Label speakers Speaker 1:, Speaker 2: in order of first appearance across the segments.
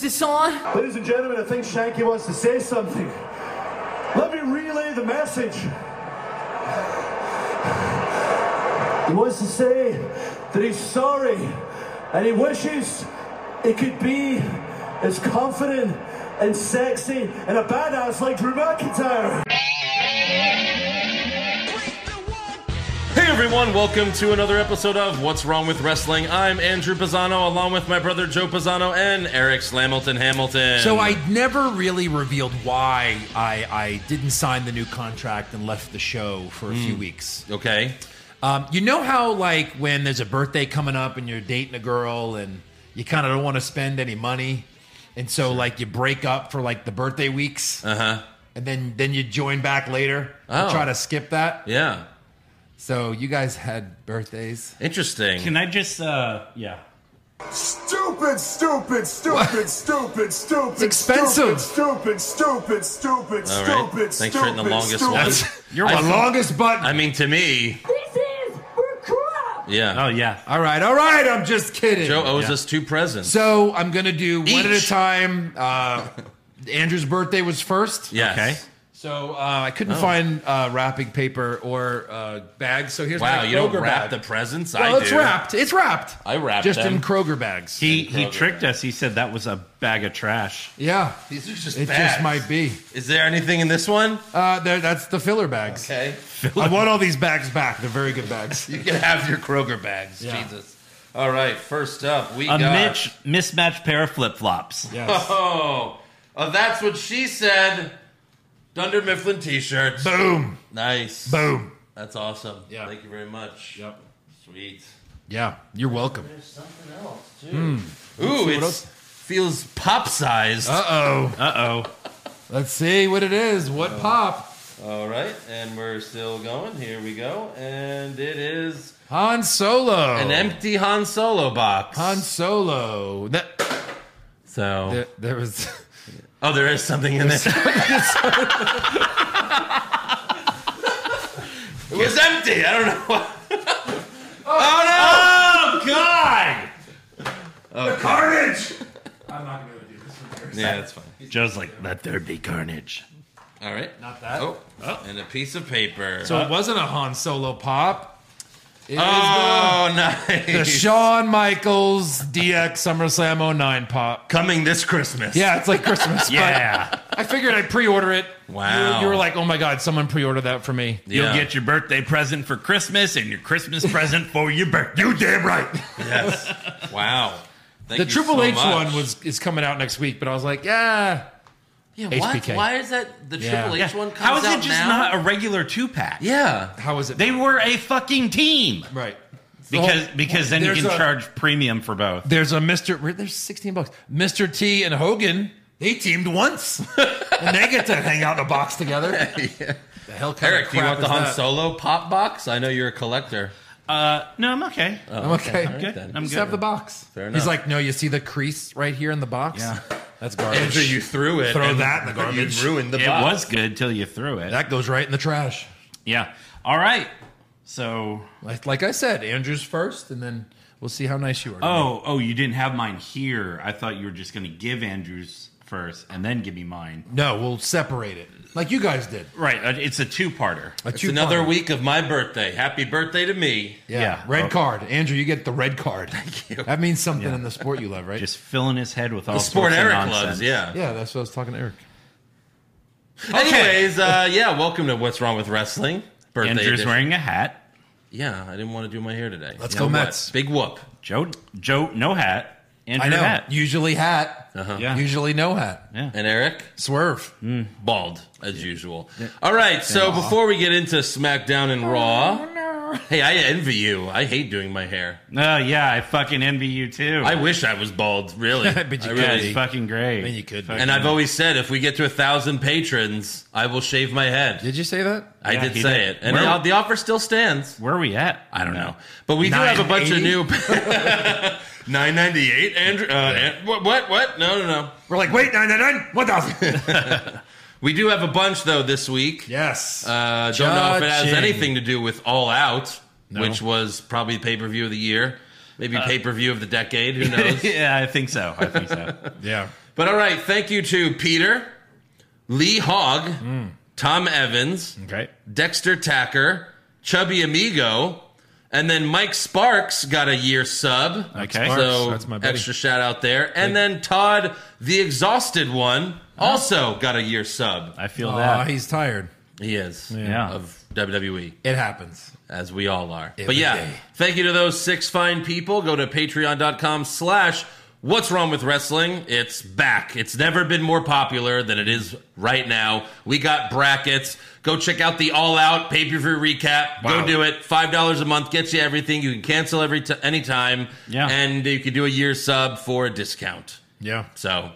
Speaker 1: this on?
Speaker 2: Ladies and gentlemen, I think Shanky wants to say something. Let me relay the message. He wants to say that he's sorry and he wishes he could be as confident and sexy and a badass like Drew McIntyre.
Speaker 3: Hey everyone, welcome to another episode of What's Wrong with Wrestling. I'm Andrew Pisano, along with my brother Joe Pisano and Eric Slamilton Hamilton.
Speaker 4: So I never really revealed why I, I didn't sign the new contract and left the show for a
Speaker 3: Hmm.
Speaker 4: few weeks.
Speaker 3: okay,
Speaker 4: Um, you know how like when there's a birthday coming up and you're dating a girl and you kind of don't want to spend any money, and so like you break up for like the birthday weeks,
Speaker 3: uh huh,
Speaker 4: and then then you join back later and
Speaker 3: Oh.
Speaker 4: try to skip that.
Speaker 3: yeah,
Speaker 4: So you guys had birthdays.
Speaker 3: interesting.
Speaker 5: Can I just, uh, yeah.
Speaker 6: Stupid, stupid, stupid, stupid, stupid. It's
Speaker 4: expensive.
Speaker 6: Stupid, stupid, stupid, stupid,
Speaker 3: All
Speaker 6: stupid.
Speaker 3: right. Thanks for hitting the
Speaker 6: stupid,
Speaker 3: longest
Speaker 6: stupid.
Speaker 3: one.
Speaker 4: You're
Speaker 3: I
Speaker 4: my
Speaker 3: feel-
Speaker 4: longest button.
Speaker 3: I mean, to me,
Speaker 7: This is for crap.
Speaker 3: yeah.
Speaker 5: Oh, yeah.
Speaker 4: all right, all right. I'm just kidding.
Speaker 3: Joe owes
Speaker 5: Yeah.
Speaker 3: us two presents.
Speaker 4: So I'm gonna do one at a
Speaker 3: Each.
Speaker 4: time. Uh, Andrew's birthday was first.
Speaker 3: yes.
Speaker 5: Okay.
Speaker 4: So uh, I
Speaker 3: Oh.
Speaker 4: couldn't find uh, wrapping paper or uh, bags. So here's
Speaker 3: Wow,
Speaker 4: my
Speaker 3: you don't
Speaker 4: Kroger
Speaker 3: wrap the
Speaker 4: bag.
Speaker 3: presents.
Speaker 4: well,
Speaker 3: I
Speaker 4: it's
Speaker 3: do.
Speaker 4: wrapped. It's wrapped.
Speaker 3: I wrapped
Speaker 4: just
Speaker 3: them.
Speaker 4: in Kroger bags.
Speaker 5: He, he tricked us. He said that was a bag of trash.
Speaker 4: yeah,
Speaker 3: These are just
Speaker 4: it
Speaker 3: bags.
Speaker 4: just might be.
Speaker 3: Is there anything in this one?
Speaker 4: Uh, there, that's the filler bags.
Speaker 3: Okay,
Speaker 4: I want all these bags back. They're very good bags.
Speaker 3: you can have your Kroger bags. Jesus. All right, first up we
Speaker 5: A
Speaker 3: got
Speaker 5: Mitch mismatched pair of flip flops.
Speaker 4: Yes.
Speaker 3: Oh, oh, that's what she said. Dunder Mifflin T-shirts.
Speaker 4: Boom.
Speaker 3: Nice.
Speaker 4: Boom.
Speaker 3: That's awesome.
Speaker 4: Yeah.
Speaker 3: Thank you very much.
Speaker 4: Yep.
Speaker 3: Sweet.
Speaker 4: Yeah. You're welcome.
Speaker 3: Something else too. Ooh,
Speaker 4: Hmm. what
Speaker 3: it
Speaker 4: else.
Speaker 3: feels pop sized.
Speaker 4: Uh oh.
Speaker 5: Uh oh.
Speaker 4: Let's see what it is. What pop?
Speaker 3: All right, and we're still going. Here we go, and it is
Speaker 4: Han Solo.
Speaker 3: an empty Han Solo box.
Speaker 4: Oh. Han Solo. That,
Speaker 3: so,
Speaker 4: there, there was.
Speaker 3: oh, there is something in there. it was empty. I don't know. What. oh no!
Speaker 5: Oh, God!
Speaker 3: Yeah, that's fine.
Speaker 5: Joe's like, let there be carnage.
Speaker 3: All right. Not
Speaker 4: that.
Speaker 3: Oh, and a piece of paper.
Speaker 4: So it wasn't a Han Solo pop. It is
Speaker 3: oh,
Speaker 4: the, the
Speaker 3: nice.
Speaker 4: Shawn Michaels DX SummerSlam 09 pop.
Speaker 3: Coming this Christmas.
Speaker 4: Yeah, it's like Christmas. but
Speaker 5: Yeah.
Speaker 4: I figured I'd pre order it.
Speaker 3: Wow.
Speaker 4: You, you were like, oh my God, someone pre ordered that for me.
Speaker 3: Yeah.
Speaker 5: You'll get your birthday present for Christmas and your Christmas present for your birthday. You damn right.
Speaker 3: Yes. wow. Thank
Speaker 4: The
Speaker 3: you
Speaker 4: Triple
Speaker 3: so
Speaker 4: H
Speaker 3: much.
Speaker 4: one was is coming out next week, but I was like, yeah.
Speaker 3: Yeah, what?
Speaker 4: HBK.
Speaker 3: Why is that the
Speaker 4: Yeah.
Speaker 3: Triple
Speaker 5: Yeah.
Speaker 3: H one comes
Speaker 5: How is
Speaker 3: out
Speaker 5: it just
Speaker 3: now?
Speaker 5: not a regular two pack?
Speaker 3: yeah.
Speaker 4: How was it?
Speaker 5: They were a fucking team.
Speaker 4: right.
Speaker 5: Because
Speaker 4: Well,
Speaker 5: because then you
Speaker 4: there's
Speaker 5: can
Speaker 4: a-
Speaker 5: charge premium for both.
Speaker 4: There's a Mr. where- There's 16 bucks. Mr. T and Hogan, they teamed once. and they get to hang out in a box together. The hell kind
Speaker 3: Eric,
Speaker 4: of
Speaker 3: do you
Speaker 4: crap
Speaker 3: want the
Speaker 4: is
Speaker 3: Han
Speaker 4: that?
Speaker 3: Solo pop box? I know you're a collector.
Speaker 5: Uh, no, I'm okay.
Speaker 4: I'm okay.
Speaker 3: All right,
Speaker 5: Good.
Speaker 3: then.
Speaker 5: I'm
Speaker 4: Just
Speaker 5: good.
Speaker 4: have the box.
Speaker 3: Fair enough.
Speaker 4: He's like, no, you see the crease right here in the box? Yeah. That's garbage.
Speaker 3: Andrew, you threw it.
Speaker 4: Throw
Speaker 3: and
Speaker 4: that in the garbage.
Speaker 3: You ruined the
Speaker 5: it
Speaker 3: box.
Speaker 5: was good till you threw it.
Speaker 4: that goes right in the trash.
Speaker 5: yeah. All right. So
Speaker 4: Like, like I said, Andrew's first, and then we'll see how nice you are.
Speaker 5: oh oh you didn't have mine here. I thought you were just gonna give Andrews first and then give me mine.
Speaker 4: No, we'll separate it. Like you guys did.
Speaker 5: Right. uh, It's a two parter.
Speaker 4: A
Speaker 3: It's another week of my birthday. Happy birthday to me.
Speaker 4: Yeah.
Speaker 5: Yeah.
Speaker 4: Red
Speaker 5: Oh.
Speaker 4: card. Andrew, you get the red card. Thank you. That means something in the sport you love, right?
Speaker 5: Just filling his head with all
Speaker 3: The sport
Speaker 5: sorts of
Speaker 3: Eric
Speaker 5: nonsense.
Speaker 3: loves. Yeah.
Speaker 4: yeah, that's what I was talking to Eric.
Speaker 3: Anyways, uh, yeah. Welcome to What's Wrong with Wrestling. Birthday
Speaker 5: Andrew's
Speaker 3: edition.
Speaker 5: wearing a hat.
Speaker 3: Yeah, I didn't want to do my hair today.
Speaker 4: Let's
Speaker 3: You
Speaker 4: go
Speaker 3: know what?
Speaker 4: Mets.
Speaker 3: Big whoop.
Speaker 5: Joe Joe no hat. Andrew
Speaker 4: I know.
Speaker 5: hat.
Speaker 4: Usually hat.
Speaker 3: Uh-huh.
Speaker 5: Yeah.
Speaker 4: Usually no hat.
Speaker 5: yeah.
Speaker 3: And Eric,
Speaker 4: Swerve.
Speaker 3: Mm-hmm. bald as usual. All right, so before we get into SmackDown and Raw, hey, I envy you. I hate doing my hair.
Speaker 5: Oh yeah, I fucking envy you too.
Speaker 3: I wish I was bald, really.
Speaker 4: But you
Speaker 3: I
Speaker 4: can't.
Speaker 5: yeah,
Speaker 3: really-
Speaker 5: it's fucking great.
Speaker 4: mean, you could be.
Speaker 3: And I've always said if we get to a thousand patrons, I will shave my head.
Speaker 4: Did you say that?
Speaker 3: I
Speaker 5: Yeah,
Speaker 3: did
Speaker 5: he
Speaker 3: say
Speaker 5: did.
Speaker 3: it, and
Speaker 5: Where-
Speaker 3: the- the offer still stands.
Speaker 5: Where are we at?
Speaker 3: I don't know, but we do have a bunch of
Speaker 4: 980?
Speaker 3: new. Nine ninety eight, Andrew. Uh, and- what? What? What? No, no, no.
Speaker 4: We're like, wait, 999, 1000.
Speaker 3: We do have a bunch though this week.
Speaker 4: yes.
Speaker 3: Uh, don't know if it has
Speaker 4: Judging.
Speaker 3: anything to do with All Out, which was probably pay per
Speaker 4: Uh,
Speaker 3: view of the year, maybe pay per view of the decade. Who knows?
Speaker 5: yeah, I think so. I think so.
Speaker 4: yeah.
Speaker 3: But all right, thank you to Peter, Lee Hogg,
Speaker 4: Mm.
Speaker 3: Tom Evans,
Speaker 4: Okay.
Speaker 3: Dexter Tacker, Chubby Amigo, and then Mike Sparks got a year sub.
Speaker 5: Okay.
Speaker 4: Sparks,
Speaker 3: So
Speaker 4: that's my buddy.
Speaker 3: extra shout out there. And then Todd, the exhausted one, also got a year sub.
Speaker 5: I feel
Speaker 4: Aw,
Speaker 5: that.
Speaker 4: he's tired.
Speaker 3: He is
Speaker 5: Yeah.
Speaker 3: of E. WWE,
Speaker 4: It happens.
Speaker 3: as we all are.
Speaker 4: Every
Speaker 3: but yeah,
Speaker 4: day.
Speaker 3: thank you to those six fine people. Go to patreon.com slash what's wrong with wrestling. It's back. It's never been more popular than it is right now. We got brackets. Go check out the all out pay-per-view recap. Go
Speaker 5: Wow.
Speaker 3: do it. Five dollars a month gets you everything. You can cancel every t- anytime.
Speaker 5: Yeah.
Speaker 3: And you can do a year sub for a discount.
Speaker 4: Yeah.
Speaker 3: So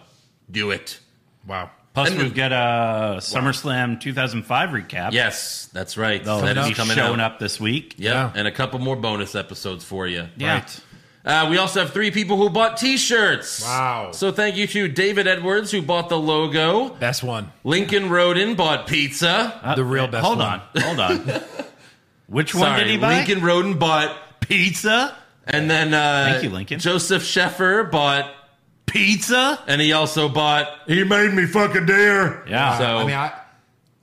Speaker 3: do it.
Speaker 4: Wow.
Speaker 5: Plus,
Speaker 3: and-
Speaker 5: we've got a SummerSlam 2005 recap.
Speaker 3: Yes, that's right.
Speaker 5: Oh,
Speaker 3: that
Speaker 5: that'll
Speaker 3: is
Speaker 5: be
Speaker 3: coming
Speaker 5: showing
Speaker 3: out.
Speaker 5: up this week.
Speaker 3: Yeah,
Speaker 4: Yeah.
Speaker 3: and a couple more bonus episodes for you.
Speaker 5: Yeah.
Speaker 4: Right.
Speaker 3: Uh, we also have three people who bought T-shirts.
Speaker 4: Wow.
Speaker 3: So thank you to David Edwards who bought the logo.
Speaker 4: Best one.
Speaker 3: Lincoln Roden bought pizza.
Speaker 5: Uh,
Speaker 4: The real best
Speaker 5: Hold
Speaker 4: one.
Speaker 5: on. Hold on. Which one
Speaker 3: Sorry,
Speaker 5: did he buy?
Speaker 3: Lincoln Roden bought,
Speaker 5: Pizza?
Speaker 3: and then uh,
Speaker 5: Thank you, Lincoln.
Speaker 3: Joseph Sheffer bought,
Speaker 5: Pizza?
Speaker 3: and he also bought. He made me fuck a deer.
Speaker 5: Yeah.
Speaker 3: Ah. So
Speaker 4: Uh, I mean, I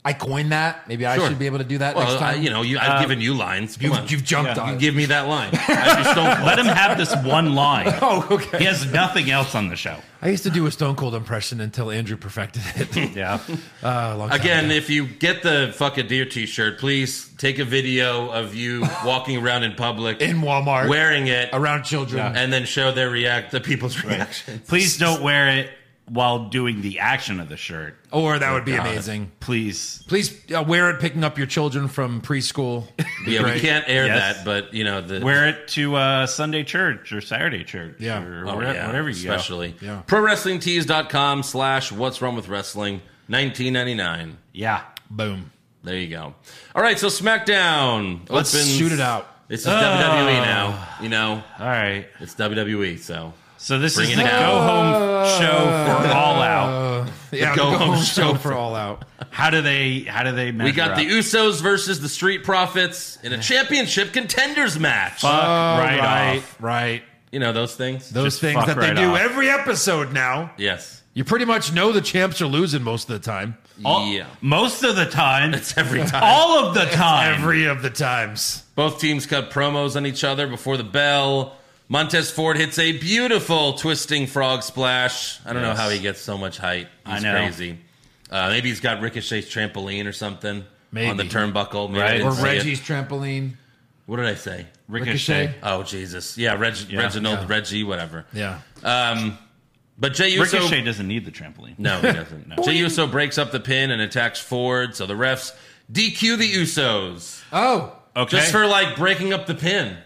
Speaker 4: I coined that. Maybe I
Speaker 3: Sure.
Speaker 4: should be able to do that next
Speaker 3: well, I,
Speaker 4: time.
Speaker 3: you know, you,
Speaker 5: Uh,
Speaker 3: I've given you lines. Come on.
Speaker 4: you've, you've jumped
Speaker 5: Yeah.
Speaker 4: on.
Speaker 3: You
Speaker 4: it.
Speaker 3: give me that line. I just don't.
Speaker 5: Let him have this one line.
Speaker 4: oh, okay.
Speaker 5: He has nothing else on the show.
Speaker 4: I used to do a Stone Cold impression until Andrew perfected it.
Speaker 5: Yeah.
Speaker 4: Uh, a long time
Speaker 3: Again,
Speaker 4: ago.
Speaker 3: if you get the fuck a deer T-shirt, please take a video of you walking around in public
Speaker 4: in Walmart,
Speaker 3: wearing it,
Speaker 4: around children.
Speaker 3: and then show their react the people's reaction.
Speaker 5: Please don't wear it while doing the action of the shirt.
Speaker 4: Or that would be amazing.
Speaker 5: Please.
Speaker 4: Please uh, wear it picking up your children from preschool. Be
Speaker 3: Yeah, we
Speaker 4: great.
Speaker 3: can't air
Speaker 5: Yes.
Speaker 3: that, but you know the
Speaker 5: Wear it to uh, Sunday church or Saturday church
Speaker 4: Yeah.
Speaker 5: or
Speaker 3: oh,
Speaker 5: where-
Speaker 3: yeah,
Speaker 5: whatever you go.
Speaker 3: especially
Speaker 4: Yeah.
Speaker 3: pro wrestling com slash what's wrong with wrestling 1999.
Speaker 5: Yeah.
Speaker 4: Boom.
Speaker 3: There you go. All right, so SmackDown.
Speaker 4: Let's
Speaker 3: opens-
Speaker 4: shoot it out.
Speaker 3: It's just WWE now. You know,
Speaker 5: All right.
Speaker 3: it's WWE. So
Speaker 5: So this
Speaker 3: Bring
Speaker 5: is
Speaker 3: it
Speaker 5: the
Speaker 3: down.
Speaker 5: go home show for All Out.
Speaker 4: Yeah,
Speaker 3: go
Speaker 4: the
Speaker 3: home show
Speaker 4: for all out.
Speaker 5: How do they? How do they? Measure
Speaker 3: we got the
Speaker 5: up?
Speaker 3: Usos versus the Street Profits in a championship contenders match.
Speaker 5: Fuck
Speaker 4: right,
Speaker 5: right,
Speaker 4: Oh, right,
Speaker 5: off.
Speaker 3: You know those things.
Speaker 4: Those
Speaker 5: Just
Speaker 4: things
Speaker 5: fuck
Speaker 4: that
Speaker 5: right
Speaker 4: they do
Speaker 5: off.
Speaker 4: every episode now.
Speaker 3: yes.
Speaker 4: You pretty much know the champs are losing most of the time.
Speaker 5: All-
Speaker 3: yeah.
Speaker 5: Most of the time.
Speaker 3: It's every time.
Speaker 5: all of the time.
Speaker 4: Every of the times.
Speaker 3: Both teams cut promos on each other before the bell. Montez Ford hits a beautiful twisting frog splash. I don't know
Speaker 5: Yes.
Speaker 3: how he gets so much height. He's
Speaker 5: I know.
Speaker 3: crazy. Uh, maybe he's got Ricochet's trampoline or something on
Speaker 4: Maybe.
Speaker 3: the turnbuckle. Maybe I
Speaker 5: Right.
Speaker 3: didn't
Speaker 4: Or
Speaker 3: see it.
Speaker 4: Reggie's trampoline.
Speaker 3: What did I say?
Speaker 5: Ricochet.
Speaker 4: Ricochet.
Speaker 3: Oh Jesus! Yeah, Reg, Reginald,
Speaker 4: Yeah.
Speaker 3: Reggie, whatever.
Speaker 4: Yeah.
Speaker 3: Um, but Jey Uso.
Speaker 5: Ricochet doesn't need the trampoline.
Speaker 3: No, he doesn't. no. Jey Uso breaks up the pin and attacks Ford, so the refs DQ the Usos
Speaker 4: Oh.
Speaker 5: Okay.
Speaker 3: just for like breaking up the pin.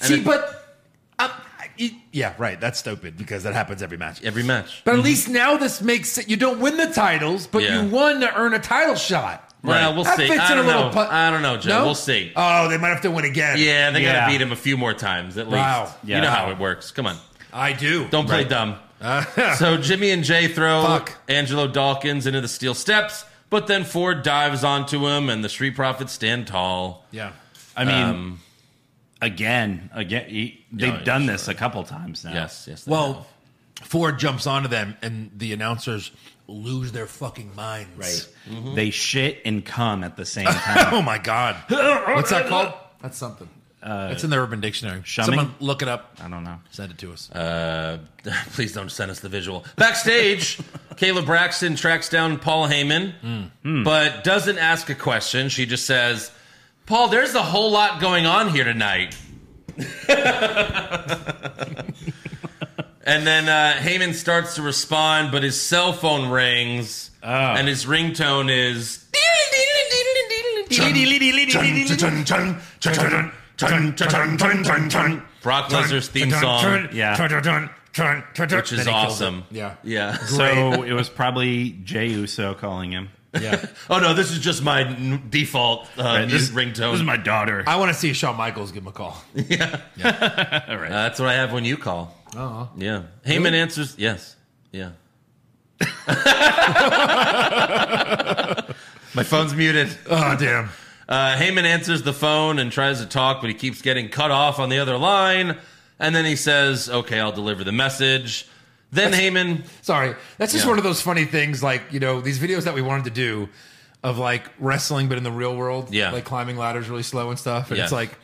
Speaker 4: See,
Speaker 3: it-
Speaker 4: but um, I- y- yeah, right. That's stupid because that happens every match.
Speaker 3: Every match.
Speaker 4: But at least now this makes it. You don't win the titles, but
Speaker 3: Yeah.
Speaker 4: you won to earn a title shot.
Speaker 3: Well, we'll
Speaker 4: That
Speaker 3: see.
Speaker 4: fits in
Speaker 3: I
Speaker 4: a
Speaker 3: don't
Speaker 4: little
Speaker 3: know.
Speaker 4: put-
Speaker 3: I don't know, Joe. We'll see.
Speaker 4: Oh, they might have to win again.
Speaker 3: yeah, they got
Speaker 5: Yeah.
Speaker 3: to beat him a few more times at least.
Speaker 4: Wow.
Speaker 3: You know
Speaker 5: Yeah.
Speaker 3: how it works. Come on.
Speaker 4: I do.
Speaker 3: Don't play dumb. so Jimmy and Jay throw
Speaker 4: Fuck.
Speaker 3: Angelo Dawkins into the steel steps, but then Ford dives onto him and the Street Profits stand tall.
Speaker 4: Yeah.
Speaker 5: I mean, again, again, he- they've
Speaker 3: um, yeah,
Speaker 5: done this a couple times now.
Speaker 3: Yes, yes. they
Speaker 4: Well, Ford jumps onto them, and the announcers lose their fucking minds.
Speaker 5: Right.
Speaker 3: Mm-hmm.
Speaker 5: They shit and cum at the same time.
Speaker 4: Oh my god. What's that called? That's something. it's in the Urban Dictionary.
Speaker 5: Shumming?
Speaker 4: Someone look it up.
Speaker 5: I don't know.
Speaker 4: Send it to us.
Speaker 3: have. Please don't send us the visual. Backstage, Kayla Braxton tracks down Paul Heyman, but doesn't ask a question. She just says, Paul, there's a whole lot going on here tonight. And then uh, Heyman starts to respond, but his cell phone rings, and his ringtone is. Brock Lesnar's theme song,
Speaker 5: Yeah.
Speaker 3: which is awesome.
Speaker 4: Yeah.
Speaker 3: yeah.
Speaker 5: So it was probably Jay Uso calling him.
Speaker 4: Yeah.
Speaker 3: Oh no, this is just my n- default uh,
Speaker 5: Right,
Speaker 3: mute
Speaker 5: this,
Speaker 3: ringtone.
Speaker 5: This is my daughter.
Speaker 4: I want to see Shawn Michaels give him a call.
Speaker 3: Uh, that's what I have when you call.
Speaker 4: Oh.
Speaker 3: Yeah. Heyman answers yes. Yeah. my phone's muted.
Speaker 4: Oh, damn.
Speaker 3: Uh, Heyman answers the phone and tries to talk, but he keeps getting cut off on the other line. And then he says, "Okay, I'll deliver the message." Then Heyman,
Speaker 4: Sorry. That's just
Speaker 3: Yeah.
Speaker 4: one of those funny things, like, you know, these videos that we wanted to do of like wrestling, but in the real world.
Speaker 3: Yeah.
Speaker 4: Like climbing ladders really slow and stuff. And it's
Speaker 3: Yeah.
Speaker 4: like,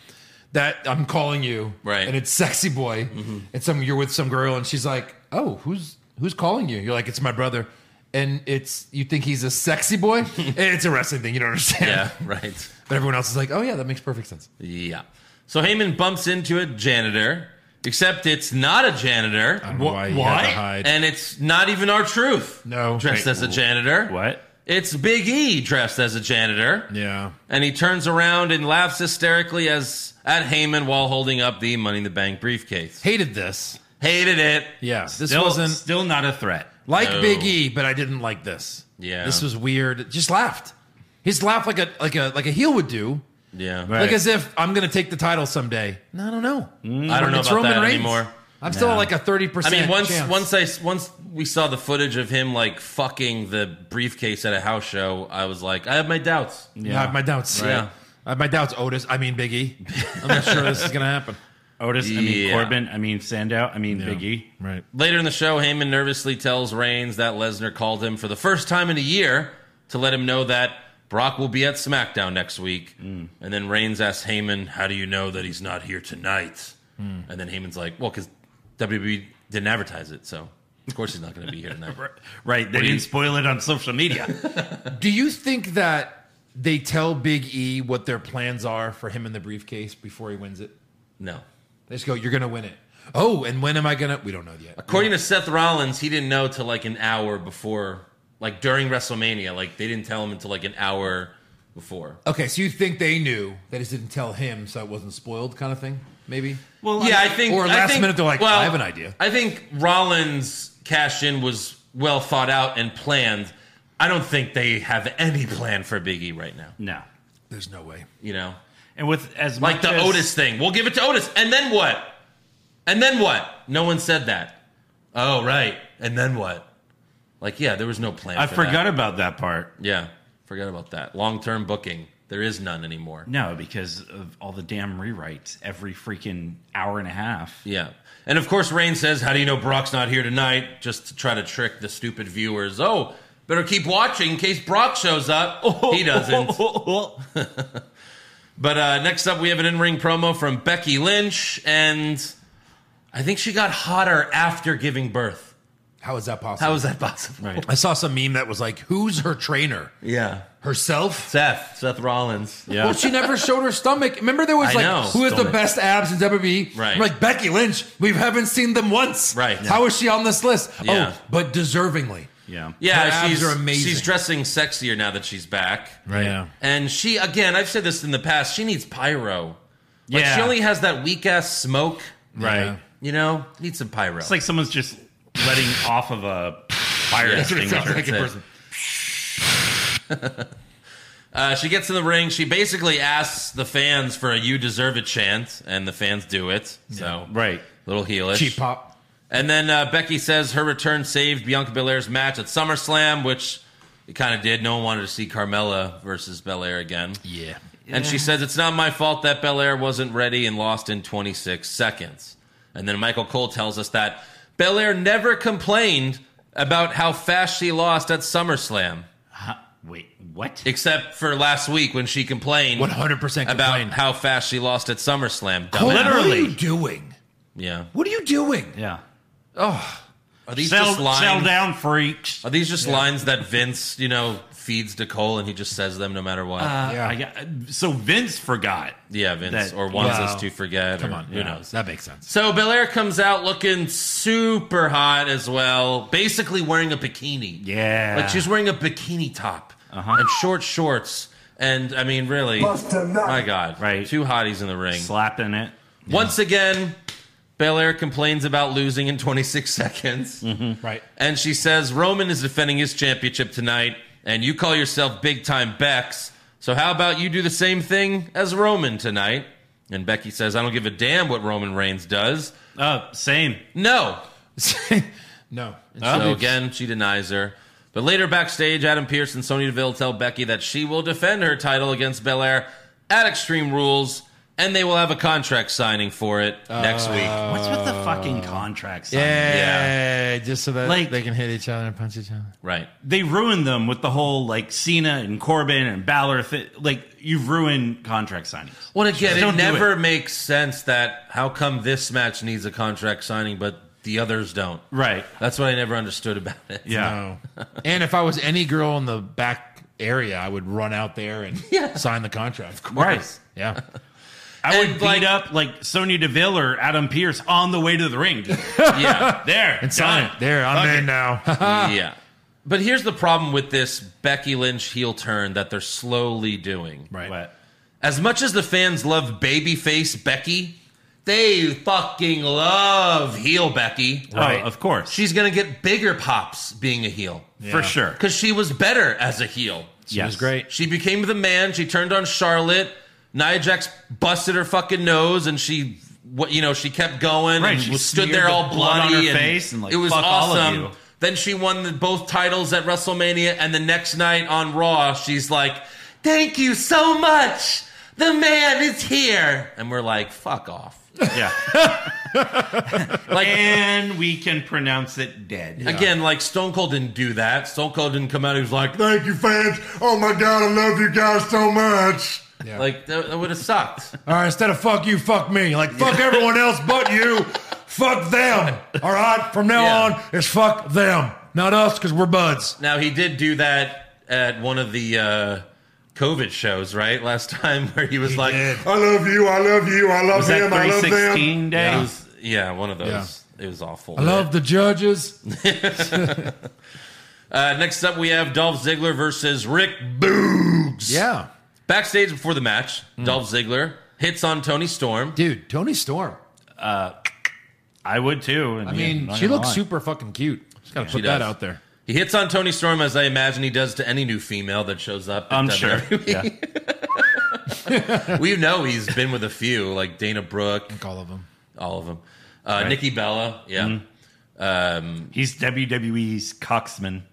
Speaker 4: that I'm calling you.
Speaker 3: Right. Mm-hmm.
Speaker 4: And it's sexy boy. And some you're with some girl and she's like, Oh, who's who's calling you? You're like, It's my brother. And it's you think he's a sexy boy? it's a wrestling thing, you don't understand.
Speaker 3: yeah, right.
Speaker 4: But everyone else is like, Oh yeah, that makes perfect sense.
Speaker 3: Yeah. So Heyman bumps into a janitor, except it's not a janitor.
Speaker 5: Uh-huh.
Speaker 4: know why he had to hide.
Speaker 3: And it's not even our truth.
Speaker 4: No.
Speaker 3: Dressed
Speaker 5: Wait,
Speaker 3: as a janitor.
Speaker 5: What?
Speaker 3: It's Big E dressed as a janitor.
Speaker 4: Yeah.
Speaker 3: And he turns around and laughs hysterically as at Heyman while holding up the Money in the Bank briefcase.
Speaker 4: Hated this.
Speaker 3: Hated it.
Speaker 4: Yeah. This
Speaker 5: Still,
Speaker 4: wasn't
Speaker 5: still not a threat.
Speaker 4: like
Speaker 3: No.
Speaker 4: Big E, but I didn't like this.
Speaker 3: Yeah.
Speaker 4: this was weird. Just laughed. He's laughed like a like a like a heel would do,
Speaker 3: Yeah.
Speaker 5: Right.
Speaker 4: like as if I'm gonna take the title someday. No, I don't know.
Speaker 3: Mm. I don't know
Speaker 4: Mm. It's
Speaker 3: about
Speaker 4: Roman
Speaker 3: that
Speaker 4: Reigns.
Speaker 3: anymore.
Speaker 4: I'm still at like a thirty
Speaker 3: I
Speaker 4: percent.
Speaker 3: mean, once once I s- once we saw the footage of him like fucking the briefcase at a house show, I was like, I have my doubts.
Speaker 4: I have my doubts.
Speaker 3: Yeah.
Speaker 4: I have my doubts. Otis, I mean Big E. I'm not sure this is gonna happen.
Speaker 5: Otis, I
Speaker 3: Yeah.
Speaker 5: mean Corbin, I mean Sandow, I mean Big E.
Speaker 4: Right.
Speaker 3: Later in the show, Heyman nervously tells Reigns that Lesnar called him for the first time in a year to let him know that Brock will be at SmackDown next week. And then Reigns asks Heyman, How do you know that he's not here tonight?
Speaker 5: Hmm.
Speaker 3: And then Heyman's like, Well, because WWE E didn't advertise it, so of course he's not going to be here tonight.
Speaker 5: Right. They
Speaker 3: do you-
Speaker 5: didn't spoil it on social media.
Speaker 4: Do you think that they tell Big E what their plans are for him in the briefcase before he wins it?
Speaker 3: No.
Speaker 4: They just go, "You're gonna win it." Oh, and when am I gonna? We don't know yet.
Speaker 3: According to Seth Rollins, he didn't know till like an hour before, like during WrestleMania. Like they didn't tell him until like an hour before.
Speaker 4: Okay, so you think they knew they just didn't tell him, so it wasn't spoiled, kind of thing, maybe.
Speaker 5: well,
Speaker 3: Yeah, I think.
Speaker 4: Or
Speaker 3: I
Speaker 4: last
Speaker 3: think-
Speaker 4: minute, they're like, "I have an idea."
Speaker 3: I think Rollins' cash in was well thought out and planned. I don't think they have any plan for Big E right now.
Speaker 5: No.
Speaker 4: There's no way.
Speaker 3: You know,
Speaker 5: And with as
Speaker 3: like
Speaker 5: much
Speaker 3: the
Speaker 5: as,
Speaker 3: Otis thing. We'll give it to Otis, and then what? And then what? No one said that. Oh right, and then what? Like yeah, there was no plan.
Speaker 5: I
Speaker 3: for
Speaker 5: forgot
Speaker 3: That.
Speaker 5: about that part.
Speaker 3: Yeah, forgot about that. Long term booking, there is none anymore.
Speaker 5: No, because of all the damn rewrites every freaking hour and a half.
Speaker 3: Yeah. And of course, Rain says, How do you know Brock's not here tonight? Just to try to trick the stupid viewers. Oh, better keep watching in case Brock shows up. He doesn't. but uh, next up, we have an in ring promo from Becky Lynch. And I think she got hotter after giving birth.
Speaker 4: How is that possible?
Speaker 3: How is that possible?
Speaker 5: Right.
Speaker 4: I saw some meme that was like, "Who's her trainer?
Speaker 3: Yeah.
Speaker 4: Herself?"
Speaker 3: Seth, Seth Rollins.
Speaker 5: Yeah.
Speaker 4: Well, she never showed her stomach. Remember, there was
Speaker 3: I
Speaker 4: like,
Speaker 3: know.
Speaker 4: "Who has the
Speaker 3: Stomach.
Speaker 4: best abs in WWE?"
Speaker 3: Right.
Speaker 4: I'm like Becky Lynch. We haven't seen them once.
Speaker 3: Right.
Speaker 4: How is she on this list?
Speaker 3: Yeah.
Speaker 4: Oh, but deservingly.
Speaker 5: yeah.
Speaker 3: Yeah,
Speaker 4: Her abs
Speaker 3: she's,
Speaker 4: are amazing.
Speaker 3: she's dressing sexier now that she's back.
Speaker 4: Right. Yeah.
Speaker 3: And she, again, I've said this in the past, she needs pyro. Like,
Speaker 5: Yeah.
Speaker 3: she only has that weak ass smoke.
Speaker 5: Right.
Speaker 4: Yeah.
Speaker 3: You know, need some pyro.
Speaker 5: It's like someone's just letting off of a fire
Speaker 3: Yeah, that's what it
Speaker 5: extinguisher.
Speaker 4: sounds like in
Speaker 5: That's it.
Speaker 4: person.
Speaker 3: uh, she gets in the ring. She basically asks the fans for a "You deserve it" chant, and the fans do it. So
Speaker 5: Right.
Speaker 3: little heelish.
Speaker 4: Cheap pop.
Speaker 3: And then uh, Becky says her return saved Bianca Belair's match at SummerSlam, which it kind of did. No one wanted to see Carmella versus Belair again.
Speaker 4: Yeah.
Speaker 3: And she says, It's not my fault that Belair wasn't ready and lost in 26 seconds. And then Michael Cole tells us that Belair never complained about how fast she lost at SummerSlam,
Speaker 5: Huh? Wait, what?
Speaker 3: except for last week when she complained
Speaker 4: 100%
Speaker 3: about
Speaker 4: complained.
Speaker 3: how fast she lost at SummerSlam.
Speaker 4: Cole,
Speaker 3: Dumbass.
Speaker 4: What are
Speaker 5: Literally.
Speaker 4: you doing?
Speaker 3: Yeah.
Speaker 4: What are you doing?
Speaker 5: yeah.
Speaker 3: Are these
Speaker 5: Sell,
Speaker 3: just lines?
Speaker 5: sell down freaks.
Speaker 3: Are these just lines that Vince, you know, feeds to Cole and he just says them no matter what?
Speaker 4: yeah.
Speaker 5: I got, so Vince forgot.
Speaker 3: yeah, Vince,
Speaker 5: that-
Speaker 3: or wants
Speaker 4: Wow.
Speaker 3: us to forget.
Speaker 4: Come
Speaker 3: or
Speaker 4: on.
Speaker 3: who
Speaker 4: yeah,
Speaker 3: knows?
Speaker 4: That makes sense.
Speaker 3: So Belair comes out looking super hot as well, basically wearing a bikini.
Speaker 5: Yeah. Uh-huh.
Speaker 3: Like she's wearing a bikini top and short shorts. And I mean, really,
Speaker 6: Bust a nut.
Speaker 3: my God.
Speaker 5: Right.
Speaker 3: Two hotties in the ring.
Speaker 5: slapping it.
Speaker 3: Once again, Belair complains about losing in 26 seconds.
Speaker 5: Mm-hmm.
Speaker 4: Right.
Speaker 3: And she says, Roman is defending his championship tonight, and you call yourself big time Bex. So how about you do the same thing as Roman tonight? And Becky says, I don't give a damn what Roman Reigns does.
Speaker 5: Oh, same.
Speaker 3: No.
Speaker 4: no.
Speaker 3: So again, she denies her. But later backstage, Adam Pearce and Sonya Deville tell Becky that she will defend her title against Belair at Extreme Rules. and they will have a contract signing for it next week.
Speaker 5: What's with the fucking contracts?
Speaker 4: Yeah,
Speaker 3: Yeah.
Speaker 4: just so that
Speaker 5: Like-
Speaker 4: they can hit each other and punch each other.
Speaker 3: Right.
Speaker 5: They ruined them with the whole like Cena and Corbin and Balor. Thi- like you've ruined contract signings.
Speaker 3: Well, again,
Speaker 5: Don't
Speaker 3: it
Speaker 5: do
Speaker 3: never
Speaker 5: it.
Speaker 3: makes sense that how come this match needs a contract signing, but the others don't.
Speaker 5: Right.
Speaker 3: That's what I never understood about it.
Speaker 5: Yeah.
Speaker 4: No. and if I was any girl in the back area, I would run out there and
Speaker 3: Yeah.
Speaker 4: sign the contract.
Speaker 5: Right.
Speaker 4: Yeah.
Speaker 5: I would
Speaker 3: And,
Speaker 5: beat
Speaker 3: like-
Speaker 5: up like Sonya Deville or Adam Pierce on the way to the ring. Just,
Speaker 3: Yeah.
Speaker 5: there.
Speaker 4: And sign it. There, I'm in now.
Speaker 5: Ah.
Speaker 3: yeah. But here's the problem with this Becky Lynch heel turn that they're slowly doing.
Speaker 4: right.
Speaker 5: What?
Speaker 3: As much as the fans love babyface Becky, they fucking love heel Becky.
Speaker 4: Right.
Speaker 5: Oh, of course.
Speaker 3: She's going to get bigger pops being a heel
Speaker 5: for sure.
Speaker 3: because she was better as a heel.
Speaker 5: She
Speaker 4: It was great.
Speaker 3: She became the man. She turned on Charlotte. Nia Jax busted her fucking nose, and she, what you know, she kept going.
Speaker 5: Right,
Speaker 3: and
Speaker 5: she
Speaker 3: was- stood
Speaker 5: smeared
Speaker 3: there
Speaker 5: the
Speaker 3: all
Speaker 5: blood on
Speaker 3: bloody
Speaker 5: her
Speaker 3: and
Speaker 5: face and, like,
Speaker 3: it was
Speaker 5: fuck all of
Speaker 3: awesome.
Speaker 5: you.
Speaker 3: Then she won the, both titles at WrestleMania, and the next night on Raw, she's like, "Thank you so much. The man is here," and we're like, "Fuck off."
Speaker 5: Yeah.
Speaker 3: Like
Speaker 5: and we can pronounce it dead.
Speaker 3: Again, like Stone Cold didn't do that. Stone Cold didn't come out. He was like, "Thank you, fans."
Speaker 6: Oh my god, I love you guys so much.
Speaker 4: Yeah.
Speaker 3: Like that, that would have sucked.
Speaker 4: All right, instead of fuck you, fuck me. Like, fuck everyone else but you. Fuck them. All right, from now
Speaker 3: Yeah.
Speaker 4: on, it's fuck them. Not us, because we're buds.
Speaker 3: Now he did do that at one of the uh, COVID shows, right? Last time where he was
Speaker 4: He
Speaker 3: like,
Speaker 4: did.
Speaker 6: I love you, I love you, I love
Speaker 5: Was
Speaker 6: him,
Speaker 5: that
Speaker 6: I love them.
Speaker 5: 316
Speaker 3: it
Speaker 5: days?
Speaker 3: was, yeah, one of those. It was awful.
Speaker 4: I love the judges.
Speaker 3: Uh, next up, we have Dolph Ziggler versus Rick Boogs.
Speaker 4: Yeah.
Speaker 3: Backstage before the match, Dolph Ziggler hits on Tony Storm.
Speaker 4: Dude, Tony Storm.
Speaker 5: I would too.
Speaker 4: I mean, she looks super fucking cute. Just gotta put
Speaker 3: She
Speaker 4: that
Speaker 3: does.
Speaker 4: out there.
Speaker 3: He hits on Tony Storm as I imagine he does to any new female that shows up. at
Speaker 5: I'm sure.
Speaker 4: E.
Speaker 3: WWE.
Speaker 5: Yeah.
Speaker 3: we know he's been with a few, like Dana Brooke,
Speaker 4: All of them.
Speaker 3: all of them. Uh, Nikki Bella, yeah.
Speaker 5: He's WWE's coxman.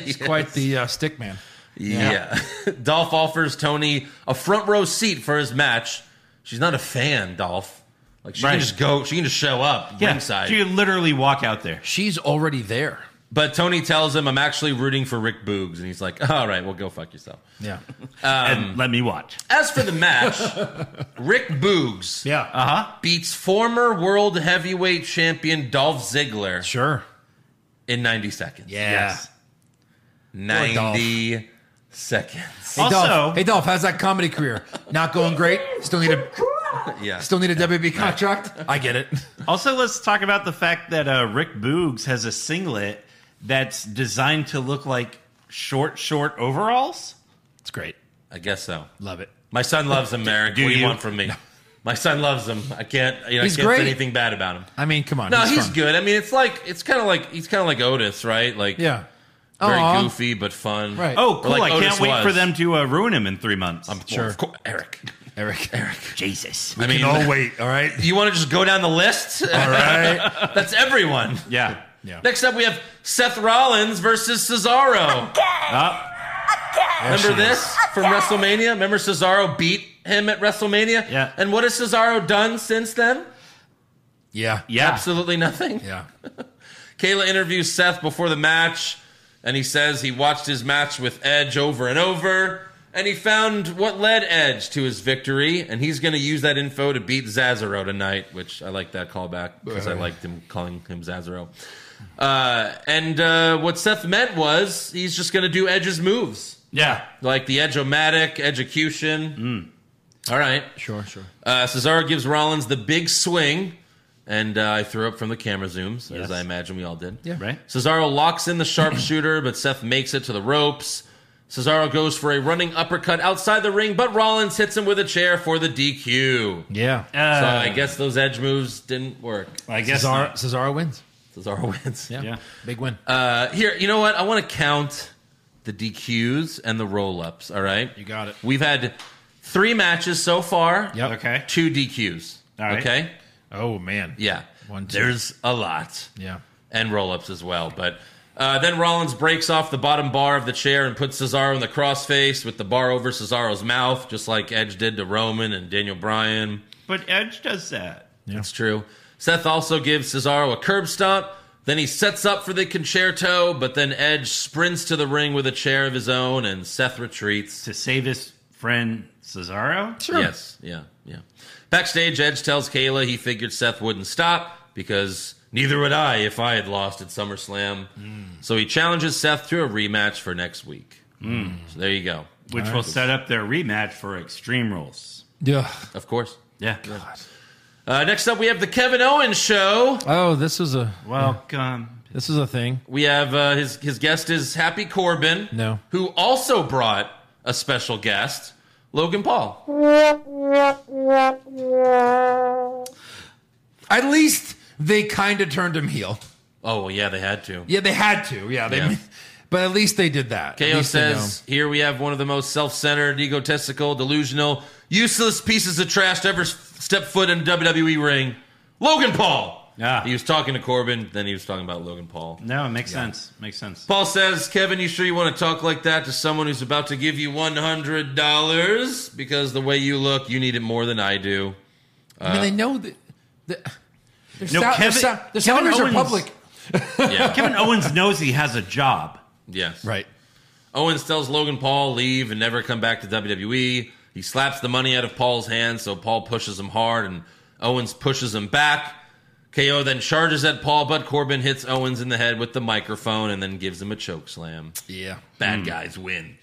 Speaker 4: He's quite the uh, stick man.
Speaker 3: Yeah. Dolph offers Tony a front row seat for his match. She's not a fan, Dolph. Like she can
Speaker 5: Right.
Speaker 3: just go, she can just show up ringside.
Speaker 5: She could literally walk out there.
Speaker 4: She's already there.
Speaker 3: But Tony tells him, "I'm actually rooting for Rick Boogs," and he's like, "All right, well, go fuck yourself."
Speaker 4: Yeah.
Speaker 5: and let me watch.
Speaker 3: As for the match, Rick Boogs
Speaker 4: Yeah.
Speaker 3: beats former world heavyweight champion Dolph Ziggler
Speaker 4: sure.
Speaker 3: in 90 seconds.
Speaker 4: Yeah.
Speaker 5: Yes.
Speaker 3: 90 seconds.
Speaker 4: Hey,
Speaker 5: Also-
Speaker 4: Dolph, hey Dolph, how's that comedy career? Not going great. Still need a
Speaker 3: Yeah.
Speaker 4: still need a WB contract. I get it.
Speaker 5: Also, let's talk about the fact that uh, Rick Boogs has a singlet that's designed to look like short, short overalls.
Speaker 4: It's great.
Speaker 3: I guess so.
Speaker 4: Love it.
Speaker 3: My son loves him, Merrick.
Speaker 5: Do
Speaker 3: what do you
Speaker 5: you?
Speaker 3: want from me? My son loves him. I can't. You know,
Speaker 4: He's
Speaker 3: I can't
Speaker 4: great.
Speaker 3: say anything bad about him.
Speaker 4: I mean, come on.
Speaker 3: No, he's,
Speaker 4: fun.
Speaker 3: good. I mean, it's like it's kind of like he's kind of like Otis, right? Like
Speaker 4: Yeah.
Speaker 3: very
Speaker 4: Aw.
Speaker 3: goofy but fun.
Speaker 4: Right.
Speaker 5: Oh,
Speaker 3: Or
Speaker 5: cool!
Speaker 3: like
Speaker 5: I can't
Speaker 3: Otis
Speaker 5: wait
Speaker 3: was.
Speaker 5: for them to uh, ruin him in three months.
Speaker 3: Well, of cour- Eric.
Speaker 4: Eric. Eric.
Speaker 5: Jesus.
Speaker 3: I mean,
Speaker 4: No, wait. All right.
Speaker 3: you want to just go down the list?
Speaker 4: All right.
Speaker 3: That's everyone.
Speaker 5: Yeah.
Speaker 4: Yeah.
Speaker 3: Next up, we have Seth Rollins versus Cesaro.
Speaker 5: Uh,
Speaker 3: Remember this from WrestleMania? Remember Cesaro beat him at WrestleMania?
Speaker 5: Yeah.
Speaker 3: And what has Cesaro done since then?
Speaker 4: Yeah.
Speaker 5: yeah.
Speaker 3: Absolutely nothing.
Speaker 4: Ah. Yeah.
Speaker 3: Kayla interviews Seth before the match, and he says he watched his match with Edge over and over, and he found what led Edge to his victory, and he's going to use that info to beat Zazaro tonight, which I like that callback because I liked him calling him Zazaro. Uh, and uh, what Seth meant was he's just going to do Edge's moves,
Speaker 5: Yeah.
Speaker 3: like the Edge-o-matic, Execution. All right.
Speaker 4: Sure. Sure.
Speaker 3: Uh, Cesaro gives Rollins the big swing, and uh, I threw up from the camera zooms,
Speaker 5: Yes.
Speaker 3: as I imagine we all did.
Speaker 4: Yeah.
Speaker 5: Right.
Speaker 3: Cesaro locks in the sharpshooter, but Seth makes it to the ropes. Cesaro goes for a running uppercut outside the ring, but Rollins hits him with a chair for the DQ.
Speaker 4: Yeah.
Speaker 3: so
Speaker 5: Uh,
Speaker 3: I guess those edge moves didn't work.
Speaker 5: I guess.
Speaker 4: Cesaro,
Speaker 5: not.
Speaker 4: Cesaro wins.
Speaker 3: Cesaro wins.
Speaker 4: Yeah.
Speaker 5: Yeah.
Speaker 4: Big win.
Speaker 3: Uh, here, you know what? I want to count the DQs and the roll ups, all right?
Speaker 4: You got it.
Speaker 3: We've had three matches so far,
Speaker 4: Yep.
Speaker 5: Okay.
Speaker 3: two DQs.
Speaker 5: All right.
Speaker 3: Okay?
Speaker 4: Oh man.
Speaker 3: Yeah.
Speaker 4: One, two.
Speaker 3: There's a lot.
Speaker 4: Yeah.
Speaker 3: and roll ups as well. But uh, Uh, then Rollins breaks off the bottom bar of the chair and puts Cesaro in the crossface with the bar over Cesaro's mouth, just like Edge did to Roman and Daniel Bryan.
Speaker 5: But Edge does that.
Speaker 3: That's true. Seth also gives Cesaro a curb stomp. Then he sets up for the concerto, but then Edge sprints to the ring with a chair of his own, and Seth retreats.
Speaker 5: To save his friend Cesaro?
Speaker 4: Sure.
Speaker 3: Yes, yeah, yeah. Backstage, Edge tells Kayla he figured Seth wouldn't stop because neither would I if I had lost at SummerSlam.
Speaker 4: Hmm.
Speaker 3: So he challenges Seth to a rematch for next week.
Speaker 4: Hmm.
Speaker 3: So there you go.
Speaker 5: Which will set up their rematch for Extreme Rules.
Speaker 4: Yeah.
Speaker 3: Of course.
Speaker 5: Yeah.
Speaker 3: Uh, next up, we have the Kevin Owens show.
Speaker 4: Oh, this was a
Speaker 5: Welcome.
Speaker 4: this was a thing.
Speaker 3: We have uh, his his guest is Happy Corbin.
Speaker 4: No.
Speaker 3: who also brought a special guest, Logan Paul.
Speaker 4: At least they kind of turned him heel.
Speaker 3: Oh well, yeah, they had to.
Speaker 4: Yeah, they had to. Yeah, they.
Speaker 3: Yeah.
Speaker 4: But at least they did that. At
Speaker 3: KO
Speaker 4: least they
Speaker 3: says here we have one of the most self-centered, egotistical, delusional, useless pieces of trash to ever s- step foot in a WWE ring. Logan Paul.
Speaker 5: Ah.
Speaker 3: He was talking to Corbin, then he was talking about Logan Paul.
Speaker 5: No, it makes sense. Makes sense.
Speaker 3: Paul says, Kevin, you sure you want to talk like that to someone who's about to give you $100? Because the way you look, you need it more than I do.
Speaker 4: know. I mean,
Speaker 3: uh,
Speaker 4: they know that. that their
Speaker 5: No,
Speaker 4: sal- their
Speaker 5: Kevin-
Speaker 4: sal- their
Speaker 5: Kevin
Speaker 4: salaries are
Speaker 5: Owens-
Speaker 4: public.
Speaker 3: Yeah.
Speaker 5: Kevin Owens knows he has a job.
Speaker 3: Yes.
Speaker 4: Right.
Speaker 3: Owens tells Logan Paul leave and never come back to WWE. He slaps the money out of Paul's hand, so Paul pushes him hard, and Owens pushes him back. KO then charges at Paul, but Corbin hits Owens in the head with the microphone and then gives him a choke slam.
Speaker 4: Yeah.
Speaker 5: Hmm.
Speaker 4: Hmm.
Speaker 3: Bad guys win.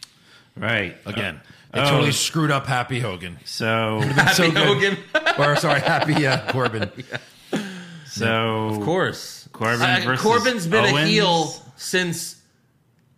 Speaker 5: Right.
Speaker 4: Again,
Speaker 5: Uh,
Speaker 4: they totally
Speaker 5: oh.
Speaker 4: screwed up Happy Hogan.
Speaker 5: So,
Speaker 3: Happy
Speaker 4: So good.
Speaker 3: Hogan.
Speaker 4: or sorry, Happy uh, Corbin.
Speaker 5: so
Speaker 3: Of course.
Speaker 5: Corbin versus
Speaker 3: Corbin's been a
Speaker 5: Owens.
Speaker 3: heel since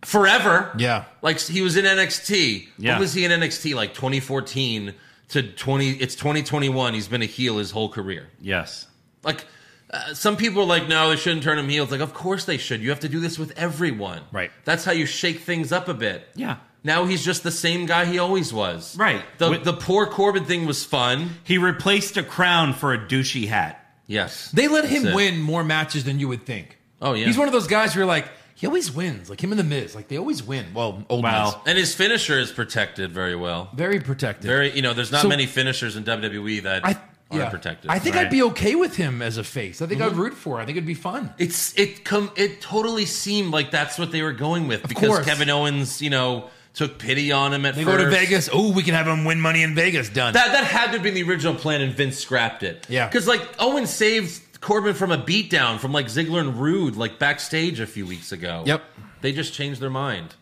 Speaker 3: forever.
Speaker 4: Yeah.
Speaker 3: Like he was in NXT.
Speaker 5: Yeah.
Speaker 3: What was he in NXT like 2014 to 20 it's 2021. He's been a heel his whole career.
Speaker 5: Yes.
Speaker 3: Like uh, some people are like no, they shouldn't turn him heel. It's like of course they should. You have to do this with everyone.
Speaker 4: Right.
Speaker 3: That's how you shake things up a bit.
Speaker 5: Yeah.
Speaker 3: Now he's just the same guy he always was.
Speaker 5: Right.
Speaker 3: The
Speaker 5: With-
Speaker 3: the poor Corbin thing was fun.
Speaker 5: He replaced a crown for a douchey hat.
Speaker 3: Yes.
Speaker 4: They let him
Speaker 3: That's it.
Speaker 4: win more matches than you would think.
Speaker 3: Oh, yeah.
Speaker 4: He's one of those guys where you're like, he always wins. Like him and the Miz. Like they always win. Well, old
Speaker 5: Wow.
Speaker 4: Miz.
Speaker 3: And his finisher is protected very well.
Speaker 4: Very protected.
Speaker 3: Very, you know, there's not
Speaker 4: So-
Speaker 3: many finishers in WWE that
Speaker 4: I
Speaker 3: are
Speaker 4: yeah.
Speaker 3: protected.
Speaker 4: I think
Speaker 5: Right.
Speaker 4: I'd be okay with him as a face. I think
Speaker 3: Mm-hmm.
Speaker 4: I'd root for. it. I think it'd be fun.
Speaker 3: it's it come it totally seemed like that's what they were going with because
Speaker 4: course.
Speaker 3: Kevin Owens, you know, took pity on him at
Speaker 4: They
Speaker 3: first.
Speaker 4: go to Vegas. Oh, we can have him win money in Vegas. Done.
Speaker 3: That that had to have been the original plan, and Vince scrapped it.
Speaker 4: Yeah.
Speaker 3: because like Owens saved Corbin from a beatdown from like Ziggler and Rude like backstage a few weeks ago.
Speaker 4: Yep.
Speaker 3: they just changed their mind.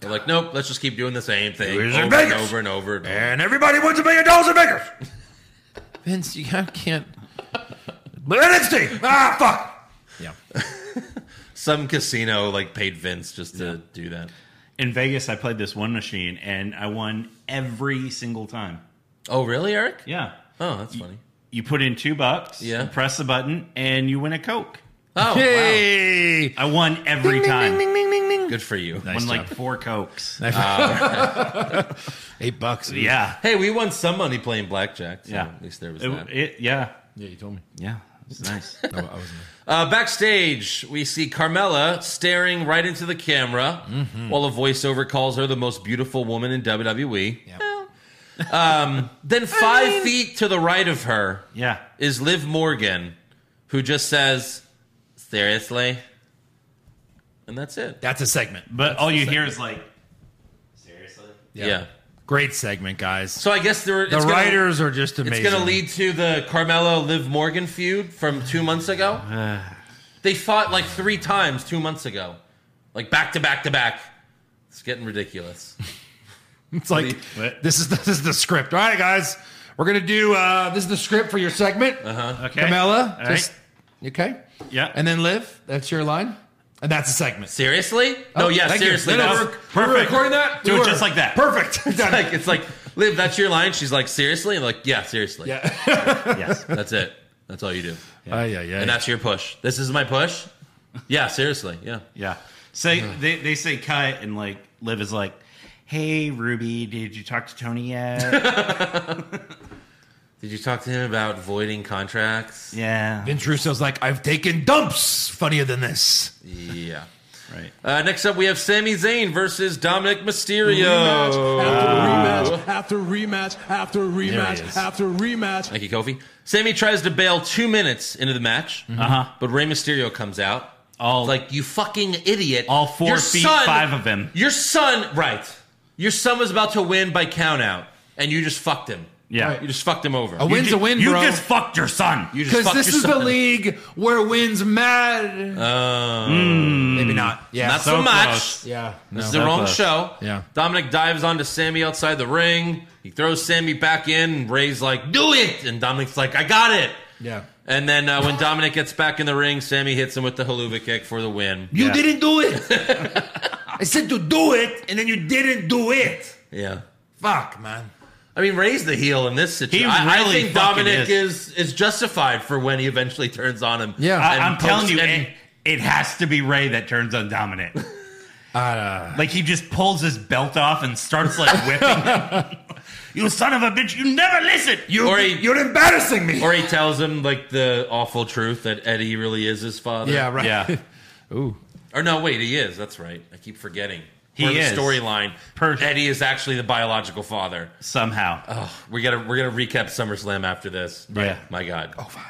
Speaker 3: They're like, nope, let's just keep doing the same thing
Speaker 4: Here's
Speaker 3: over and
Speaker 4: Vegas.
Speaker 3: over and over. And over.
Speaker 4: and everybody wins a million dollars in Vegas. Vince, you I can't. NXT. Ah, fuck. Yeah.
Speaker 3: Some casino like paid Vince just to do that.
Speaker 5: In Vegas, I played this one machine and I won every single time.
Speaker 3: Oh, really, Eric?
Speaker 5: Yeah.
Speaker 3: Oh, that's funny.
Speaker 5: You put in two bucks,
Speaker 3: Yeah.
Speaker 5: you press the button, and you win a Coke.
Speaker 3: Oh, wow.
Speaker 4: Hey.
Speaker 5: I won every time.
Speaker 3: Good for you.
Speaker 5: Won like
Speaker 4: job.
Speaker 5: four Cokes.
Speaker 4: Eight bucks.
Speaker 5: Yeah.
Speaker 3: Hey, we won some money playing blackjack. So
Speaker 5: Yeah.
Speaker 3: At least there was
Speaker 5: It-
Speaker 3: that.
Speaker 5: it- yeah.
Speaker 4: Yeah, you told me.
Speaker 5: Yeah. It's nice.
Speaker 4: No, I wasn't.
Speaker 3: Uh, backstage, we see Carmella staring right into the camera
Speaker 4: Mm-hmm.
Speaker 3: while a voiceover calls her the most beautiful woman in WWE.
Speaker 4: Yeah.
Speaker 3: Um, then five feet to the right of her
Speaker 5: yeah.
Speaker 3: is Liv Morgan, who just says, seriously? And that's it.
Speaker 4: That's a segment.
Speaker 5: But all you hear is like, seriously?
Speaker 3: Yeah.
Speaker 4: Great segment, guys.
Speaker 3: So I guess there, it's
Speaker 4: The
Speaker 3: gonna-
Speaker 4: writers are just amazing.
Speaker 3: It's going to lead to the Carmelo Liv Morgan feud from two months ago. they fought like three times two months ago, like back to back to back. It's getting ridiculous.
Speaker 4: It's like
Speaker 5: What?
Speaker 4: this is this is the script. All right, guys, we're gonna do uh, this is the script for your segment. Uh-huh.
Speaker 5: Okay.
Speaker 4: Camilla,
Speaker 5: All right.
Speaker 4: just okay,
Speaker 5: Yeah.
Speaker 4: and then Liv. That's your line, and that's a segment.
Speaker 3: Seriously? no,
Speaker 4: Oh,
Speaker 3: yeah,
Speaker 4: thank you.
Speaker 3: seriously.
Speaker 4: No, no,
Speaker 3: that's-
Speaker 4: we're- we were recording that.
Speaker 5: Do
Speaker 4: We
Speaker 5: it
Speaker 4: were.
Speaker 5: just like that.
Speaker 4: Perfect.
Speaker 3: it's like it's like Liv, that's your line. She's like, seriously? And like, yeah, seriously.
Speaker 4: yeah.
Speaker 5: Yes.
Speaker 3: That's it. That's all you do.
Speaker 4: Yeah. yeah.
Speaker 3: And that's your push. This is my push. Yeah, seriously. Yeah.
Speaker 5: Yeah. Say they, they say cut and like Liv is like, Hey Ruby, did you talk to Tony yet?
Speaker 3: Did you talk to him about voiding contracts?
Speaker 5: yeah.
Speaker 4: Vince Russo's like, I've taken dumps. Funnier than this.
Speaker 3: Yeah.
Speaker 5: Right.
Speaker 3: Uh, next up, we have Sami Zayn versus Dominic Mysterio.
Speaker 1: Rematch after rematch after
Speaker 4: There he
Speaker 1: rematch
Speaker 4: is.
Speaker 1: after rematch.
Speaker 3: Thank you, Kofi. Sammy tries to bail two minutes into the match,
Speaker 5: Uh-huh.
Speaker 3: but Rey Mysterio comes out.
Speaker 5: All-
Speaker 3: like you fucking idiot!
Speaker 5: All four feet, five of him.
Speaker 3: Your son, right? Your son was about to win by count out, and you just fucked him.
Speaker 5: Yeah.
Speaker 3: you just fucked him over.
Speaker 4: A win's
Speaker 5: you,
Speaker 4: a win,
Speaker 5: you
Speaker 4: bro.
Speaker 5: just fucked your son.
Speaker 3: You just
Speaker 4: Because
Speaker 3: fucked
Speaker 4: Oh, this
Speaker 3: your
Speaker 4: is the
Speaker 3: son.
Speaker 4: league where wins matter.
Speaker 5: Mm.
Speaker 4: Maybe not. Yeah.
Speaker 3: Not so,
Speaker 5: So
Speaker 3: much.
Speaker 5: close.
Speaker 4: yeah.
Speaker 3: This
Speaker 4: No.
Speaker 3: is the wrong
Speaker 5: close.
Speaker 3: show.
Speaker 4: Yeah.
Speaker 3: Dominic dives onto Sammy outside the ring. He throws Sammy back in. And Ray's like, "Do it!" And Dominic's like, "I got it."
Speaker 4: Yeah.
Speaker 3: And then uh, when Dominic gets back in the ring, Sammy hits him with the haluva kick for the win.
Speaker 4: You didn't do it. I said to do it, and then you didn't do it.
Speaker 3: Yeah.
Speaker 4: Fuck, man.
Speaker 3: I mean, Ray's the heel in this situation. I, I
Speaker 5: really
Speaker 3: think
Speaker 5: fucking
Speaker 3: Dominic is. is justified for when he eventually turns on him.
Speaker 4: Yeah.
Speaker 5: I,
Speaker 3: And
Speaker 5: I'm telling
Speaker 3: pokes-
Speaker 5: you,
Speaker 3: and-
Speaker 5: it, it has to be Ray that turns on Dominic.
Speaker 4: uh,
Speaker 5: like he just pulls his belt off and starts like whipping him. you son of a bitch! You never listen. You
Speaker 3: or he,
Speaker 4: You're embarrassing me.
Speaker 3: or he tells him like the awful truth that Eddie really is his father.
Speaker 4: yeah, right.
Speaker 5: yeah.
Speaker 3: Or no, wait, he is. That's right. I keep forgetting.
Speaker 5: He
Speaker 3: Part of
Speaker 5: is.
Speaker 3: the storyline.
Speaker 5: Perfect.
Speaker 3: Eddie is actually the biological father.
Speaker 5: Somehow.
Speaker 4: Oh.
Speaker 3: We gotta we're gonna recap SummerSlam after this.
Speaker 5: Yeah.
Speaker 3: My God.
Speaker 4: Oh, five.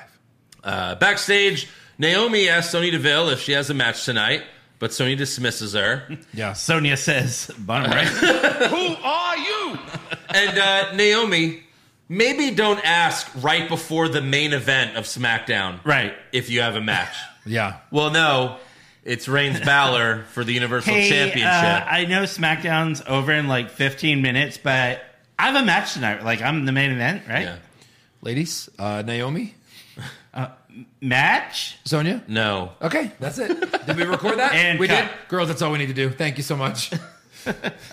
Speaker 3: Uh, backstage, Naomi asks Sonya Deville if she has a match tonight, but Sonya dismisses her.
Speaker 4: Yeah.
Speaker 5: Sonia says, "Bottom right."
Speaker 4: Who are you?
Speaker 3: and uh, Naomi, maybe don't ask right before the main event of SmackDown
Speaker 5: right.
Speaker 3: if you have a match.
Speaker 4: Yeah.
Speaker 3: well, no, it's Reigns Balor for the Universal
Speaker 5: Hey,
Speaker 3: Championship.
Speaker 5: uh, I know SmackDown's over in like 15 minutes, but I have a match tonight. Like I'm the main event, right?
Speaker 3: yeah.
Speaker 4: Ladies, uh, Naomi,
Speaker 5: Match.
Speaker 4: Sonia.
Speaker 3: No.
Speaker 4: Okay, that's it. Did we record that?
Speaker 5: And
Speaker 4: we
Speaker 5: cut.
Speaker 4: did. Girls, that's all we need to do. Thank you so much.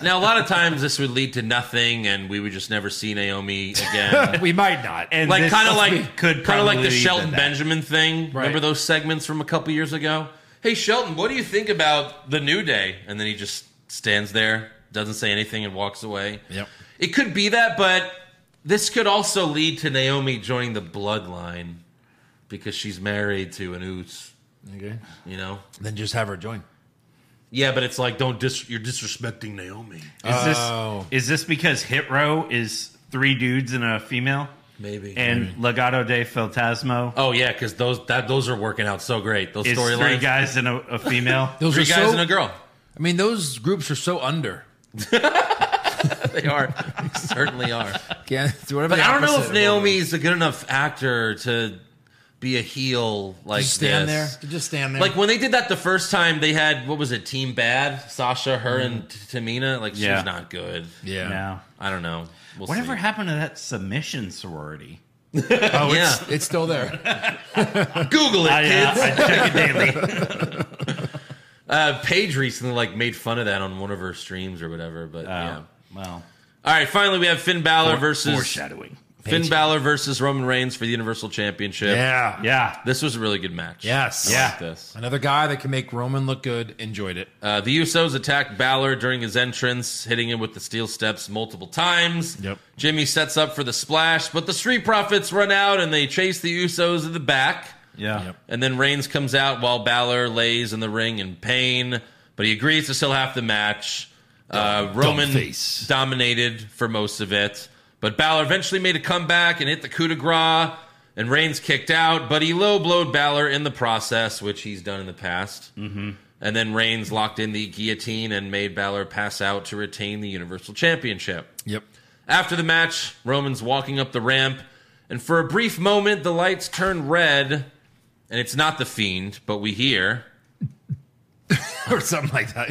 Speaker 3: Now, a lot of times this would lead to nothing, and we would just never see Naomi again.
Speaker 4: we might not.
Speaker 5: And
Speaker 3: like
Speaker 5: this
Speaker 3: kind of
Speaker 5: be-
Speaker 3: like
Speaker 5: could
Speaker 3: kind of like
Speaker 5: probably
Speaker 3: the
Speaker 5: be
Speaker 3: Shelton
Speaker 5: that.
Speaker 3: Benjamin thing.
Speaker 4: Right.
Speaker 3: Remember those segments from a couple years ago? Hey Shelton, what do you think about the New Day? And then he just stands there, doesn't say anything, and walks away.
Speaker 4: Yep.
Speaker 3: It could be that, but this could also lead to Naomi joining the Bloodline because she's married to an Oots.
Speaker 4: okay.
Speaker 3: You know?
Speaker 4: Then just have her join.
Speaker 3: Yeah, but it's like don't dis- you're disrespecting Naomi.
Speaker 5: Is this
Speaker 4: Oh.
Speaker 5: is this because Hit Row is three dudes and a female,
Speaker 3: Maybe.
Speaker 5: and Legado de Fantasmo
Speaker 3: Oh yeah, because those that those are working out so great. Those
Speaker 5: is three
Speaker 3: storylines, three,
Speaker 5: guys and a, a female?
Speaker 4: Those are
Speaker 3: guys
Speaker 4: so,
Speaker 3: and a girl.
Speaker 4: I mean, those groups are so under.
Speaker 3: They are, they certainly are.
Speaker 4: Can't do whatever.
Speaker 3: But
Speaker 4: the
Speaker 3: I don't know
Speaker 4: opposite
Speaker 3: if
Speaker 4: of
Speaker 3: Naomi's a good enough actor to be a heel
Speaker 4: what-
Speaker 3: like
Speaker 4: Just stand
Speaker 3: this.
Speaker 4: there. Just stand there.
Speaker 3: Like when they did that the first time, they had what was it? Team Bad, Sasha, her, and T- Tamina. Like
Speaker 5: Yeah.
Speaker 3: she's not good.
Speaker 4: yeah.
Speaker 5: No.
Speaker 3: I don't know. We'll
Speaker 5: Whatever
Speaker 3: see.
Speaker 5: happened to that submission sorority?
Speaker 4: Oh,
Speaker 3: Yeah.
Speaker 4: it's, it's still there.
Speaker 3: Google it,
Speaker 5: I, uh,
Speaker 3: kids.
Speaker 5: I check it daily.
Speaker 3: Uh, Paige recently like made fun of that on one of her streams or whatever. But yeah.
Speaker 5: Well,
Speaker 3: All right, finally we have Finn Balor versus
Speaker 5: foreshadowing.
Speaker 3: Finn Balor versus Roman Reigns for the Universal Championship.
Speaker 4: Yeah.
Speaker 5: Yeah,
Speaker 3: This was a really good match.
Speaker 4: Yes.
Speaker 3: I
Speaker 5: Yeah.
Speaker 3: like this.
Speaker 4: Another guy that can make Roman look good. Enjoyed it.
Speaker 3: Uh, the Usos attacked Balor during his entrance, hitting him with the steel steps multiple times.
Speaker 4: Yep.
Speaker 3: Jimmy sets up for the splash, but the Street Profits run out and they chase the Usos in the back.
Speaker 5: yeah.
Speaker 4: Yep.
Speaker 3: And then Reigns comes out while Balor lays in the ring in pain, but he agrees to still have the match. Uh, Roman
Speaker 4: face.
Speaker 3: dominated for most of it, but Balor eventually made a comeback and hit the coup de grace, and Reigns kicked out, but he low blowed Balor in the process, which he's done in the past. Mm-hmm. And then Reigns locked in the guillotine and made Balor pass out to retain the Universal Championship.
Speaker 4: Yep.
Speaker 3: After the match, Roman's walking up the ramp, and for a brief moment, the lights turn red, and it's not the Fiend, but we hear
Speaker 4: or something like that.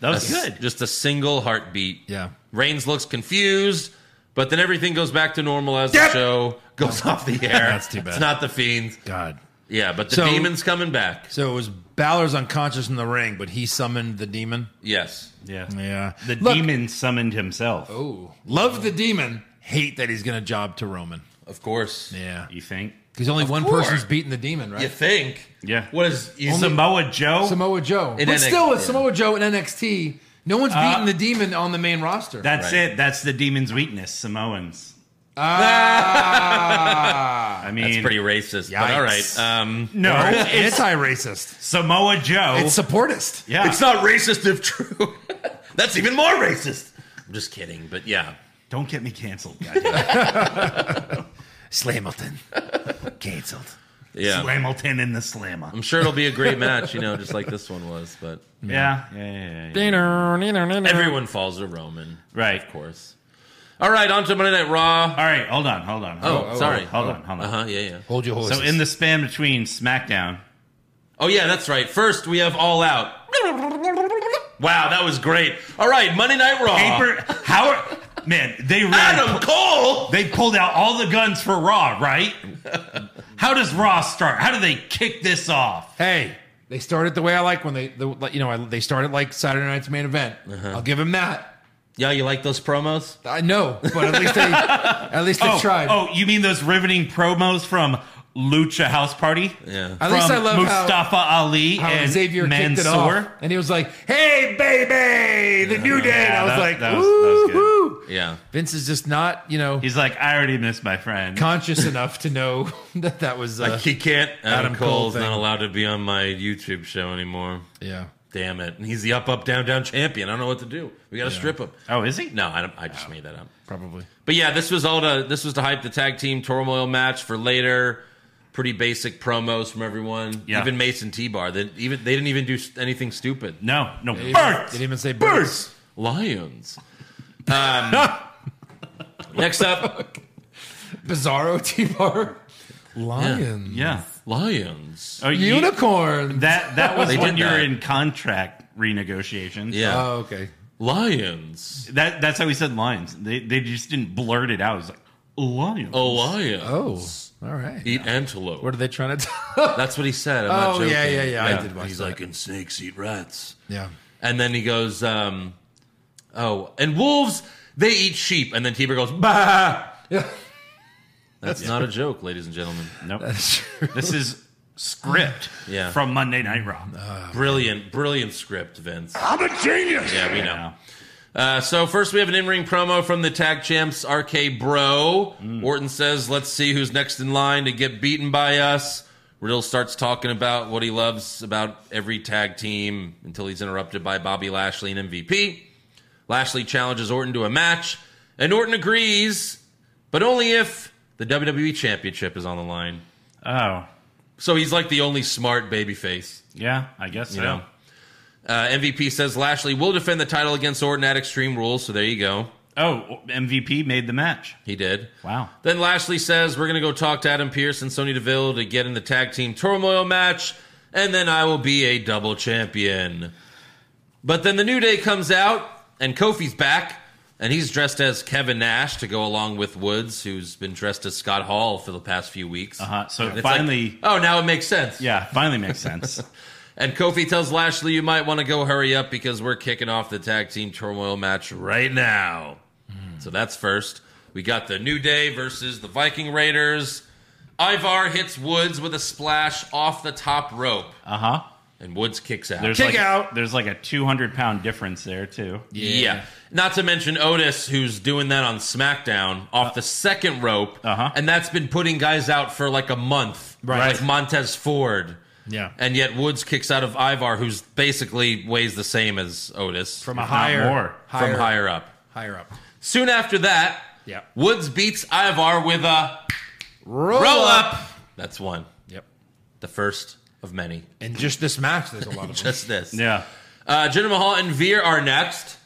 Speaker 5: That was
Speaker 3: s-
Speaker 5: good.
Speaker 3: just a single heartbeat.
Speaker 4: Yeah.
Speaker 3: Reigns looks confused, but then everything goes back to normal as the show goes off the air.
Speaker 4: That's too bad.
Speaker 3: It's not the Fiend.
Speaker 4: God.
Speaker 3: Yeah, but the
Speaker 4: So-
Speaker 3: demon's coming back.
Speaker 4: So it was Balor's unconscious in the ring, but he summoned the demon.
Speaker 3: Yes.
Speaker 5: Yeah,
Speaker 4: Yeah.
Speaker 5: The
Speaker 4: Look-
Speaker 5: demon summoned himself. Oh,
Speaker 4: Ooh. Love the demon. Hate that he's going to job to Roman.
Speaker 3: Of course.
Speaker 4: Yeah.
Speaker 5: you think?
Speaker 4: Because only one
Speaker 3: course.
Speaker 4: person's beating the demon, right?
Speaker 3: You think?
Speaker 5: Yeah.
Speaker 3: What is you
Speaker 5: Samoa Joe.
Speaker 4: Samoa Joe.
Speaker 3: In
Speaker 4: but
Speaker 3: NXT,
Speaker 4: still, with
Speaker 3: yeah.
Speaker 4: Samoa Joe in NXT, no one's
Speaker 5: Uh,
Speaker 4: beating the demon on the main roster.
Speaker 5: That's
Speaker 3: Right.
Speaker 5: it. That's the demon's weakness. Samoans.
Speaker 4: Ah.
Speaker 5: I mean, mean,
Speaker 3: pretty racist. But all right.
Speaker 4: Yikes.
Speaker 3: Um,
Speaker 5: no, it's
Speaker 4: anti-racist.
Speaker 5: Samoa Joe.
Speaker 4: It's supportist.
Speaker 5: yeah,
Speaker 3: It's not racist if true. That's even more racist. I'm just kidding, but yeah.
Speaker 5: Don't get me canceled, goddamn.
Speaker 4: Slamilton. Canceled.
Speaker 3: Yeah.
Speaker 5: Slamilton in the slammer.
Speaker 3: I'm sure it'll be a great match, you know, just like this one was, but
Speaker 5: Yeah. Yeah, yeah, yeah, yeah.
Speaker 3: everyone falls to Roman.
Speaker 5: Right.
Speaker 3: Of course. All right, on to Monday Night Raw.
Speaker 5: All right, hold on, hold on.
Speaker 3: Oh,
Speaker 5: Hold on.
Speaker 3: sorry.
Speaker 5: Hold on, hold on.
Speaker 3: Uh huh, yeah, yeah.
Speaker 4: Hold your horses.
Speaker 5: So in the span between SmackDown,
Speaker 3: Oh, yeah, that's right. First, we have All Out. Wow, that was great. All right, Monday Night Raw.
Speaker 5: paper, how are, man, they really,
Speaker 3: Adam Cole!
Speaker 5: they pulled out all the guns for Raw, right? how does Raw start? How do they kick this off?
Speaker 4: hey, they started the way I like when they, the, like, you know, I, they started like Saturday night's main event.
Speaker 5: Uh-huh.
Speaker 4: I'll give them that.
Speaker 3: Yeah, you like those promos?
Speaker 4: I know, but at least they, at least they
Speaker 5: Oh,
Speaker 4: tried.
Speaker 5: oh, you mean those riveting promos from Lucha House Party?
Speaker 3: Yeah.
Speaker 4: at least
Speaker 5: From
Speaker 4: I love how-
Speaker 5: Mustafa Ali
Speaker 4: how
Speaker 5: and
Speaker 4: Xavier kicked it off,
Speaker 5: Mansoor.
Speaker 4: and he was like, "Hey, baby, the new day." And
Speaker 5: Yeah,
Speaker 4: I was
Speaker 5: that-
Speaker 4: like,
Speaker 5: that was- that was good.
Speaker 4: "Woo!"
Speaker 3: Yeah.
Speaker 4: Vince is just not, you know,
Speaker 5: He's like, I already missed my friend.
Speaker 4: conscious enough to know that that was. Uh,
Speaker 3: Like, he can't. Adam,
Speaker 4: Adam Cole
Speaker 3: Cole's
Speaker 4: thing.
Speaker 3: not allowed to be on my YouTube show anymore.
Speaker 4: yeah,
Speaker 3: Damn it. And he's the up, up, down, down champion. I don't know what to do. We got to strip him.
Speaker 5: Oh, is he?
Speaker 3: No, I, don't, I just made that up.
Speaker 4: probably.
Speaker 3: But yeah, this was all to this was to hype the tag team turmoil match for later. Pretty basic promos from everyone.
Speaker 5: Yeah.
Speaker 3: Even Mason T Bar. That even they didn't even do s- anything stupid.
Speaker 5: No, no.
Speaker 4: They didn't even- they
Speaker 5: Birds.
Speaker 4: didn't even say birds.
Speaker 3: Lions. Um, next up,
Speaker 4: Bizarro T bar, lion,
Speaker 5: Yeah.
Speaker 3: Lions.
Speaker 5: Oh, you-
Speaker 4: unicorn.
Speaker 5: That that was
Speaker 3: They
Speaker 5: when
Speaker 3: did
Speaker 5: you're
Speaker 3: that.
Speaker 5: in contract renegotiations.
Speaker 3: Yeah,
Speaker 4: oh, okay.
Speaker 3: Lions.
Speaker 5: That that's how we said lions. They they just didn't blurt it out. It was like lions.
Speaker 3: Oh, lions.
Speaker 4: Oh, all right.
Speaker 3: Eat antelope.
Speaker 4: What are they trying to?
Speaker 3: That's what he said. I'm not
Speaker 4: Oh,
Speaker 3: joking.
Speaker 4: yeah, yeah, yeah. I did watch
Speaker 3: He's
Speaker 4: that.
Speaker 3: like, and snakes eat rats.
Speaker 4: yeah.
Speaker 3: And then he goes, um, oh, and wolves, they eat sheep. And then Tiber goes, bah.
Speaker 4: Yeah.
Speaker 3: That's not a joke, ladies and gentlemen.
Speaker 5: Nope. This is script
Speaker 3: Yeah.
Speaker 5: from Monday Night Raw.
Speaker 3: Brilliant, brilliant script, Vince.
Speaker 6: I'm a genius.
Speaker 3: Yeah, we know.
Speaker 5: Yeah.
Speaker 3: Uh, so first we have an in-ring promo from the tag champs, RK Bro.
Speaker 6: Mm.
Speaker 3: Orton says, let's see who's next in line to get beaten by us. Riddle starts talking about what he loves about every tag team until he's interrupted by Bobby Lashley and MVP. Lashley challenges Orton to a match, and Orton agrees, but only if the WWE Championship is on the line.
Speaker 5: Oh.
Speaker 3: So he's like the only smart babyface.
Speaker 5: Yeah, I guess so.
Speaker 3: You know. Uh, MVP says Lashley will defend the title against Orton at Extreme Rules, so there you go.
Speaker 5: Oh, MVP made the match.
Speaker 3: He did.
Speaker 5: Wow.
Speaker 3: Then Lashley says, We're going to go talk to Adam Pierce and Sonya Deville to get in the tag team turmoil match, and then I will be a double champion. But then the New Day comes out, and Kofi's back, and he's dressed as Kevin Nash to go along with Woods, who's been dressed as Scott Hall for the past few weeks.
Speaker 5: Uh-huh. So
Speaker 3: And it's like,
Speaker 5: finally
Speaker 3: oh, now it makes sense.
Speaker 5: Yeah, finally makes sense.
Speaker 3: And Kofi tells Lashley, you might want to go hurry up because we're kicking off the tag team turmoil match right now. So that's first. We got the New Day versus the Viking Raiders. Ivar hits Woods with a splash off the top rope,
Speaker 5: Uh-huh.
Speaker 3: and Woods kicks out.
Speaker 5: There's
Speaker 4: Kick
Speaker 5: like,
Speaker 4: out.
Speaker 5: There's like a 200 pound difference there too.
Speaker 3: yeah. Not to mention Otis, who's doing that on SmackDown off the second rope.
Speaker 5: Uh-huh.
Speaker 3: And that's been putting guys out for like a month.
Speaker 4: Right.
Speaker 3: Like Montez Ford.
Speaker 4: Yeah.
Speaker 3: And yet Woods kicks out of Ivar, who's basically weighs the same as Otis.
Speaker 4: From a
Speaker 5: not
Speaker 4: higher,
Speaker 5: more.
Speaker 4: higher,
Speaker 3: from higher up.
Speaker 4: higher up.
Speaker 3: Soon after that,
Speaker 4: Yeah.
Speaker 3: Woods beats Ivar with a
Speaker 4: Roll,
Speaker 3: roll up. That's one,
Speaker 4: Yep.
Speaker 3: the first of many.
Speaker 4: And just this match, there's a lot of them.
Speaker 3: Just this.
Speaker 5: Yeah.
Speaker 3: Uh, Jinder Mahal and Veer are next,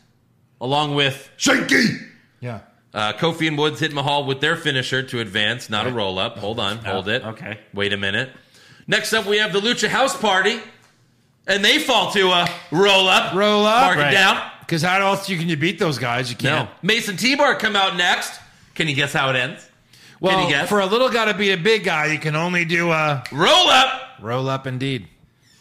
Speaker 3: along with
Speaker 6: Shaky.
Speaker 4: Yeah.
Speaker 3: uh, Kofi and Woods hit Mahal with their finisher to advance, not a roll up. Hold on,
Speaker 4: Oh,
Speaker 3: hold it.
Speaker 5: okay.
Speaker 3: Wait a minute. Next up, we have the Lucha House Party, and they fall to a roll up.
Speaker 4: Roll up.
Speaker 3: Mark it
Speaker 5: Right.
Speaker 3: down.
Speaker 4: Because how else you can you beat those guys? You
Speaker 3: No.
Speaker 4: can't.
Speaker 3: Mason T Bar come out next. Can you guess how it ends?
Speaker 4: Well,
Speaker 3: you guess?
Speaker 4: for a little guy to beat a big guy, you can only do a
Speaker 3: Roll up.
Speaker 4: roll up. Indeed.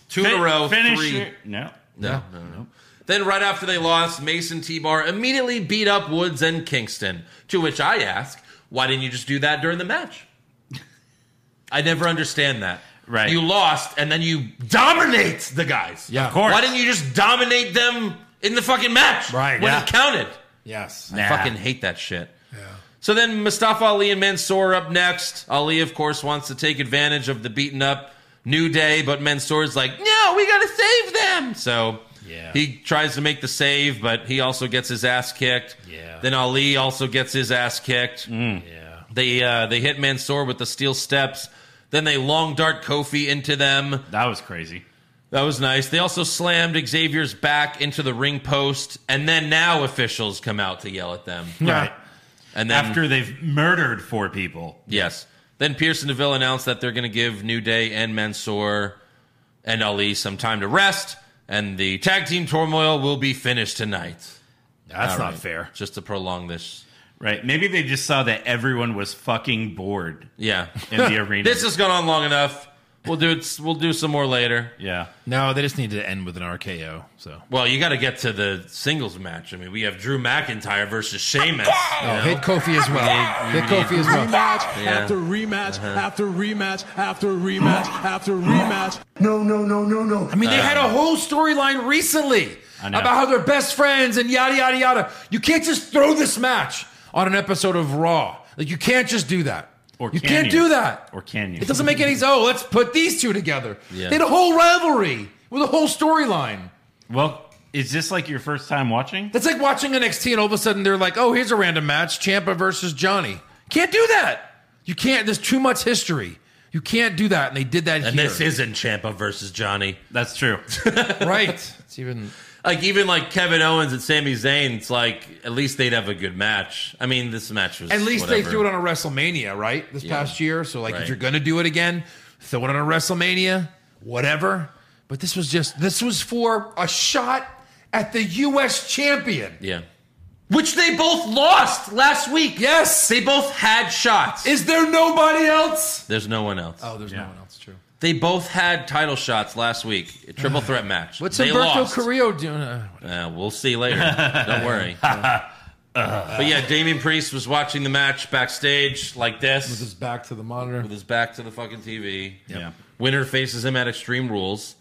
Speaker 3: Two in a row.
Speaker 5: Finish
Speaker 3: three.
Speaker 5: your- No.
Speaker 3: No, no, no. Then right after they lost, Mason T Bar immediately beat up Woods and Kingston. To which I ask, why didn't you just do that during the match? I never understand that.
Speaker 5: Right.
Speaker 3: You lost and then you dominate the guys.
Speaker 4: Yeah. Of
Speaker 5: course.
Speaker 3: Why didn't you just dominate them in the fucking match?
Speaker 4: Right,
Speaker 3: When
Speaker 5: yeah.
Speaker 3: it counted.
Speaker 4: Yes.
Speaker 5: Nah.
Speaker 3: Fucking hate that shit. Yeah. So then Mustafa Ali and Mansoor up next. Ali, of course, wants to take advantage of the beaten up New Day, but Mansoor's like, no, we gotta save them. So
Speaker 4: Yeah.
Speaker 3: he tries to make the save, but he also gets his ass kicked.
Speaker 4: Yeah. Mm.
Speaker 3: Then Ali also gets his ass kicked.
Speaker 4: Yeah.
Speaker 3: They uh, they hit Mansoor with the steel steps. Then they long dart Kofi into them.
Speaker 5: That was crazy.
Speaker 3: That was nice. They also slammed Xavier's back into the ring post, and then now officials come out to yell at them.
Speaker 5: Right.
Speaker 3: And then
Speaker 5: After they've murdered four people.
Speaker 3: yes, then Pearson Deville announced that they're going to give New Day and Mansoor and Ali some time to rest, and the tag team turmoil will be finished tonight.
Speaker 5: That's
Speaker 3: All
Speaker 5: not
Speaker 3: right.
Speaker 5: fair.
Speaker 3: Just to prolong this,
Speaker 5: Right. Maybe they just saw that everyone was fucking bored
Speaker 3: yeah.
Speaker 5: in the arena.
Speaker 3: this has gone on long enough. We'll do it. We'll do some more later.
Speaker 5: yeah.
Speaker 4: No, they just need to end with an RKO. So
Speaker 3: Well, you got to get to the singles match. I mean, we have Drew McIntyre versus Sheamus.
Speaker 4: oh, hit Kofi as well. Hit Kofi as well.
Speaker 1: Rematch
Speaker 3: Yeah. Uh-huh.
Speaker 1: after rematch after rematch after rematch after rematch.
Speaker 6: No, no, no, no, no.
Speaker 4: I mean, they had a whole storyline recently
Speaker 5: Um, I know.
Speaker 4: about how they're best friends and yada yada yada. You can't just throw this match on an episode of Raw. Like you can't just do that.
Speaker 5: Or
Speaker 4: you
Speaker 5: can
Speaker 4: can't
Speaker 5: you?
Speaker 4: do that.
Speaker 5: Or can you?
Speaker 4: It doesn't make any sense. Oh, let's put these two together.
Speaker 3: Yeah.
Speaker 4: They had a whole rivalry with a whole storyline.
Speaker 5: Well, is this like your first time watching?
Speaker 4: That's like watching NXT and all of a sudden they're like, oh, here's a random match: Champa versus Johnny. Can't do that. You can't. There's too much history. You can't do that, and they did that
Speaker 3: And
Speaker 4: here.
Speaker 3: this isn't Champa versus Johnny.
Speaker 5: That's true.
Speaker 4: right. It's even
Speaker 3: Like even like Kevin Owens and Sami Zayn, it's like at least they'd have a good match. I mean, this match was
Speaker 4: At least they
Speaker 3: whatever.
Speaker 4: threw it on a WrestleMania, right? This
Speaker 3: Yeah.
Speaker 4: past year. So, like,
Speaker 3: Right.
Speaker 4: if you're going to do it again, throw it on a WrestleMania, whatever. But this was just, this was for a shot at the U.S. champion.
Speaker 3: yeah, which they both lost last week.
Speaker 4: Yes.
Speaker 3: they both had shots.
Speaker 4: Is there nobody else?
Speaker 3: There's no one else.
Speaker 4: Oh, there's
Speaker 5: Yeah.
Speaker 4: no one else. True.
Speaker 3: They both had title shots last week. A triple threat match.
Speaker 4: What's
Speaker 3: they
Speaker 4: Humberto
Speaker 3: lost.
Speaker 4: Carrillo doing? Uh,
Speaker 3: Uh, we'll see later. Don't worry. but yeah, Damian Priest was watching the match backstage like this with
Speaker 4: his back to the monitor.
Speaker 3: with his back to the fucking TV.
Speaker 5: Yeah.
Speaker 3: Winner faces him at Extreme Rules.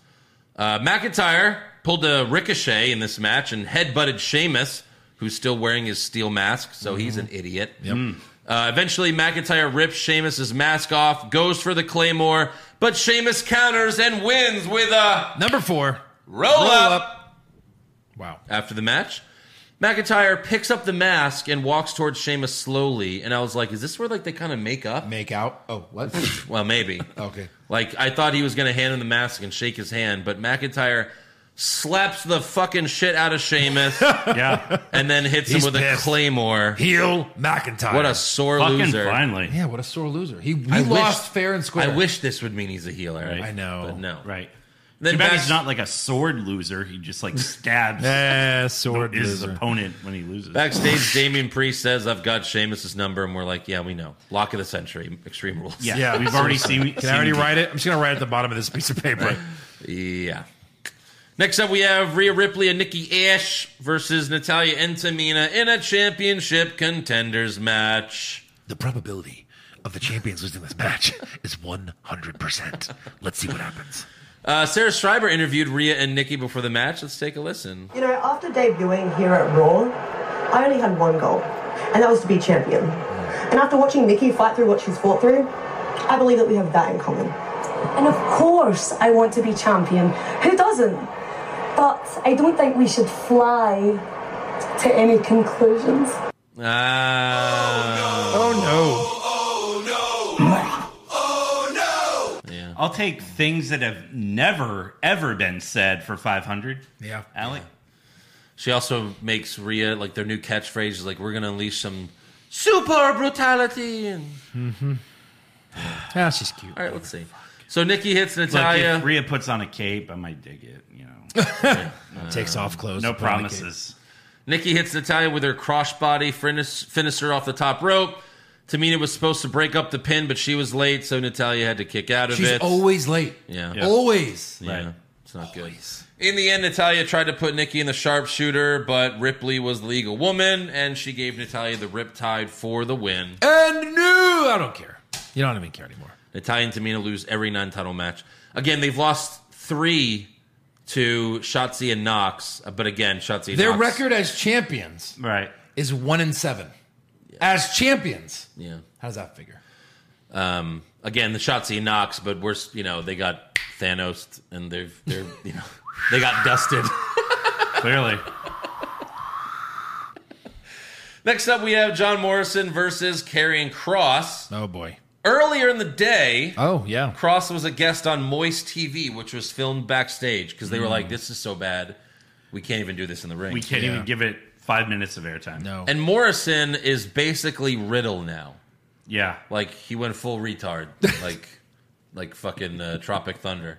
Speaker 3: Uh, McIntyre pulled a ricochet in this match and headbutted Sheamus, who's still wearing his steel mask, so he's an idiot. Uh, eventually, McIntyre rips Sheamus's mask off, goes for the claymore, but Sheamus counters and wins with a
Speaker 4: Number four.
Speaker 3: roll, up.
Speaker 4: Wow.
Speaker 3: After the match, McIntyre picks up the mask and walks towards Sheamus slowly. And I was like, "Is this where like they kind of make up?"
Speaker 4: Make out. Oh, what?
Speaker 3: Well, maybe.
Speaker 4: okay.
Speaker 3: Like I thought he was going to hand him the mask and shake his hand, but McIntyre slaps the fucking shit out of Sheamus
Speaker 5: Yeah.
Speaker 3: and then hits
Speaker 4: He's
Speaker 3: him with
Speaker 4: pissed.
Speaker 3: a claymore.
Speaker 4: Heel McIntyre.
Speaker 3: What a sore
Speaker 5: Fucking
Speaker 3: loser!
Speaker 5: finally.
Speaker 4: Yeah, what a sore loser. He, he
Speaker 3: I wish-
Speaker 4: lost fair and
Speaker 3: I
Speaker 4: square.
Speaker 3: wish this would mean he's a heel, Eric.
Speaker 5: Right.
Speaker 4: I know.
Speaker 3: but no.
Speaker 5: Right.
Speaker 3: Then
Speaker 5: Too bad
Speaker 3: back-
Speaker 5: he's not like a sword loser. He just like stabs
Speaker 4: Eh, sword
Speaker 5: his
Speaker 4: loser.
Speaker 5: opponent when he loses.
Speaker 3: Backstage, Damian Priest says, "I've got Sheamus's number," and we're like, "Yeah, we know. Lock of the century, Extreme Rules."
Speaker 5: yeah,
Speaker 4: Yeah.
Speaker 5: we've already seen.
Speaker 4: Can I already write it? I'm just going to write it at the bottom of this piece of paper.
Speaker 3: Yeah. Next up, we have Rhea Ripley and Nikki Ash versus Natalia and Tamina in a championship contenders match.
Speaker 8: The probability of the champions losing this match is 100%. Let's see what happens.
Speaker 3: Uh, Sarah Schreiber interviewed Rhea and Nikki before the match. Let's take a listen.
Speaker 9: You know, after debuting here at Raw, I only had one goal, and that was to be champion. And after watching Nikki fight through what she's fought through, I believe that we have that in common.
Speaker 7: And of course, I want to be champion. Who doesn't? But I don't think we should fly to any conclusions.
Speaker 3: Ah,
Speaker 4: Oh
Speaker 5: I'll take things that have never ever been said for five hundred.
Speaker 4: Yeah.
Speaker 5: Alec.
Speaker 3: she also makes Rhea like their new catchphrase is like, "We're gonna unleash some super brutality." And
Speaker 4: no. Ah, she's cute.
Speaker 3: all right, let's see. So Nikki hits
Speaker 5: Look,
Speaker 3: Natalia.
Speaker 5: if Rhea puts on a cape, I might dig it. You know,
Speaker 4: Uh, Takes off clothes.
Speaker 5: no
Speaker 4: put on the cape.
Speaker 5: promises.
Speaker 3: Nikki hits Natalia with her crossbody finish, finisher off the top rope. Tamina was supposed to break up the pin, but she was late, so Natalia had to kick out of
Speaker 4: She's
Speaker 3: it.
Speaker 4: always late.
Speaker 3: Yeah.
Speaker 4: Always.
Speaker 3: yeah,
Speaker 5: Right.
Speaker 3: it's not good. In the end, Natalia tried to put Nikki in the sharpshooter, but Ripley was the legal woman, and she gave Natalia the riptide for the win.
Speaker 4: And no, I don't care. You don't even care anymore.
Speaker 3: Natalia and Tamina lose every non-title match. Again, they've lost three to Shotzi and Knox, but again, Shotzi and
Speaker 4: Their
Speaker 3: Knox-
Speaker 4: record as champions
Speaker 5: Right.
Speaker 4: is one and seven.
Speaker 3: Yeah.
Speaker 4: as champions.
Speaker 3: Yeah.
Speaker 4: How does that figure?
Speaker 3: Um, again, the shots he knocks, but we're s- you know they got Thanos and they've they're you know they got dusted.
Speaker 5: Clearly.
Speaker 3: Next up, we have John Morrison versus Karrion Cross.
Speaker 4: Oh boy.
Speaker 3: Earlier in the day,
Speaker 4: Oh yeah.
Speaker 3: Cross was a guest on Moist TV, which was filmed backstage because they were like, "This is so bad, we can't even do this in the ring."
Speaker 5: Mm. We can't
Speaker 4: Yeah.
Speaker 5: even give it five minutes of airtime.
Speaker 4: No.
Speaker 3: And Morrison is basically Riddle now.
Speaker 5: Yeah.
Speaker 3: Like he went full retard, like like fucking uh, Tropic Thunder.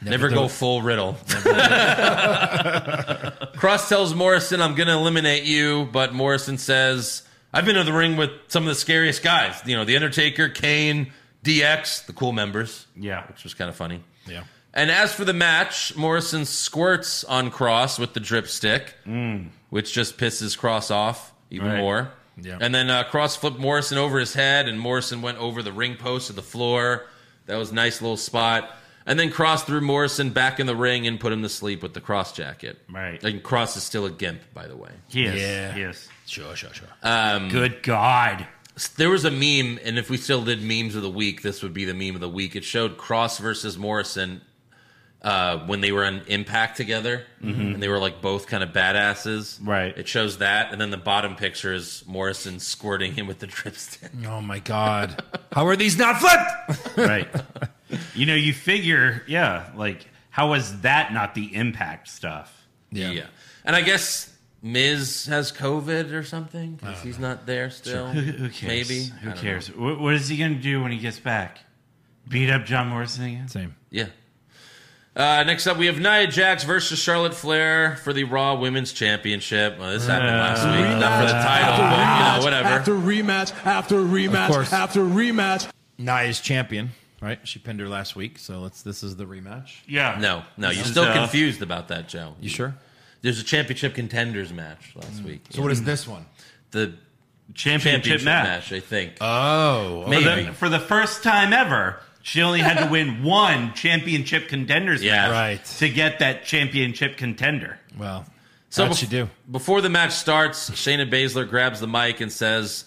Speaker 3: Never, go full Riddle. Cross tells Morrison, "I'm gonna eliminate you," but Morrison says, "I've been in the ring with some of the scariest guys. You know, The Undertaker, Kane, DX, the cool members."
Speaker 5: Yeah.
Speaker 3: which was kind of funny.
Speaker 4: yeah.
Speaker 3: And as for the match, Morrison squirts on Cross with the drip stick, which just pisses Cross off even
Speaker 5: Right.
Speaker 3: more.
Speaker 4: Yeah.
Speaker 3: And then uh, Cross flipped Morrison over his head, and Morrison went over the ring post to the floor. That was a nice little spot. And then Cross threw Morrison back in the ring and put him to sleep with the cross jacket.
Speaker 5: Right.
Speaker 3: And Cross is still a gimp, by the way.
Speaker 5: He is.
Speaker 4: Yeah. Mm.
Speaker 5: He is.
Speaker 4: Sure, sure, sure.
Speaker 5: Good God.
Speaker 3: There was a meme, and if we still did memes of the week, this would be the meme of the week. It showed Cross versus Morrison uh, when they were on Impact together, and they were like both kind of badasses.
Speaker 5: Mm-hmm. Right.
Speaker 3: It shows that, and then the bottom picture is Morrison squirting him with the drip stick.
Speaker 4: oh my god. How are these not flipped?
Speaker 5: Right. you know, you figure, yeah, like, how was that not the impact stuff?
Speaker 3: Yeah. And I guess Miz has COVID or something because he's not there still.
Speaker 5: Who, who cares?
Speaker 3: Maybe. I
Speaker 5: Who
Speaker 3: don't know.
Speaker 5: cares? What, what is he going to do when he gets back? Beat up John Morrison again?
Speaker 4: Same.
Speaker 3: Yeah. Uh, next up, we have Nia Jax versus Charlotte Flair for the Raw Women's Championship. Well, this happened last week, not for the title, but you know, whatever.
Speaker 1: After rematch, after
Speaker 4: course.
Speaker 1: rematch, after rematch.
Speaker 4: Nia's champion, right? She pinned her last week, so let's. This is the rematch.
Speaker 5: Yeah.
Speaker 3: no, no, you're
Speaker 5: This is,
Speaker 3: still
Speaker 5: uh,
Speaker 3: confused about that, Joe.
Speaker 4: You sure? Mm.
Speaker 3: There's a championship contenders match last week.
Speaker 4: So what is this one?
Speaker 3: the
Speaker 5: Championship,
Speaker 3: championship
Speaker 5: match.
Speaker 3: match, I think.
Speaker 4: Oh,
Speaker 3: Maybe.
Speaker 5: For, the, for the first time ever, she only had to win one championship contenders
Speaker 3: Yeah.
Speaker 5: match
Speaker 4: Right.
Speaker 5: to get that championship contender.
Speaker 4: well,
Speaker 3: So
Speaker 4: so what
Speaker 3: bef-
Speaker 4: you do?
Speaker 3: Before the match starts, Shayna Baszler grabs the mic and says,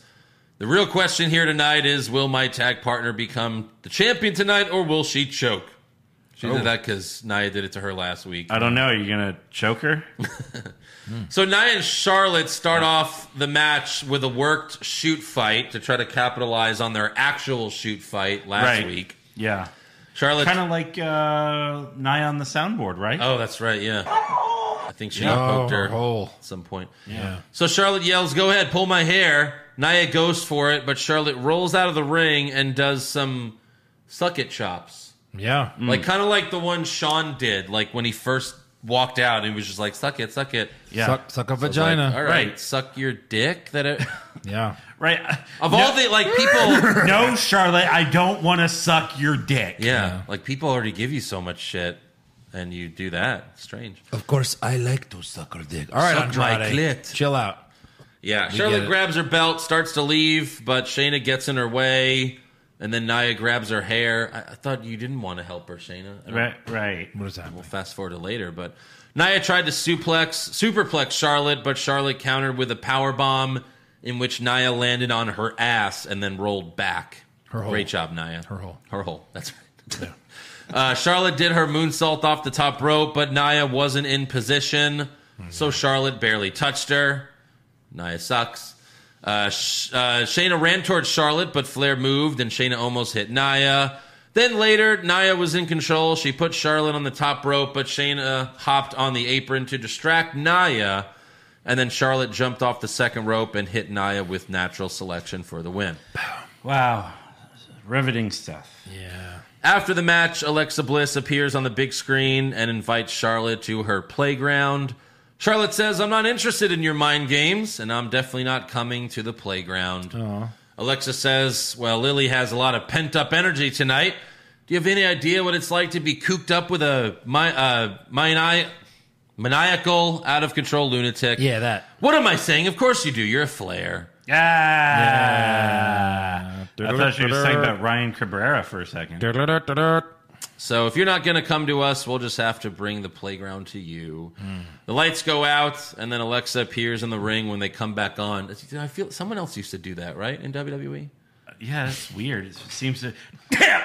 Speaker 3: The real question here tonight is will my tag partner become the champion tonight or will she choke? She
Speaker 4: Oh.
Speaker 3: did that because Nia did it to her last week.
Speaker 5: I don't know. Are you going to choke her?
Speaker 3: So Nia and Charlotte start off the match with a worked shoot fight to try to capitalize on their actual shoot fight last
Speaker 5: Right.
Speaker 3: week.
Speaker 5: Yeah.
Speaker 3: Charlotte.
Speaker 5: Kind of like uh, Nye on the soundboard, right?
Speaker 3: oh, that's right. Yeah. I think she
Speaker 4: Oh,
Speaker 3: poked her
Speaker 4: hole.
Speaker 3: at some point.
Speaker 4: Yeah.
Speaker 3: So Charlotte yells, "Go ahead, pull my hair." Nia goes for it, but Charlotte rolls out of the ring and does some suck it chops,
Speaker 4: Yeah.
Speaker 3: like kind of like the one Sean did, like when he first walked out. He was just like, "Suck it, suck it."
Speaker 5: yeah.
Speaker 4: Suck, suck a
Speaker 3: I was
Speaker 4: vagina.
Speaker 3: like, All right,
Speaker 5: Right.
Speaker 3: suck your dick. That it,
Speaker 4: Yeah.
Speaker 5: Right.
Speaker 3: of all the like people,
Speaker 5: no, Charlotte, I don't want to suck your dick.
Speaker 3: yeah, like people already give you so much shit, and you do that. Strange.
Speaker 4: Of course, I like to suck her dick. All right,
Speaker 3: Suck my
Speaker 4: Andrade,
Speaker 3: clit.
Speaker 4: chill out.
Speaker 3: Yeah,
Speaker 4: get
Speaker 3: Charlotte
Speaker 4: it.
Speaker 3: grabs her belt, starts to leave, but Shayna gets in her way, and then Nia grabs her hair. I, I thought you didn't want to help her, Shayna. I don't-
Speaker 5: Right, right.
Speaker 4: What is that?
Speaker 3: We'll fast forward to later, but Nia tried to suplex, superplex Charlotte, but Charlotte countered with a power bomb, in which Nia landed on her ass and then rolled back.
Speaker 4: Her hole.
Speaker 3: Great job, Nia. Her
Speaker 4: hole.
Speaker 3: Her hole. That's right. uh, Charlotte did her moonsault off the top rope, but Nia wasn't in position, so Charlotte barely touched her. Nia sucks. Uh, Sh- uh, Shayna ran towards Charlotte, but Flair moved and Shayna almost hit Nia. Then later, Nia was in control. She put Charlotte on the top rope, but Shayna hopped on the apron to distract Nia. And then Charlotte jumped off the second rope and hit Nia with natural selection for the win.
Speaker 5: Wow. Riveting stuff.
Speaker 4: Yeah.
Speaker 3: After the match, Alexa Bliss appears on the big screen and invites Charlotte to her playground. Charlotte says, I'm not interested in your mind games, and I'm definitely not coming to the playground. Alexa says, Well, Lily has a lot of pent up energy tonight. Do you have any idea what it's like to be cooped up with a my, uh, mani- maniacal, out of control lunatic?
Speaker 4: Yeah, that.
Speaker 3: What am I saying? Of course you do. You're a flare.
Speaker 5: Ah. I thought you were talking about Ryan Cabrera for a second.
Speaker 4: All
Speaker 3: So if you're not going to come to us, we'll just have to bring the playground to you.
Speaker 4: Hmm.
Speaker 3: The lights go out, and then Alexa appears in the ring when they come back on. I feel someone else used to do that, right? In E? WWE?
Speaker 5: Yeah, that's weird. It seems to. Damn!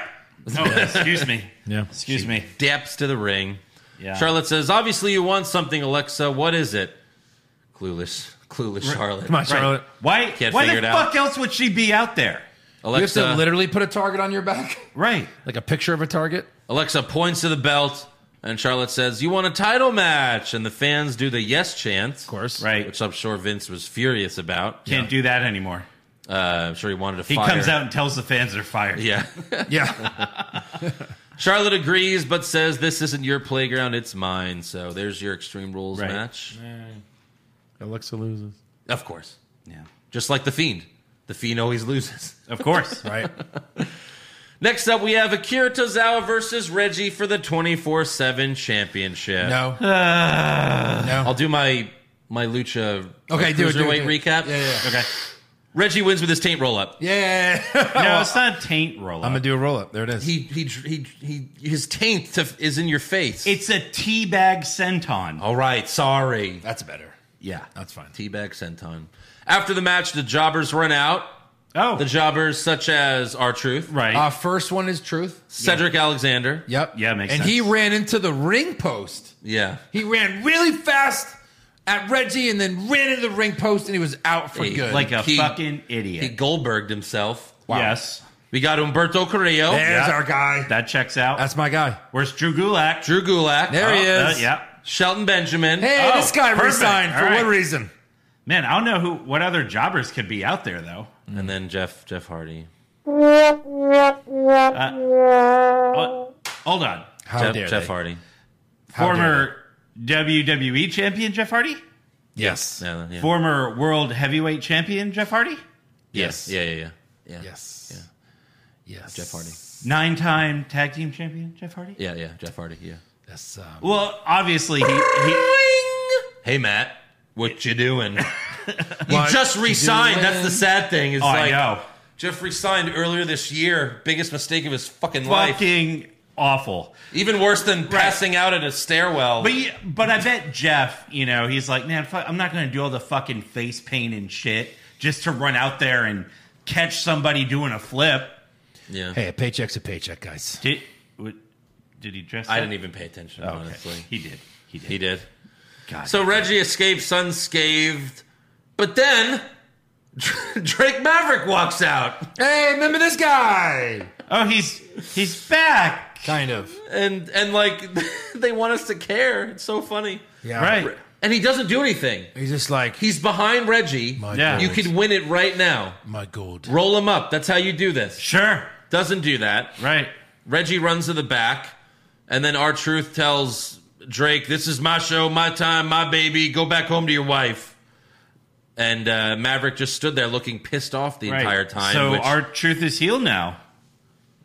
Speaker 5: No, excuse me.
Speaker 4: Yeah.
Speaker 5: Excuse me.
Speaker 3: Depths to the ring.
Speaker 5: Yeah.
Speaker 3: Charlotte says, Obviously, you want something, Alexa. What is it? Clueless. Clueless Charlotte.
Speaker 4: Come on, Charlotte.
Speaker 5: Why?
Speaker 3: Can't
Speaker 5: why
Speaker 3: figure
Speaker 5: the
Speaker 3: it out.
Speaker 5: fuck else would she be out there?
Speaker 4: You have
Speaker 3: Alexa,
Speaker 4: to literally put a target on your back,
Speaker 5: Right.
Speaker 4: uh, like a picture of a target.
Speaker 3: Alexa points to the belt, and Charlotte says, You want a title match? And the fans do the yes chant. Of
Speaker 4: course.
Speaker 5: Right.
Speaker 3: Which I'm sure Vince was furious about.
Speaker 5: Can't do that anymore.
Speaker 3: Uh, I'm sure he wanted to
Speaker 5: He
Speaker 3: fire.
Speaker 5: comes out and tells the fans they're fired.
Speaker 3: Yeah.
Speaker 4: Yeah.
Speaker 3: Charlotte agrees, but says this isn't your playground; it's mine. So there's your Extreme Rules
Speaker 5: Right.
Speaker 3: match.
Speaker 8: Alexa loses.
Speaker 3: Of course,
Speaker 5: Yeah.
Speaker 3: just like the Fiend, the Fiend always loses.
Speaker 5: Of course.
Speaker 4: right.
Speaker 3: Next up, we have Akira Tozawa versus Reggie for the 24/7 Championship.
Speaker 4: No.
Speaker 5: Uh,
Speaker 3: I'll do my my lucha
Speaker 4: Okay, do it, do it,
Speaker 3: cruiserweight
Speaker 4: do it.
Speaker 3: recap.
Speaker 4: Yeah, yeah.
Speaker 5: Okay.
Speaker 3: Reggie wins with his taint roll up.
Speaker 4: Yeah.
Speaker 5: No, it's not a taint roll
Speaker 4: I'm
Speaker 5: up.
Speaker 4: gonna do a roll up. There it is.
Speaker 3: He, he he he his taint to, is in your face.
Speaker 5: It's a teabag senton.
Speaker 3: all right. Sorry.
Speaker 4: That's better.
Speaker 5: Yeah.
Speaker 4: That's fine.
Speaker 3: Teabag senton. After the match, the jobbers run out.
Speaker 5: Oh.
Speaker 3: The jobbers such as R Truth,
Speaker 5: right.
Speaker 4: Uh, first one is truth.
Speaker 3: Cedric Alexander.
Speaker 4: Yep.
Speaker 5: Yeah, makes
Speaker 4: and he
Speaker 5: sense.
Speaker 4: ran into the ring post.
Speaker 3: Yeah.
Speaker 4: He ran really fast at Reggie and then ran into the ring post and he was out for
Speaker 3: Hey,
Speaker 4: good.
Speaker 5: like a
Speaker 3: He-
Speaker 5: fucking idiot.
Speaker 3: He Goldberged himself.
Speaker 5: Yes.
Speaker 3: We got Umberto Carrillo,
Speaker 4: Oh, there's
Speaker 5: Yeah.
Speaker 4: our guy.
Speaker 5: That checks out.
Speaker 4: That's my guy.
Speaker 5: Where's Drew Gulak?
Speaker 3: Drew Gulak.
Speaker 4: There he
Speaker 5: Oh, uh,
Speaker 4: is.
Speaker 5: yeah.
Speaker 3: Shelton Benjamin.
Speaker 4: Hey,
Speaker 5: Oh,
Speaker 4: this guy
Speaker 5: perfect.
Speaker 4: resigned
Speaker 5: All
Speaker 4: for
Speaker 5: right.
Speaker 4: what reason?
Speaker 5: Man, I don't know who what other jobbers could be out there though.
Speaker 3: And then Jeff Jeff Hardy.
Speaker 5: Uh, hold on.
Speaker 4: How
Speaker 3: Jeff,
Speaker 4: dare
Speaker 3: Jeff
Speaker 4: they?
Speaker 3: Hardy.
Speaker 4: How dare
Speaker 5: Former WWE champion Jeff Hardy?
Speaker 4: Yes.
Speaker 3: Yeah, yeah.
Speaker 5: Former world heavyweight champion Jeff Hardy?
Speaker 3: yes. Yeah, yeah, yeah. Yeah.
Speaker 4: Yes. Yes.
Speaker 3: Jeff Hardy.
Speaker 5: Nine time tag team champion Jeff Hardy?
Speaker 3: Yeah, yeah. Jeff Hardy. Yeah.
Speaker 4: That's, um,
Speaker 5: Well, obviously he, he
Speaker 3: Hey Matt, what you doing? you
Speaker 4: What
Speaker 3: just
Speaker 4: you
Speaker 3: resigned.
Speaker 4: doing?
Speaker 3: That's the sad thing. Is
Speaker 5: Oh, I
Speaker 3: like
Speaker 5: know.
Speaker 3: Jeff resigned earlier this year. Biggest mistake of his fucking life.
Speaker 5: Fucking awful.
Speaker 3: Even worse than passing out at a stairwell.
Speaker 5: But you- but I bet Jeff, you know, he's like, man, fuck, I'm not gonna do all the fucking face paint and shit just to run out there and catch somebody doing a flip.
Speaker 3: yeah.
Speaker 4: hey, a paycheck's a paycheck, guys.
Speaker 5: Did what, did he dress?
Speaker 3: I
Speaker 5: up?
Speaker 3: didn't even pay attention,
Speaker 5: Oh, okay.
Speaker 3: honestly.
Speaker 5: He did. He did.
Speaker 3: He did.
Speaker 5: God.
Speaker 3: So Reggie escapes unscathed, but then Drake Maverick walks out,
Speaker 4: Hey, remember this guy?
Speaker 5: oh, he's he's back.
Speaker 4: Kind of.
Speaker 3: and and like they want us to care. It's so funny,
Speaker 4: Yeah.
Speaker 5: Right.
Speaker 3: and he doesn't do anything.
Speaker 4: He's just like,
Speaker 3: He's behind Reggie.
Speaker 4: my
Speaker 5: Yeah.
Speaker 4: God.
Speaker 3: You could win it right now.
Speaker 4: my gold.
Speaker 3: Roll him up. That's how you do this.
Speaker 5: Sure.
Speaker 3: Doesn't do that.
Speaker 5: Right.
Speaker 3: Reggie runs to the back, and then our truth tells Drake, "This is my show, my time, my baby. Go back home to your wife." And uh, Maverick just stood there looking pissed off the
Speaker 5: Right.
Speaker 3: entire time.
Speaker 5: So
Speaker 3: which-
Speaker 5: our truth is healed now.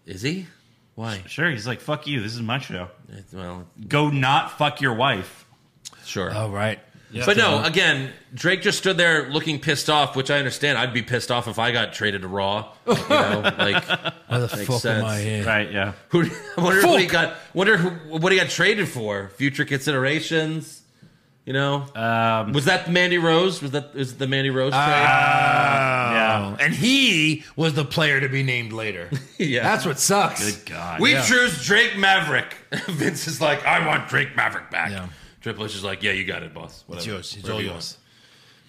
Speaker 3: is he? Why?
Speaker 5: Sure. He's like, fuck you. This is my show.
Speaker 3: Eh, Well,
Speaker 5: Go not fuck your wife.
Speaker 3: sure.
Speaker 4: All right.
Speaker 3: but no, again, Drake just stood there looking pissed off, which I understand. I'd be pissed off if I got traded to Raw. You know, like
Speaker 4: Why the fuck
Speaker 3: sense.
Speaker 4: am I here?
Speaker 5: Right. Yeah.
Speaker 3: who? I wonder what he
Speaker 4: Fuck.
Speaker 3: got. Wonder who, what he got traded for. Future considerations. You know,
Speaker 5: Um,
Speaker 3: was that Mandy Rose? Was that was it the Mandy Rose
Speaker 4: Uh,
Speaker 3: trade?
Speaker 5: yeah.
Speaker 4: Oh. And he was the player to be named later.
Speaker 3: Yeah.
Speaker 4: That's what sucks.
Speaker 5: Good God.
Speaker 3: We
Speaker 4: Yeah.
Speaker 3: choose Drake Maverick. Vince is like, I want Drake Maverick back.
Speaker 4: Yeah.
Speaker 3: Triple H is like, Yeah, you got it, boss. Whatever.
Speaker 4: It's yours. It's
Speaker 3: Whatever
Speaker 4: all
Speaker 3: you
Speaker 4: yours.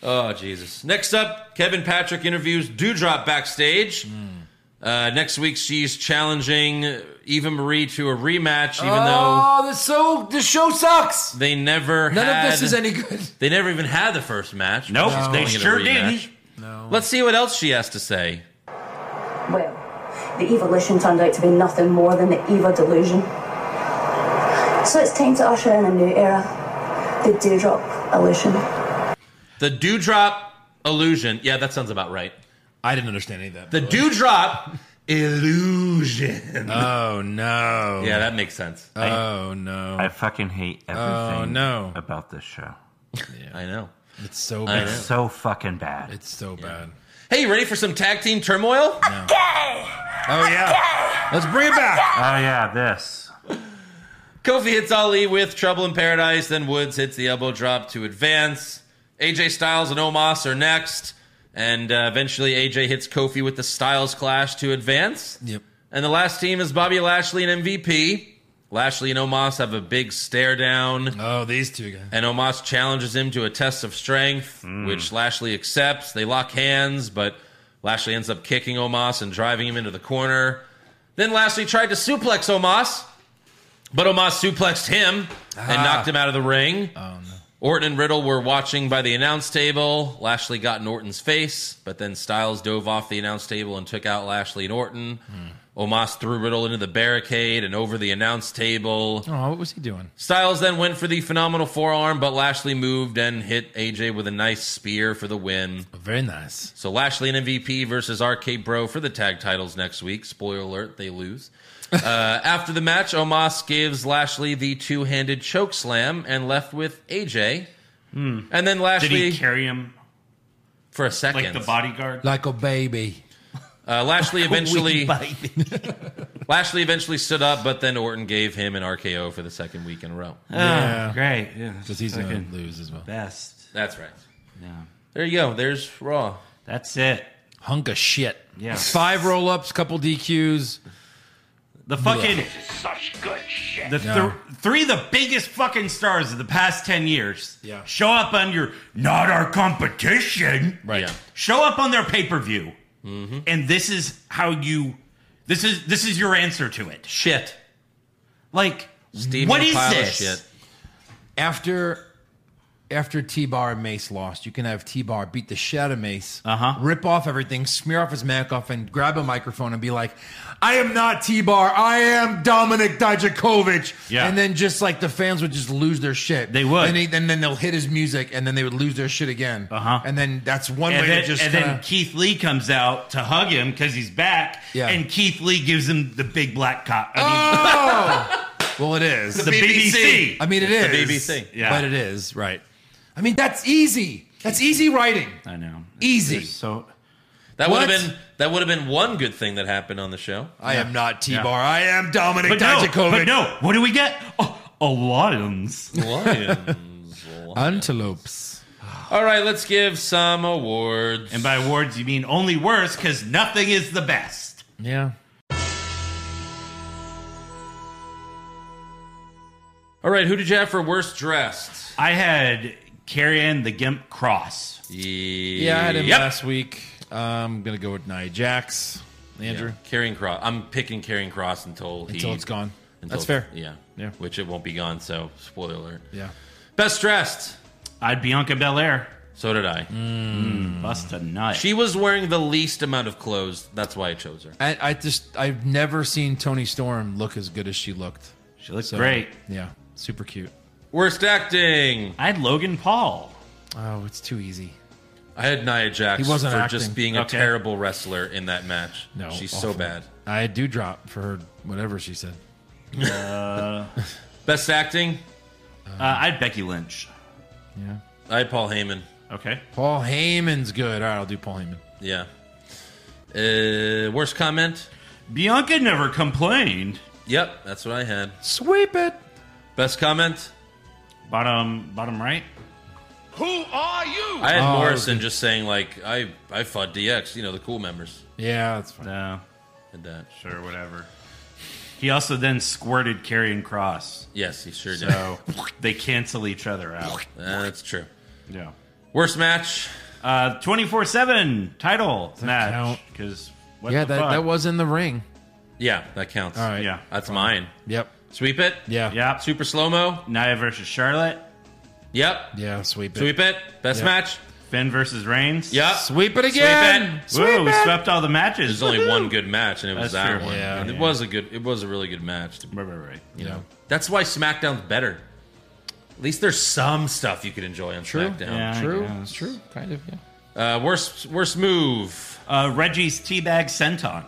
Speaker 3: want. Oh Jesus! Next up, Kevin Patrick interviews Dewdrop backstage. Uh, next week, she's challenging Eva Marie to a rematch, even
Speaker 4: oh, this so this show sucks.
Speaker 3: though they never
Speaker 4: None
Speaker 3: had,
Speaker 4: of this is any good.
Speaker 3: They never even had the first match.
Speaker 5: Nope.
Speaker 3: She's
Speaker 5: They
Speaker 3: calling it a
Speaker 5: sure
Speaker 3: rematch.
Speaker 5: didn't.
Speaker 3: Let's see what else she has to say.
Speaker 7: Well, the evolution turned out to be nothing more than the Eva delusion. So it's time to usher in a new era the dewdrop illusion.
Speaker 3: The Dewdrop illusion. Yeah, that sounds about right.
Speaker 4: I didn't understand any of that.
Speaker 5: Oh.
Speaker 3: The Dewdrop illusion.
Speaker 4: oh no.
Speaker 3: Yeah, that makes sense.
Speaker 4: Oh no.
Speaker 5: I fucking hate everything
Speaker 4: no.
Speaker 5: about this show.
Speaker 3: I know.
Speaker 4: it's so
Speaker 3: I
Speaker 4: bad.
Speaker 3: know.
Speaker 5: So fucking bad.
Speaker 4: It's so bad.
Speaker 3: Hey, you ready for some tag team turmoil?
Speaker 10: Okay,
Speaker 4: Oh yeah. Let's bring it back.
Speaker 5: Oh yeah, this.
Speaker 3: Kofi hits Ali with Trouble in Paradise, then Woods hits the elbow drop to advance. AJ Styles and Omos are next, and uh, eventually AJ hits Kofi with the Styles Clash to advance.
Speaker 4: Yep.
Speaker 3: And the last team is Bobby Lashley and MVP. Lashley and Omos have a big stare down,
Speaker 4: Oh, these two guys.
Speaker 3: and Omos challenges him to a test of strength, which Lashley accepts. They lock hands, but Lashley ends up kicking Omos and driving him into the corner. Then Lashley tried to suplex Omos, but Omos suplexed him and knocked him out of the ring. Ah. Oh, no. Orton and Riddle were watching by the announce table. Lashley got in Orton's face, but then Styles dove off the announce table and took out Lashley and Orton. Omos threw Riddle into the barricade and over the announce table.
Speaker 4: Oh, what was he doing?
Speaker 3: Styles then went for the phenomenal forearm, but Lashley moved and hit AJ with a nice spear for the win.
Speaker 4: Oh, Very nice.
Speaker 3: So Lashley and MVP versus RK Bro for the tag titles next week. Spoiler alert, they lose. uh, after the match, Omos gives Lashley the two handed choke slam and left with AJ. And then
Speaker 5: Hmm. Did
Speaker 3: Lashley
Speaker 5: he carry him
Speaker 3: for a second.
Speaker 5: like the bodyguard?
Speaker 4: Like a baby.
Speaker 3: Uh, Lashley eventually
Speaker 5: Wee baby.
Speaker 3: Lashley eventually stood up, but then Orton gave him an RKO for the second week in a row.
Speaker 5: yeah. uh, Great. Yeah.
Speaker 4: Because he's going
Speaker 5: Fucking
Speaker 4: to lose as well.
Speaker 5: best.
Speaker 3: That's right.
Speaker 5: Yeah.
Speaker 3: There you go. There's Raw.
Speaker 5: That's it.
Speaker 4: Hunk of shit.
Speaker 5: Yeah.
Speaker 4: Five roll ups, couple DQs.
Speaker 5: The fucking The th-
Speaker 4: No.
Speaker 5: three of the biggest fucking stars of the past ten years.
Speaker 4: Yeah.
Speaker 5: Show up on your not our competition.
Speaker 4: Right.
Speaker 3: Yeah.
Speaker 5: Show up on their pay per view, and this is how you. This is this is your answer to it.
Speaker 3: Shit.
Speaker 5: Like
Speaker 3: Steve
Speaker 5: what
Speaker 3: in a
Speaker 5: is
Speaker 3: pile of
Speaker 5: this?
Speaker 3: shit.
Speaker 4: After after T Bar and Mace lost, you can have T Bar beat the shit out of Mace,
Speaker 5: Uh-huh.
Speaker 4: rip off everything, smear off his mac off, and grab a microphone and be like, I am not T Bar. I am Dominic Dijakovic.
Speaker 5: Yeah.
Speaker 4: And then just like the fans would just lose their shit.
Speaker 5: They would.
Speaker 4: And, he, and then they'll hit his music and then they would lose their shit again.
Speaker 5: Uh-huh.
Speaker 4: And then that's one way
Speaker 5: And, then,
Speaker 4: to just
Speaker 5: and
Speaker 4: kinda,
Speaker 5: then Keith Lee comes out to hug him because he's back,
Speaker 4: Yeah.
Speaker 5: and Keith Lee gives him the big black cock. I
Speaker 4: Oh! well, it is.
Speaker 5: mean, the BBC.
Speaker 4: I mean, it is
Speaker 3: the BBC.
Speaker 5: Yeah.
Speaker 4: but it is right. I mean, that's easy. That's easy writing.
Speaker 5: I know.
Speaker 4: Oh, Easy.
Speaker 5: It's So
Speaker 3: That would
Speaker 4: What?
Speaker 3: have been that would have been one good thing that happened on the show.
Speaker 4: I am not T Bar. I am Dominic
Speaker 5: But no,
Speaker 4: Dijakovic.
Speaker 5: but no, what do we get? Oh, a lions.
Speaker 3: Lions.
Speaker 4: Antelopes.
Speaker 3: All right, let's give some awards.
Speaker 5: And by awards, you mean only worse because nothing is the best.
Speaker 4: Yeah.
Speaker 3: All right, who did you have for worst dressed?
Speaker 5: I had Carrion the Gimp Cross.
Speaker 4: Yeah, I had him
Speaker 3: Yep.
Speaker 4: last week. I'm gonna go with Nia Jax, Andrew,
Speaker 3: Carrying Cross. I'm picking Carrying Cross until he,
Speaker 4: until it's gone.
Speaker 3: until-
Speaker 4: that's fair.
Speaker 3: Yeah,
Speaker 4: Yeah.
Speaker 3: Which it won't be gone. So spoiler alert.
Speaker 4: Yeah.
Speaker 3: Best dressed.
Speaker 5: I had Bianca Belair.
Speaker 3: So did I.
Speaker 4: Mm.
Speaker 5: Bust a nut.
Speaker 3: She was wearing the least amount of clothes. That's why I chose her.
Speaker 4: I, I just I've never seen Tony Storm look as good as she looked.
Speaker 5: she looks
Speaker 4: So,
Speaker 5: great.
Speaker 4: Yeah. Super cute.
Speaker 3: Worst acting.
Speaker 5: I had Logan Paul.
Speaker 4: Oh, it's too easy.
Speaker 3: I had Nia Jax
Speaker 4: He wasn't
Speaker 3: for
Speaker 4: acting.
Speaker 3: just being a
Speaker 5: Okay.
Speaker 3: terrible wrestler in that match. she's so
Speaker 4: awful.
Speaker 3: bad.
Speaker 4: I do drop for her whatever she said.
Speaker 3: Best acting.
Speaker 5: Uh, I had Becky Lynch.
Speaker 4: Yeah.
Speaker 3: I had Paul Heyman.
Speaker 5: Okay.
Speaker 4: Paul Heyman's good. All right, I'll do Paul Heyman.
Speaker 3: Yeah. Uh, worst comment?
Speaker 5: Bianca never complained.
Speaker 3: Yep, that's what I had.
Speaker 4: Sweep it.
Speaker 3: Best comment?
Speaker 5: Bottom, bottom right.
Speaker 3: I had
Speaker 4: Oh,
Speaker 3: Morrison just saying like I I fought DX, you know, the cool members
Speaker 4: Yeah, that's fine.
Speaker 5: No,
Speaker 3: and that.
Speaker 5: sure, whatever. He also then squirted Carrion Cross,
Speaker 3: Yes, he sure did.
Speaker 5: so they cancel each other out.
Speaker 3: That's true.
Speaker 5: Yeah.
Speaker 3: Worst match?
Speaker 5: Uh, twenty four seven title match
Speaker 4: count?
Speaker 5: because
Speaker 4: Yeah, that, that was in the ring.
Speaker 3: Yeah, that counts.
Speaker 4: All right.
Speaker 5: yeah
Speaker 3: That's mine.
Speaker 4: Yep.
Speaker 3: Sweep it?
Speaker 4: Yeah.
Speaker 5: yeah.
Speaker 3: Super slow mo?
Speaker 5: Nia versus Charlotte.
Speaker 3: Yep.
Speaker 4: Yeah. Sweep it.
Speaker 3: Sweep it. Best
Speaker 4: Yeah.
Speaker 3: match?
Speaker 5: Finn versus Reigns.
Speaker 3: Yep.
Speaker 4: Sweep it again.
Speaker 3: it.
Speaker 4: Sweep
Speaker 5: Whoa, we
Speaker 4: it.
Speaker 5: swept all the matches.
Speaker 3: There's only one good match and it was
Speaker 5: That's
Speaker 3: that
Speaker 5: true.
Speaker 3: one.
Speaker 4: Yeah.
Speaker 3: And It was a good it was a really good match.
Speaker 5: Right, right, right.
Speaker 4: You know.
Speaker 3: That's why SmackDown's better. At least there's some stuff you could enjoy on
Speaker 4: True.
Speaker 3: SmackDown.
Speaker 5: Yeah, I
Speaker 4: True.
Speaker 5: guess.
Speaker 4: It's true. Kind of. Yeah.
Speaker 3: Uh, worst worst move.
Speaker 5: Uh, Reggie's teabag senton.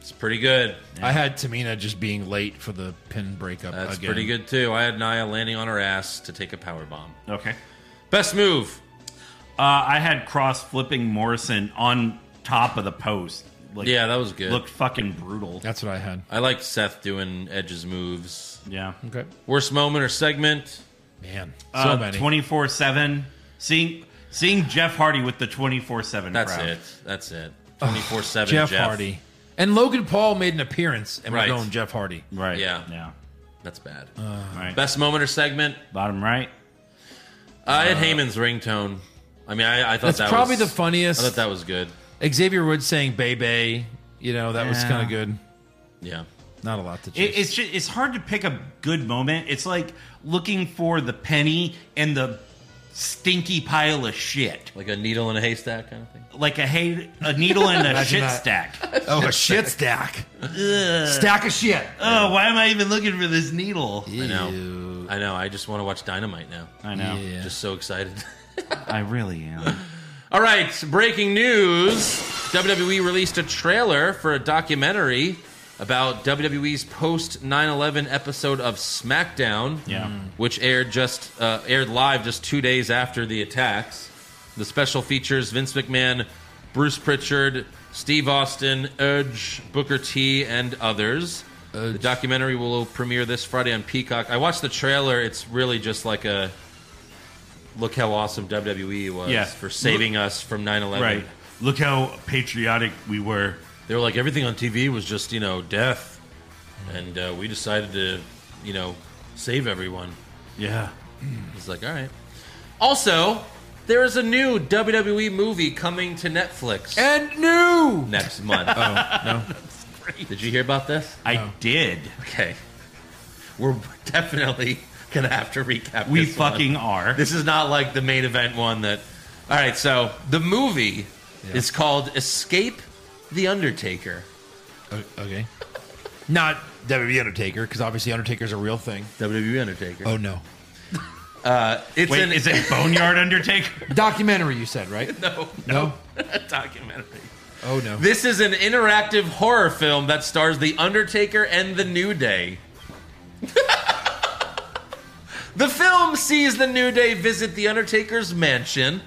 Speaker 3: It's pretty good.
Speaker 4: I had Tamina just being late for the pin breakup.
Speaker 3: That's
Speaker 4: again.
Speaker 3: pretty good too. I had Naya landing on her ass to take a power bomb.
Speaker 5: Okay.
Speaker 3: Best move.
Speaker 5: Uh, I had Cross flipping Morrison on top of the post that like
Speaker 3: Yeah, that was good.
Speaker 5: looked fucking brutal.
Speaker 4: That's what I had.
Speaker 3: I like Seth doing Edge's moves.
Speaker 5: Yeah.
Speaker 4: Okay.
Speaker 3: Worst moment or segment?
Speaker 4: Man, so many.
Speaker 5: Twenty four Uh, seven. Seeing seeing Jeff Hardy with the twenty four seven.
Speaker 3: That's it. That's it. 24 7
Speaker 4: Jeff, Hardy. And Logan Paul made an appearance, and
Speaker 3: Right.
Speaker 4: we're going Jeff Hardy.
Speaker 5: Right.
Speaker 3: Yeah.
Speaker 5: Yeah.
Speaker 3: That's bad.
Speaker 4: Uh,
Speaker 5: right.
Speaker 3: Best moment or segment?
Speaker 5: Bottom right.
Speaker 3: I had Heyman's ringtone. I mean, I, I thought
Speaker 4: uh, That's
Speaker 3: that
Speaker 4: probably
Speaker 3: was,
Speaker 4: the funniest.
Speaker 3: I thought that was good.
Speaker 4: Xavier Woods saying "Bay Bay," you know that was
Speaker 5: Yeah.
Speaker 4: kind of good.
Speaker 3: Yeah.
Speaker 4: Not a lot to choose.
Speaker 5: It, it's just, it's hard to pick a good moment. It's like looking for the penny and the stinky pile of shit,
Speaker 3: Like a needle in a haystack kind of thing.
Speaker 5: like a hay, a needle in a shit
Speaker 4: that.
Speaker 5: stack.
Speaker 4: oh, a shit stack, stack of shit.
Speaker 5: Oh, why am I even looking for this needle?
Speaker 3: I know. I know. I just want to watch Dynamite now.
Speaker 5: I know.
Speaker 4: Yeah.
Speaker 3: Just so excited.
Speaker 5: I really am.
Speaker 3: All right, breaking news. WWE released a trailer for a documentary about WWE's post 9/11 episode of SmackDown,
Speaker 5: Yeah.
Speaker 3: which aired just uh, aired live just 2 days after the attacks. The special features Vince McMahon, Bruce Pritchard, Steve Austin, Edge, Booker T, and others. The documentary will premiere this Friday on Peacock. I watched the trailer. It's really just like a look how awesome WWE was
Speaker 5: Yeah.
Speaker 3: for saving us from 9-11.
Speaker 5: Right. Look how patriotic we were.
Speaker 3: They were like, everything on TV was just, you know, death. And uh, we decided to, you know, save everyone.
Speaker 5: Yeah.
Speaker 3: It's like, all right. Also, there is a new WWE movie coming to Netflix
Speaker 5: Eh.
Speaker 4: And new.
Speaker 3: next month.
Speaker 4: Oh no,
Speaker 3: Did you hear about this?
Speaker 5: I did.
Speaker 3: Okay. We're definitely going to have to recap
Speaker 5: We
Speaker 3: this one.
Speaker 5: fucking are.
Speaker 3: This is not like the main event one that. All right, so the movie is called Escape the Undertaker.
Speaker 4: O- okay. Not WWE Undertaker, because obviously Undertaker's a real thing.
Speaker 3: WWE E Undertaker.
Speaker 4: Oh no,
Speaker 3: it's
Speaker 5: Wait,
Speaker 3: an
Speaker 5: is it Boneyard Undertaker?
Speaker 4: documentary you said right?
Speaker 3: no,
Speaker 4: No.
Speaker 3: documentary.
Speaker 4: Oh no.
Speaker 3: This is an interactive horror film that stars the Undertaker and the New Day. the film sees the New Day visit the Undertaker's mansion,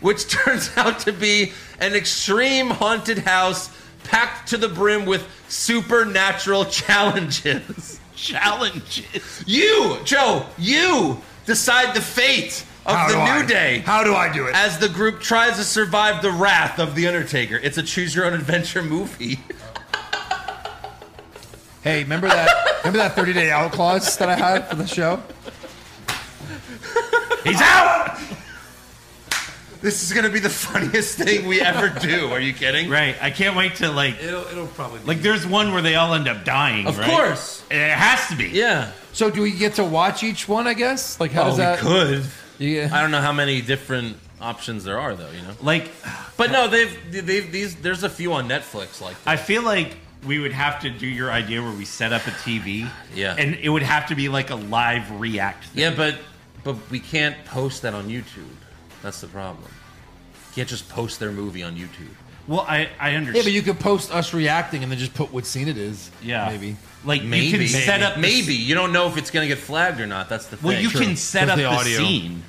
Speaker 3: which turns out to be an extreme haunted house packed to the brim with supernatural challenges.
Speaker 5: Challenges.
Speaker 3: You, Joe, you decide the fate of the New Day.
Speaker 8: How do I do it?
Speaker 3: as the group tries to survive the wrath of the Undertaker. It's a choose your own adventure movie.
Speaker 4: Hey, remember that? remember that 30 day out clause that I had for the show?
Speaker 5: He's out!
Speaker 3: This is gonna be the funniest thing we ever do. Are you kidding?
Speaker 5: Right. I can't wait to, like,
Speaker 4: It'll it'll probably. Be.
Speaker 5: like there's one where they all end up dying.
Speaker 3: Of
Speaker 5: right?
Speaker 3: course.
Speaker 5: It has to be.
Speaker 3: Yeah.
Speaker 4: So do we get to watch each one? I guess. Like how does that?
Speaker 3: Oh, could.
Speaker 4: Yeah.
Speaker 3: I don't know how many different options there are though, you know.
Speaker 5: Like,
Speaker 3: But no, they've they've these there's a few on Netflix like that.
Speaker 5: I feel like we would have to do your idea where we set up a TV.
Speaker 3: Yeah.
Speaker 5: And it would have to be like a live react thing.
Speaker 3: Yeah, but but we can't post that on YouTube. That's the problem. You can't just post their movie on YouTube.
Speaker 5: Well, I, I
Speaker 4: Yeah,
Speaker 5: understand.
Speaker 4: but you could post us reacting and then just put what scene it is.
Speaker 5: Yeah.
Speaker 4: Maybe.
Speaker 5: Like,
Speaker 3: Maybe
Speaker 5: you can set up. the-
Speaker 3: maybe. You don't know if it's gonna get flagged or not. That's the thing.
Speaker 5: well, you can set
Speaker 4: Just
Speaker 5: up
Speaker 4: the
Speaker 5: the,
Speaker 4: audio.
Speaker 5: scene.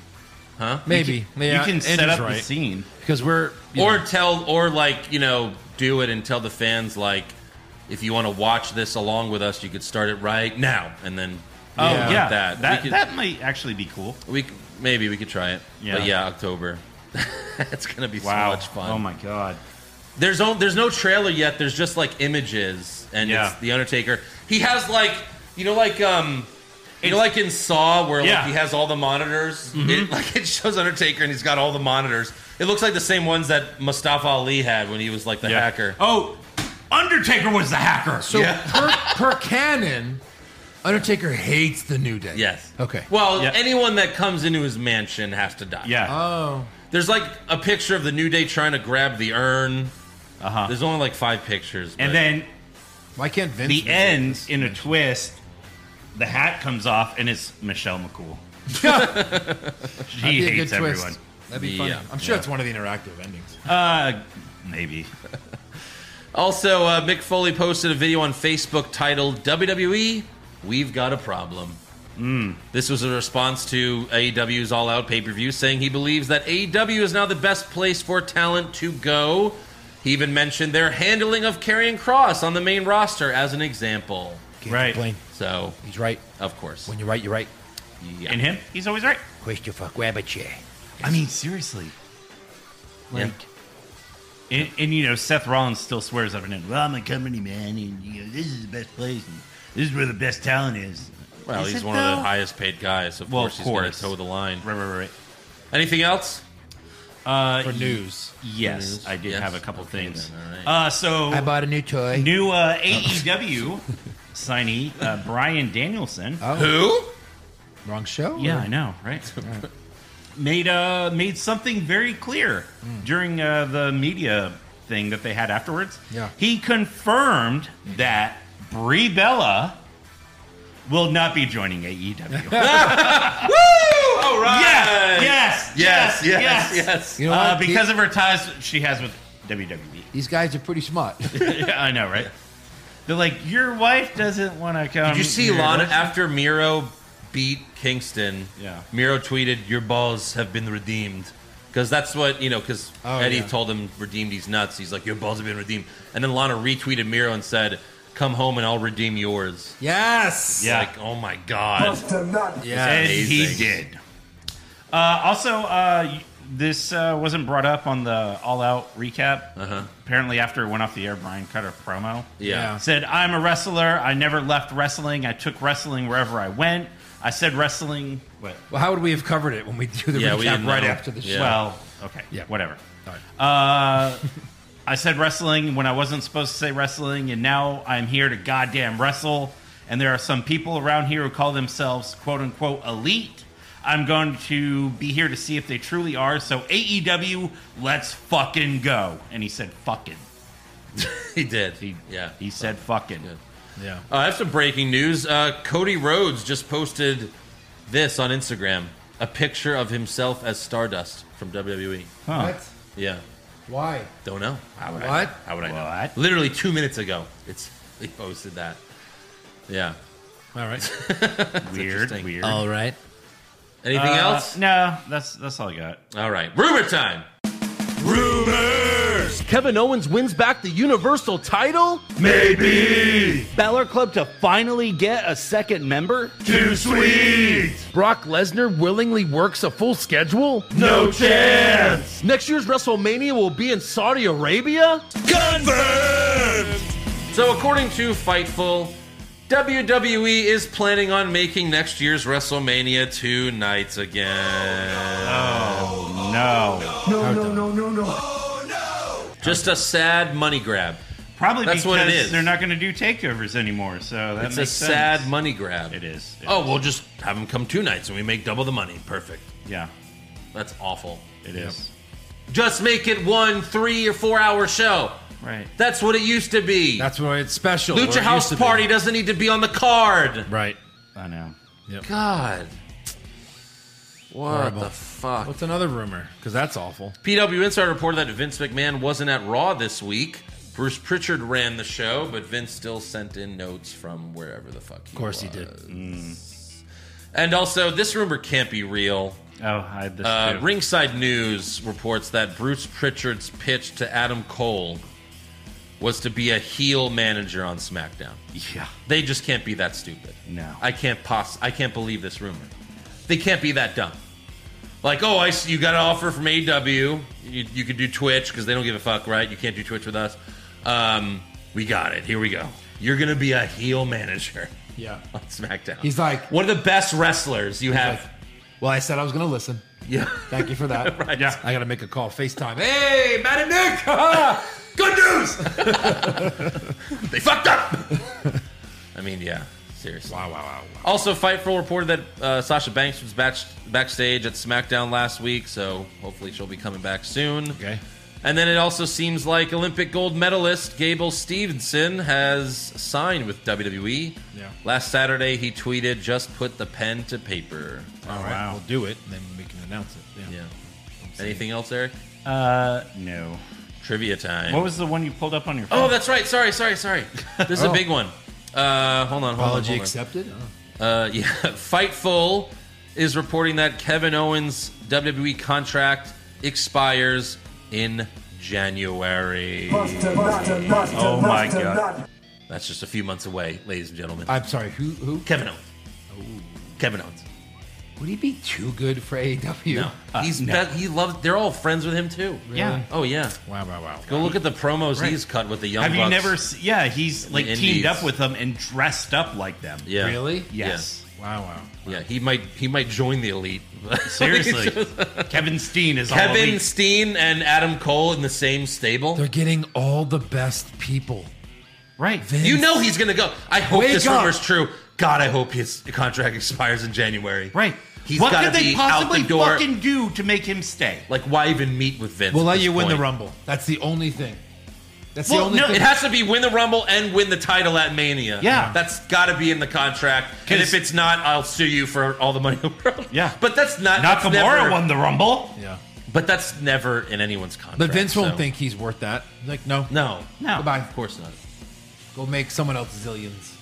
Speaker 4: Maybe.
Speaker 5: you can set up the scene.
Speaker 4: because we're you
Speaker 3: or
Speaker 4: know,
Speaker 3: tell or like you know do it and tell the fans like if you want to watch this along with us you could start it right now and then
Speaker 5: Oh
Speaker 4: Yeah.
Speaker 5: yeah,
Speaker 3: Like that.
Speaker 5: that
Speaker 3: We
Speaker 5: that,
Speaker 3: could-
Speaker 5: might actually be cool.
Speaker 3: we c- maybe we could try it
Speaker 5: Yeah.
Speaker 3: but yeah october it's gonna be so much fun
Speaker 5: Oh my god.
Speaker 3: there's no there's no trailer yet there's just like images and
Speaker 5: Yeah.
Speaker 3: it's the undertaker he has like you know like um you know, like in Saw, where
Speaker 5: Yeah. Mm-hmm.
Speaker 3: like he has all the monitors. It, like it shows Undertaker, and he's got all the monitors. It looks like the same ones that Mustafa Ali had when he was like the hacker.
Speaker 5: Oh, Undertaker was the hacker.
Speaker 4: so per, per canon, Undertaker hates the New Day.
Speaker 3: Yes.
Speaker 4: Okay.
Speaker 3: Well,
Speaker 5: Yeah.
Speaker 3: anyone that comes into his mansion has to die.
Speaker 5: yeah.
Speaker 4: Oh.
Speaker 3: There's like a picture of the New Day trying to grab the urn.
Speaker 5: Uh huh.
Speaker 3: There's only like five pictures. but-
Speaker 5: And then
Speaker 4: Why can't Vince?
Speaker 5: the
Speaker 4: make
Speaker 5: end
Speaker 4: this?
Speaker 5: in a twist, the hat comes off and it's Michelle McCool. she
Speaker 4: Be a good twist.
Speaker 5: hates everyone.
Speaker 4: That'd be fun.
Speaker 3: Yeah.
Speaker 4: I'm sure it's one of the interactive endings.
Speaker 5: Uh, maybe.
Speaker 3: also, uh, Mick Foley posted a video on Facebook titled "WWE, We've Got a Problem."
Speaker 5: Hmm.
Speaker 3: This was a response to E AEW's All E Out pay per view, saying he believes that AEW is now the best place for talent to go. He even mentioned their handling of Karrion Cross on the main roster as an example.
Speaker 4: Can't
Speaker 5: Right.
Speaker 4: complain.
Speaker 3: So,
Speaker 4: He's right.
Speaker 3: of course.
Speaker 4: When you're right, you're right.
Speaker 3: Yeah.
Speaker 5: And him, he's always right.
Speaker 4: Question for Grabache.
Speaker 5: I mean, seriously.
Speaker 3: Yeah.
Speaker 5: Like, and, and, you know, Seth Rollins still swears up and down. Well, I'm a company man, and you know, this is the best place, and this is where the best talent is.
Speaker 3: Well,
Speaker 5: Is
Speaker 3: he's
Speaker 5: it
Speaker 3: one of
Speaker 5: though?
Speaker 3: the highest paid guys. Of
Speaker 5: Well,
Speaker 3: course,
Speaker 5: of
Speaker 3: he's going
Speaker 5: course.
Speaker 3: to toe the line.
Speaker 5: Right, right, right.
Speaker 3: Anything else?
Speaker 5: right. Uh,
Speaker 4: For news.
Speaker 5: Yes, I did
Speaker 3: Yes.
Speaker 5: have a couple
Speaker 3: Okay,
Speaker 5: things.
Speaker 3: then, all
Speaker 5: uh, so
Speaker 4: I bought a new toy.
Speaker 5: new uh, AEW signee uh, Brian Danielson.
Speaker 3: Who?
Speaker 4: Wrong show?
Speaker 5: Yeah, I know, right? made uh made something very clear
Speaker 3: Mm.
Speaker 5: during uh, the media thing that they had afterwards.
Speaker 4: Yeah.
Speaker 5: he confirmed that Brie Bella will not be joining E AEW.
Speaker 3: Woo! All right.
Speaker 5: yes, yes,
Speaker 3: Yes.
Speaker 5: yes,
Speaker 3: Yes. Yes.
Speaker 4: You know
Speaker 5: uh,
Speaker 4: what?
Speaker 5: because of her ties she has with WWE.
Speaker 4: These guys are pretty smart.
Speaker 5: Yeah, I know, right? They're like, your wife doesn't want to come.
Speaker 3: Did you see
Speaker 5: here."
Speaker 3: Lana after Miro beat Kingston?
Speaker 5: Yeah.
Speaker 3: Miro tweeted, "Your balls have been redeemed." Because that's what you know. Because
Speaker 4: Oh,
Speaker 3: Eddie
Speaker 4: yeah.
Speaker 3: told him redeemed. He's nuts. He's like, "Your balls have been redeemed." And then Lana retweeted Miro and said, "Come home and I'll redeem yours."
Speaker 4: yes.
Speaker 5: Yeah.
Speaker 3: Like, oh my god.
Speaker 4: Yeah.
Speaker 5: And he
Speaker 3: Amazing.
Speaker 5: did. Uh, also, uh, y- this uh, wasn't brought up on the All Out recap.
Speaker 3: Uh-huh.
Speaker 5: Apparently, after it went off the air, Brian cut a promo.
Speaker 3: Yeah.
Speaker 5: Said, I'm a wrestler. I never left wrestling. I took wrestling wherever I went. I said wrestling. What?
Speaker 4: Well, how would we have covered it when we do the
Speaker 3: Yeah, we
Speaker 4: recap
Speaker 3: didn't
Speaker 4: right
Speaker 3: know.
Speaker 4: after the show?
Speaker 3: Yeah.
Speaker 5: Well, okay.
Speaker 4: Yeah.
Speaker 5: Whatever.
Speaker 4: All right.
Speaker 5: Uh, I said wrestling when I wasn't supposed to say wrestling, and now I'm here to goddamn wrestle. And there are some people around here who call themselves quote unquote elite. I'm going to be here to see if they truly are. So AEW, let's fucking go. And he said fucking.
Speaker 3: he did.
Speaker 5: He,
Speaker 3: yeah.
Speaker 5: He said fucking.
Speaker 4: yeah.
Speaker 3: Uh, I have some breaking news. Uh, Cody Rhodes just posted this on Instagram: a picture of himself as Stardust from WWE.
Speaker 5: Huh.
Speaker 4: What?
Speaker 3: Yeah.
Speaker 4: Why?
Speaker 3: Don't know.
Speaker 4: Uh, What?
Speaker 3: How would I know?
Speaker 5: What?
Speaker 3: Literally two minutes ago, it's he posted that. Yeah.
Speaker 4: All right.
Speaker 5: Weird.
Speaker 3: interesting.
Speaker 5: Weird.
Speaker 4: All right.
Speaker 3: Um, Anything
Speaker 5: Uh,
Speaker 3: else?
Speaker 5: No, that's that's all I got.
Speaker 3: All right. Rumor time. Rumors. Kevin Owens wins back the Universal title.
Speaker 5: Balor Club to finally get a second member?
Speaker 6: Too sweet.
Speaker 10: Brock Lesnar willingly works a full schedule?
Speaker 6: No chance.
Speaker 10: Next year's WrestleMania will be in Saudi Arabia?
Speaker 6: Confirmed.
Speaker 3: So, according to Fightful, WWE is planning on making next year's WrestleMania two nights again.
Speaker 5: Oh, No.
Speaker 2: No, no, no, no, no.
Speaker 3: Just a sad money grab.
Speaker 5: Probably
Speaker 3: That's
Speaker 5: because
Speaker 3: what it is.
Speaker 5: they're not going to do takeovers anymore. So that
Speaker 3: It's a
Speaker 5: makes sense.
Speaker 3: sad money grab.
Speaker 5: It is. It
Speaker 3: Oh,
Speaker 5: is.
Speaker 3: we'll just have them come two nights and we make double the money. Perfect.
Speaker 5: yeah,
Speaker 3: That's awful.
Speaker 5: it is.
Speaker 3: Just make it one three or four hour show.
Speaker 5: Right.
Speaker 3: That's what it used to be.
Speaker 4: That's why it's special. where
Speaker 3: Lucha
Speaker 4: it
Speaker 3: House
Speaker 4: used to be.
Speaker 3: Party doesn't need to be on the card.
Speaker 4: Right.
Speaker 5: I know.
Speaker 3: God. What
Speaker 4: Horrible.
Speaker 3: the fuck?
Speaker 4: What's another rumor? Because that's awful.
Speaker 3: PW Insider reported that Vince McMahon wasn't at Raw this week. Bruce Pritchard ran the show, but Vince still sent in notes from wherever the fuck he
Speaker 4: Of course he
Speaker 3: was.
Speaker 4: did.
Speaker 3: And also, this rumor can't be real.
Speaker 5: Oh, I had this
Speaker 3: Uh,
Speaker 5: too.
Speaker 3: Ringside News reports that Bruce Pritchard's pitch to Adam Cole was to be a heel manager on SmackDown.
Speaker 5: Yeah.
Speaker 3: They just can't be that stupid.
Speaker 5: No.
Speaker 3: I can't poss- I can't believe this rumor. They can't be that dumb. Like, oh, I see you got an offer from AEW. You, you could do Twitch because they don't give a fuck, right? You can't do Twitch with us. Um, we got it. Here we go. You're gonna be a heel manager
Speaker 4: Yeah.
Speaker 3: on SmackDown.
Speaker 4: He's like-
Speaker 3: one of the best wrestlers you have.
Speaker 4: Well, I said I was going to listen.
Speaker 3: yeah.
Speaker 4: Thank you for that.
Speaker 3: Right.
Speaker 5: Yeah.
Speaker 4: I got to make a call. FaceTime. Hey, Matt and Nick. Good news.
Speaker 3: They fucked up. I mean, yeah, seriously.
Speaker 4: Wow, wow, wow, wow.
Speaker 3: Also, Fightful reported that uh, Sasha Banks was batch- backstage at SmackDown last week, so hopefully she'll be coming back soon.
Speaker 4: Okay.
Speaker 3: And then it also seems like Olympic gold medalist Gable Stevenson has signed with WWE.
Speaker 4: Yeah.
Speaker 3: Last Saturday, he tweeted, "Just put the pen to paper."
Speaker 4: All right. We'll do it, and then we can announce it. Yeah.
Speaker 3: Yeah. Anything else, Eric?
Speaker 5: Uh, no.
Speaker 3: Trivia time.
Speaker 5: What was the one you pulled up on your phone?
Speaker 3: oh, that's right. Sorry, sorry, sorry. This is a
Speaker 4: Oh.
Speaker 3: big one. Uh, hold on. Hold on, hold on.
Speaker 4: Apology accepted. Oh.
Speaker 3: Uh, yeah, Fightful is reporting that Kevin Owens' WWE contract expires E in January.
Speaker 4: Oh
Speaker 3: Oh my god. That's just a few months away, ladies and gentlemen.
Speaker 4: I'm sorry, who? who?
Speaker 3: Kevin Owens. Kevin Owens.
Speaker 4: Would he be too good for E AEW?
Speaker 3: No.
Speaker 5: Uh,
Speaker 3: he's bet- he loves they're all friends with him too.
Speaker 4: Really? Yeah.
Speaker 3: Oh yeah.
Speaker 4: Wow, wow, wow.
Speaker 3: Go look at the promos
Speaker 5: Right.
Speaker 3: he's cut with the young
Speaker 5: Have you
Speaker 3: Bucks.
Speaker 5: never? s- Yeah, he's
Speaker 3: The
Speaker 5: like
Speaker 3: Indies.
Speaker 5: teamed up with them and dressed up like them.
Speaker 3: Yeah.
Speaker 4: Really?
Speaker 5: Yes.
Speaker 4: Wow, wow.
Speaker 3: Yeah, he might he might join the elite.
Speaker 5: Seriously, Kevin Steen is all
Speaker 3: Kevin
Speaker 5: elite.
Speaker 3: Steen and Adam Cole in the same stable.
Speaker 4: They're getting all the best people.
Speaker 5: Right.
Speaker 4: Vince.
Speaker 3: You know he's gonna go. I hope
Speaker 4: Wake
Speaker 3: this
Speaker 4: up.
Speaker 3: rumor's true. God, I hope his contract expires in January.
Speaker 5: Right.
Speaker 3: He's
Speaker 5: what
Speaker 3: gotta
Speaker 5: could they
Speaker 3: be out
Speaker 5: possibly
Speaker 3: the door.
Speaker 5: fucking do to make him stay?
Speaker 3: Like, why even meet with Vince?
Speaker 4: We'll
Speaker 3: at
Speaker 4: let
Speaker 3: this
Speaker 4: you win the
Speaker 3: point?
Speaker 4: Rumble. That's the only thing. That's
Speaker 5: Well,
Speaker 4: the only
Speaker 5: no,
Speaker 4: thing.
Speaker 3: It has to be win the Rumble and win the title at Mania.
Speaker 5: Yeah.
Speaker 3: That's got to be in the contract. And if it's not, I'll sue you for all the money in the world.
Speaker 5: Yeah.
Speaker 3: But that's not. that's
Speaker 5: Nakamura
Speaker 3: never-
Speaker 5: won the Rumble.
Speaker 4: yeah.
Speaker 3: But that's never in anyone's contract.
Speaker 4: But Vince won't
Speaker 3: so-
Speaker 4: think he's worth that. Like, no.
Speaker 3: No.
Speaker 5: No.
Speaker 4: Goodbye.
Speaker 3: Of course not.
Speaker 4: Go make someone else zillions.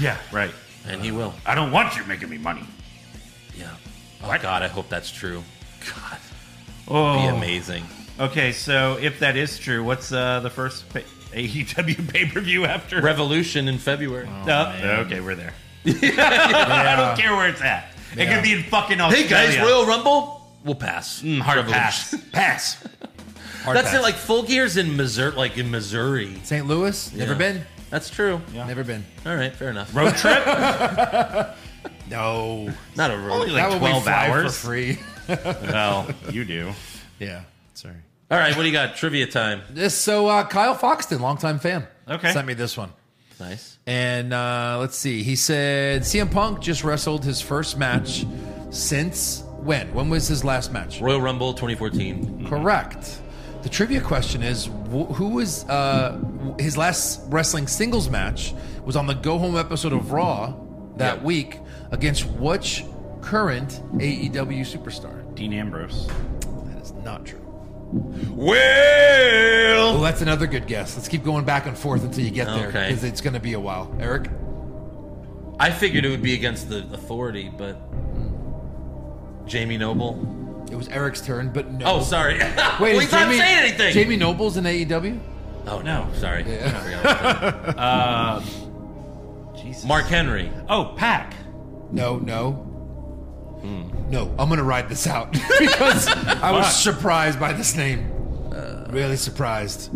Speaker 5: Yeah. Right.
Speaker 3: And he will.
Speaker 5: I don't want you making me money.
Speaker 3: Yeah. Oh, God, I hope that's true. God.
Speaker 5: Oh.
Speaker 3: Be amazing.
Speaker 5: Okay, so if that is true, what's uh, the first pa- AEW pay per view after?
Speaker 3: Revolution in February.
Speaker 5: Oh, okay, we're there. I don't care where it's at. It
Speaker 4: Yeah.
Speaker 5: could be in fucking Australia.
Speaker 3: Hey, guys, Royal Rumble? We'll pass.
Speaker 5: Oh, Mm, hard
Speaker 3: Revolution.
Speaker 5: pass. Pass.
Speaker 4: Hard
Speaker 3: That's
Speaker 4: pass.
Speaker 3: it. Like, Full Gear's in Missouri. Like, in Missouri.
Speaker 4: St. Louis? Never
Speaker 3: Yeah.
Speaker 4: been.
Speaker 3: That's true.
Speaker 4: Never been.
Speaker 3: All right, fair enough.
Speaker 5: Road trip?
Speaker 4: No.
Speaker 3: Not a road.
Speaker 5: Only like
Speaker 4: that would
Speaker 5: 12
Speaker 4: we fly
Speaker 5: hours.
Speaker 4: for free.
Speaker 5: well, you do.
Speaker 4: yeah. Sorry.
Speaker 3: All right, what do you got? Trivia time.
Speaker 4: This so uh, Kyle Foxton, longtime fan,
Speaker 5: Okay.
Speaker 4: sent me this one.
Speaker 3: Nice.
Speaker 4: And uh, let's see. He said CM Punk just wrestled his first match since when? When was his last match?
Speaker 3: Royal Rumble 2014.
Speaker 4: Correct. The trivia question is wh- who was uh, w- his last wrestling singles match was on the Go Home episode of Raw that
Speaker 3: Yeah.
Speaker 4: week against which current AEW superstar?
Speaker 5: Dean Ambrose.
Speaker 4: That is not true.
Speaker 3: Well,
Speaker 4: Well, that's another good guess. Let's keep going back and forth until you get there
Speaker 3: Okay.
Speaker 4: because it's going to be a while. Eric,
Speaker 3: I figured it would be against the authority, but Jamie Noble.
Speaker 4: it was Eric's turn, but no.
Speaker 3: Oh, sorry.
Speaker 4: Wait,
Speaker 3: well,
Speaker 4: is
Speaker 3: he's not
Speaker 4: Jamie-
Speaker 3: saying anything.
Speaker 4: Jamie Noble's in E AEW.
Speaker 3: Oh no, sorry. I forgot what I said.
Speaker 5: Jesus.
Speaker 3: Mark Henry.
Speaker 5: Oh, Pack.
Speaker 4: No, no. No, I'm going to ride this out because I was surprised by this name. really surprised.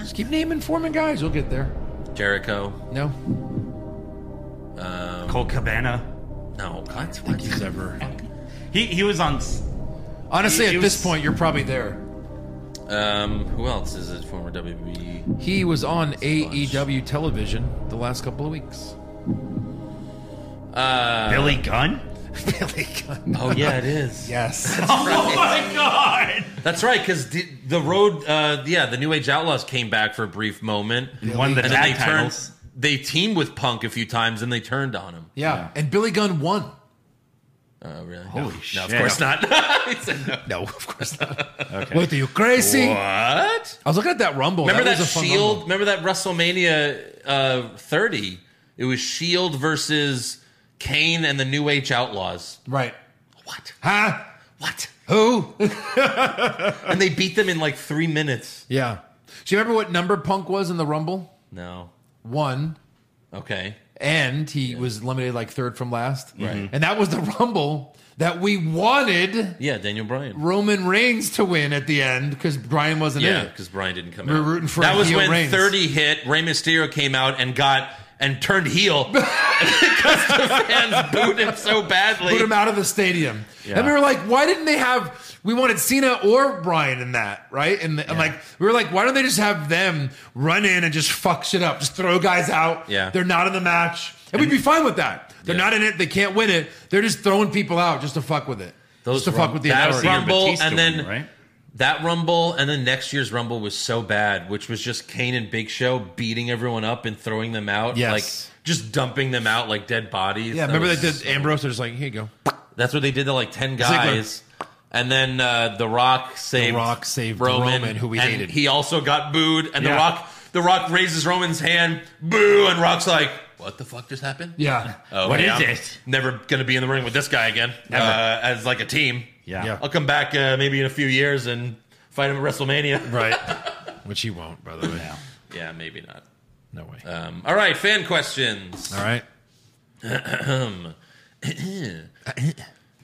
Speaker 4: Just keep naming Foreman guys. You'll get there.
Speaker 3: Jericho.
Speaker 4: No?
Speaker 5: Cole Cabana.
Speaker 3: No, God,
Speaker 4: think he's ever.
Speaker 5: He, he was on. s-
Speaker 4: Honestly,
Speaker 5: He- he
Speaker 4: at this
Speaker 5: was-
Speaker 4: point, you're probably there.
Speaker 3: Um, who else is a former E? WWE?
Speaker 4: He was on AEW television the last couple of weeks.
Speaker 3: Uh,
Speaker 5: Billy Gunn?
Speaker 4: Billy Gunn.
Speaker 3: Oh yeah, it is.
Speaker 4: Yes.
Speaker 5: Oh my god!
Speaker 3: That's right, because the, the road, uh, yeah, the New Age Outlaws came back for a brief moment,
Speaker 5: Won the
Speaker 3: and then
Speaker 5: tag
Speaker 3: they turned.
Speaker 5: titles.
Speaker 3: They teamed with Punk a few times, and they turned on him.
Speaker 4: Yeah. And Billy Gunn won.
Speaker 3: Oh, really?
Speaker 5: Holy
Speaker 3: no. No, of
Speaker 5: shit.
Speaker 3: course not. He said no.
Speaker 4: No, of course not. What are you crazy?
Speaker 3: What?
Speaker 4: I was looking at that Rumble.
Speaker 3: Remember that,
Speaker 4: was a fun
Speaker 3: Shield?
Speaker 4: Rumble.
Speaker 3: Remember that WrestleMania uh, 30? It was Shield versus Kane and the New Age Outlaws.
Speaker 4: Right.
Speaker 3: What?
Speaker 4: Huh?
Speaker 3: What?
Speaker 4: Who?
Speaker 3: And they beat them in like three minutes.
Speaker 4: yeah. Do you remember what number Punk was in the Rumble?
Speaker 3: No.
Speaker 4: One.
Speaker 3: Okay.
Speaker 4: And he was eliminated like third from last. Right. And that was the Rumble that we wanted
Speaker 3: Yeah, Daniel Bryan.
Speaker 4: Roman Reigns to win at the end because Brian wasn't
Speaker 3: Yeah,
Speaker 4: in it.
Speaker 3: because Bryan didn't come
Speaker 4: We're
Speaker 3: out.
Speaker 4: rooting for
Speaker 3: that was
Speaker 4: heel
Speaker 3: when
Speaker 4: Reigns.
Speaker 3: 30 hit. Rey Mysterio came out and got and turned heel because the fans booed him so badly.
Speaker 4: Put him out of the stadium. And we were like, why didn't they have, we wanted Cena or Brian in that, right? And the, I'm like, we were like, why don't they just have them run in and just fuck shit up? Just throw guys out.
Speaker 3: Yeah.
Speaker 4: They're not in the match. And, we'd be fine with that. They're
Speaker 3: Yeah.
Speaker 4: not in it. They can't win it. They're just throwing people out just to fuck with it.
Speaker 3: Those
Speaker 4: just to
Speaker 3: Rum-
Speaker 4: fuck with the
Speaker 3: that
Speaker 4: authority.
Speaker 5: Year
Speaker 3: Rumble,
Speaker 5: Batista
Speaker 3: and then-
Speaker 5: won, right?
Speaker 3: That Rumble and then next year's Rumble was so bad, which was just Kane and Big Show beating everyone up and throwing them out,
Speaker 4: Yes.
Speaker 3: like just dumping them out like dead bodies.
Speaker 4: Yeah,
Speaker 3: That
Speaker 4: remember
Speaker 3: was
Speaker 4: they did
Speaker 3: so-
Speaker 4: Ambrose? They're just like, here you go.
Speaker 3: That's what they did to like ten
Speaker 4: like when-
Speaker 3: guys. and then uh, The Rock saved
Speaker 4: Rock saved Roman, who we
Speaker 3: and
Speaker 4: hated.
Speaker 3: He also got booed, and The
Speaker 5: Yeah.
Speaker 3: Rock The Rock raises Roman's hand, boo, and Rock's like, "What the fuck just happened?"
Speaker 4: Yeah.
Speaker 3: Oh,
Speaker 5: What
Speaker 3: hey,
Speaker 5: is
Speaker 3: I'm
Speaker 5: it?
Speaker 3: Never gonna be in the ring with this guy again.
Speaker 5: Never.
Speaker 3: Uh, as like a team.
Speaker 5: Yeah.
Speaker 4: Yeah.
Speaker 3: I'll come back uh, maybe in a few years and fight him at WrestleMania.
Speaker 4: Right. Which he won't, by the way. Yeah.
Speaker 3: Yeah, maybe not.
Speaker 4: No way.
Speaker 5: Uh.
Speaker 3: Um, all right, fan questions.
Speaker 4: All right.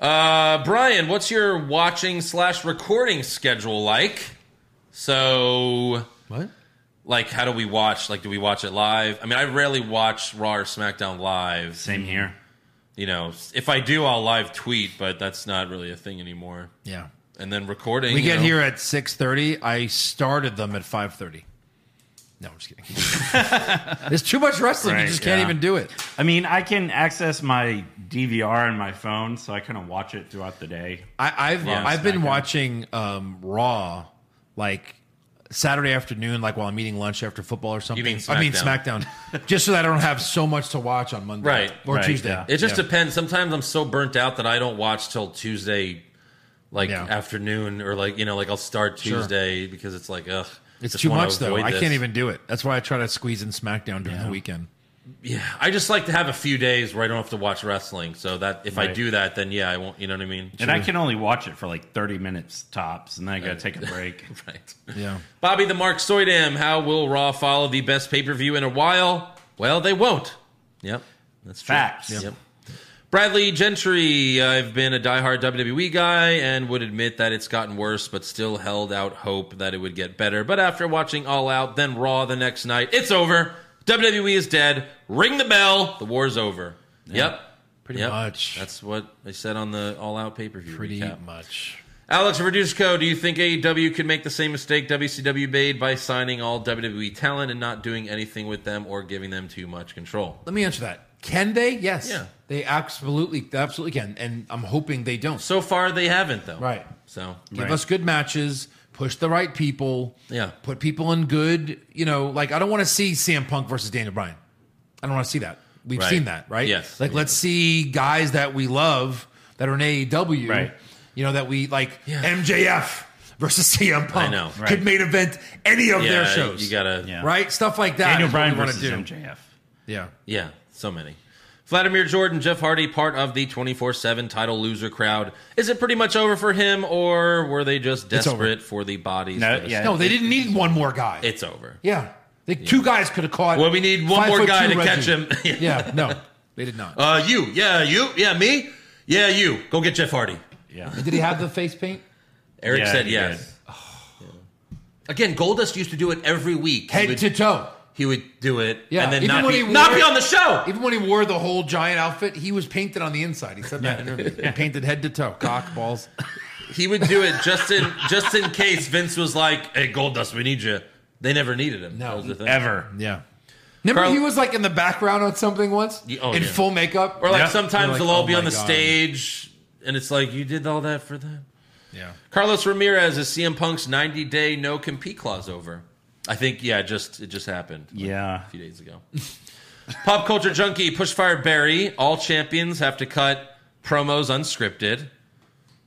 Speaker 3: uh, Brian, what's your watching slash recording schedule like? So
Speaker 4: what?
Speaker 3: Like, how do we watch? Like, do we watch it live? I mean, I rarely watch Raw or SmackDown live.
Speaker 5: Same here.
Speaker 3: You know, if I do, I'll live tweet, but that's not really a thing anymore.
Speaker 4: Yeah.
Speaker 3: And then recording.
Speaker 4: We
Speaker 3: you
Speaker 4: get
Speaker 3: know.
Speaker 4: here at six thirty. I started them at five thirty. No, I'm just kidding. There's too much wrestling. you
Speaker 5: Right,
Speaker 4: just can't
Speaker 5: yeah.
Speaker 4: even do it.
Speaker 5: I mean, I can access my DVR on my phone, so I kind of watch it throughout the day.
Speaker 4: I, I've
Speaker 5: Yeah.
Speaker 4: I've been
Speaker 5: Smackdown.
Speaker 4: watching um, Raw like Saturday afternoon, like while I'm eating lunch after football or something.
Speaker 3: mean
Speaker 4: I mean
Speaker 3: SmackDown.
Speaker 4: SmackDown, just so that I don't have so much to watch on Monday
Speaker 3: Right.
Speaker 4: or
Speaker 5: Right,
Speaker 4: Tuesday.
Speaker 5: yeah.
Speaker 3: It just
Speaker 4: Yeah.
Speaker 3: depends. Sometimes I'm so burnt out that I don't watch till Tuesday, like
Speaker 4: Yeah.
Speaker 3: afternoon, or like you know, like I'll start
Speaker 4: Sure.
Speaker 3: Tuesday because it's like ugh,
Speaker 4: It's
Speaker 3: just
Speaker 4: too
Speaker 3: wanna
Speaker 4: much though.
Speaker 3: avoid
Speaker 4: I
Speaker 3: this.
Speaker 4: can't even do it. That's why I try to squeeze in SmackDown during the weekend.
Speaker 3: Yeah, I just like to have a few days where I don't have to watch wrestling. So that if I
Speaker 5: Right.
Speaker 3: do that, then yeah, I won't. You know what I mean?
Speaker 5: And I can only watch it for like 30 minutes tops, and then I
Speaker 4: Uh,
Speaker 5: got to take a break.
Speaker 3: right.
Speaker 4: Yeah.
Speaker 3: Bobby the Mark Soydam. How will Raw follow the best pay per view in a while? Well, they won't. Yep, that's true.
Speaker 5: Facts.
Speaker 3: Yep. Bradley Gentry, I've been a diehard WWE guy and would admit that it's gotten worse, but still held out hope that it would get better. But after watching All Out, then Raw the next night, it's over. WWE is dead. Ring the bell. The war's over. Yep.
Speaker 4: Pretty
Speaker 3: Yep.
Speaker 4: much.
Speaker 3: That's what they said on the All Out pay per view.
Speaker 4: Pretty
Speaker 3: recap.
Speaker 4: much.
Speaker 3: Alex Verduzco, do you think AEW could make the same mistake WCW made by signing all WWE talent and not doing anything with them or giving them too much control?
Speaker 4: Let me answer that. Can they? Yes.
Speaker 3: Yeah.
Speaker 4: They absolutely, they absolutely can. And I'm hoping they don't.
Speaker 3: So far, they haven't, though.
Speaker 4: Right.
Speaker 3: So,
Speaker 4: Give us good matches. Push the right people.
Speaker 3: Yeah.
Speaker 4: Put people in good. You know, like I don't want to see CM Punk versus Daniel Bryan. I don't want to see that. We've
Speaker 3: Right.
Speaker 4: seen that, right?
Speaker 3: Yes.
Speaker 4: Like let's see guys that we love that are in AEW.
Speaker 5: Right.
Speaker 4: You know that we like MJF versus CM Punk.
Speaker 3: know.
Speaker 4: Could
Speaker 5: Right.
Speaker 4: main event any of their
Speaker 3: Yeah,
Speaker 4: shows.
Speaker 3: You gotta,
Speaker 5: Yeah.
Speaker 4: right stuff like that.
Speaker 5: Daniel
Speaker 4: is what we
Speaker 5: Bryan
Speaker 4: wanna
Speaker 5: versus
Speaker 4: do.
Speaker 5: MJF.
Speaker 4: Yeah.
Speaker 3: yeah, so many. Vladimir Jordan, Jeff Hardy, part of the 24 7 title loser crowd. Is it pretty much over for him, or were they just
Speaker 4: It's over.
Speaker 3: desperate for the bodies?
Speaker 5: No,
Speaker 3: that-
Speaker 5: yeah.
Speaker 4: No, they didn't need one more guy.
Speaker 3: It's over.
Speaker 4: yeah. They, Two guys could have caught.
Speaker 3: Well, we need one
Speaker 4: five
Speaker 3: more
Speaker 4: foot
Speaker 3: guy
Speaker 4: two
Speaker 3: to catch
Speaker 4: Reggie.
Speaker 3: him.
Speaker 4: yeah. No, they did not.
Speaker 3: Uh, you, yeah, you, yeah, me, yeah, you. Go get Jeff Hardy.
Speaker 5: Yeah.
Speaker 4: did he have the face paint?
Speaker 3: Eric
Speaker 5: Yeah,
Speaker 3: said
Speaker 5: he
Speaker 3: yes. Yeah. Again, Goldust used to do it every week. he,
Speaker 4: Head
Speaker 3: would,
Speaker 4: to toe.
Speaker 3: he would do it,
Speaker 4: Yeah,
Speaker 3: and then
Speaker 4: even
Speaker 3: not
Speaker 4: when
Speaker 3: be,
Speaker 4: he wore-
Speaker 3: not be on the show.
Speaker 4: Even when he wore the whole giant outfit, he was painted on the inside. He said that in an interview. He painted head to toe, cock, balls.
Speaker 3: He would do it just in just in case Vince was like, "Hey, Goldust, we need you." They never needed him.
Speaker 4: No,
Speaker 3: That was the thing.
Speaker 5: Ever.
Speaker 4: Yeah. Remember
Speaker 3: Carl-
Speaker 4: he was like in the background on something once?
Speaker 3: Yeah, oh,
Speaker 4: in
Speaker 3: yeah.
Speaker 4: full makeup?
Speaker 3: Or like
Speaker 5: Yeah.
Speaker 3: sometimes
Speaker 4: You're like,
Speaker 3: they'll all
Speaker 4: "Oh
Speaker 3: be
Speaker 4: my
Speaker 3: on the
Speaker 4: God."
Speaker 3: stage, and it's like you did all that for them.
Speaker 4: yeah.
Speaker 3: Carlos Ramirez is CM Punk's 90 day no compete clause over. I think yeah, it just it just happened. like,
Speaker 5: Yeah.
Speaker 3: a few days ago. Pop culture junkie Pushfire Barry. All champions have to cut promos unscripted.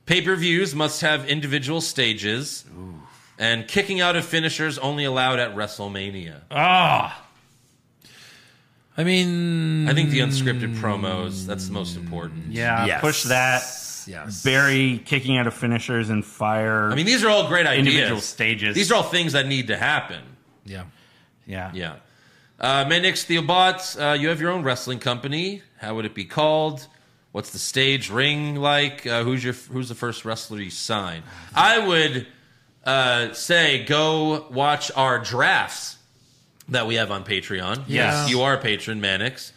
Speaker 3: Pay per views must have individual stages. And kicking out of finishers only allowed at WrestleMania.
Speaker 5: Ah.
Speaker 4: I mean,
Speaker 3: I think the unscripted promos that's the most important.
Speaker 5: yeah.
Speaker 4: Yes.
Speaker 5: Push that.
Speaker 4: Yes.
Speaker 5: Barry kicking out of finishers and fire.
Speaker 3: I mean, these are all great ideas.
Speaker 5: Individual stages.
Speaker 3: These are all things that need to happen.
Speaker 4: yeah.
Speaker 5: yeah.
Speaker 3: Yeah. Uh, Manix Theobot, uh, you have your own wrestling company. How would it be called? What's the stage ring like? Uh, who's your Who's the first wrestler you sign? I would uh, say go watch our drafts that we have on Patreon.
Speaker 5: Yes.
Speaker 3: you are a patron, Manix,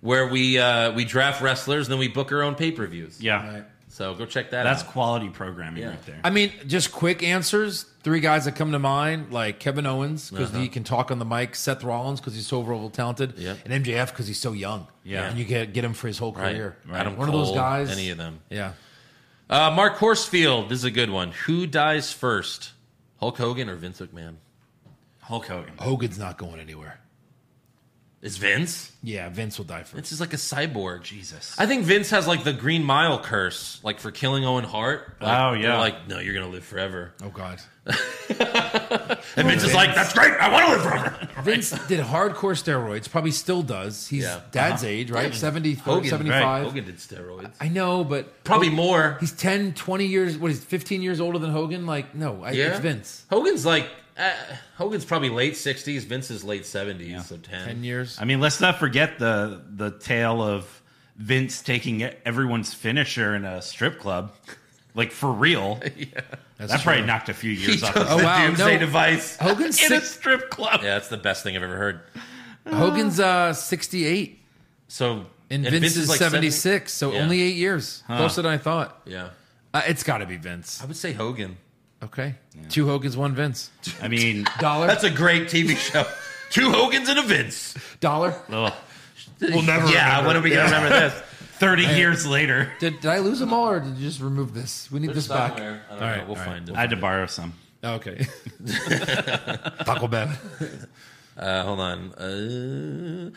Speaker 3: where we uh, we draft wrestlers and then we book our own pay per views.
Speaker 5: Yeah.
Speaker 3: So go check that
Speaker 5: That's
Speaker 3: out.
Speaker 5: quality programming
Speaker 3: Yeah.
Speaker 5: right there.
Speaker 4: I mean, just quick answers. Three guys that come to mind, like Kevin Owens, because
Speaker 3: Uh-huh.
Speaker 4: he can talk on the mic, Seth Rollins, because he's so overall talented,
Speaker 3: Yep.
Speaker 4: and MJF, because he's so young.
Speaker 5: Yeah.
Speaker 4: And you get, get him for his whole
Speaker 3: Right.
Speaker 4: career.
Speaker 3: Adam
Speaker 4: One of those
Speaker 3: Cole,
Speaker 4: guys.
Speaker 3: Any of them.
Speaker 4: Yeah.
Speaker 3: Uh, Mark Horsfield this is a good one. Who dies first, Hulk Hogan or Vince McMahon?
Speaker 5: Hulk Hogan.
Speaker 4: Hogan's not going anywhere.
Speaker 3: Is Vince?
Speaker 4: Yeah, Vince will die first.
Speaker 3: Vince is like a cyborg.
Speaker 5: Jesus.
Speaker 3: I think Vince has like the Green Mile curse, like for killing Owen Hart. Like,
Speaker 5: Oh, yeah.
Speaker 3: they're Like, no, you're gonna live forever.
Speaker 4: Oh God.
Speaker 3: And Vince is like, that's great. I want to live forever.
Speaker 4: Vince did hardcore steroids, probably still does. He's
Speaker 3: Yeah.
Speaker 4: dad's
Speaker 3: Uh-huh.
Speaker 4: age, right?
Speaker 3: Yeah.
Speaker 4: 74,
Speaker 3: Hogan,
Speaker 4: 75.
Speaker 3: right. Hogan did steroids.
Speaker 4: I know, but
Speaker 3: Probably more.
Speaker 4: He's 10, 20 years, what is it, 15 years older than Hogan? Like, no, I,
Speaker 3: yeah,
Speaker 4: it's Vince.
Speaker 3: Hogan's like, uh, Hogan's probably late '60s. Vince is late '70s, so
Speaker 4: 10 years.
Speaker 5: I mean, let's not forget the the tale of Vince taking everyone's finisher in a strip club, like for real.
Speaker 4: That's
Speaker 5: that probably
Speaker 4: true.
Speaker 5: knocked a few years off.
Speaker 3: took
Speaker 5: his-
Speaker 3: the
Speaker 4: Oh, wow, no.
Speaker 3: doomsday device.
Speaker 4: Hogan's
Speaker 5: in a
Speaker 4: six,
Speaker 5: strip club.
Speaker 3: Yeah, that's the best thing I've ever heard.
Speaker 4: Hogan's uh, 68
Speaker 3: So
Speaker 4: and, Vince, is
Speaker 3: like
Speaker 4: 76, so
Speaker 3: Yeah.
Speaker 4: only 8 years. Closer than I thought.
Speaker 3: 70 Yeah,
Speaker 4: Uh, it's got to be Vince.
Speaker 3: I would say Hogan.
Speaker 4: Okay. Two Hogans, one Vince.
Speaker 5: I mean,
Speaker 4: Dollar.
Speaker 3: That's a great TV show. Two Hogans and a Vince.
Speaker 4: dollar.
Speaker 5: ugh,
Speaker 3: We'll never. Yeah, when are we gonna remember this?
Speaker 5: thirty years later,
Speaker 4: Did, did I lose them all or did you just remove this? We need this back.
Speaker 3: I don't
Speaker 4: All
Speaker 3: know.
Speaker 4: right,
Speaker 3: we'll
Speaker 4: all right.
Speaker 3: find
Speaker 5: I had
Speaker 3: it.
Speaker 5: to borrow some.
Speaker 4: Oh, Okay.
Speaker 8: Taco Bell.
Speaker 3: Uh, hold on. Uh,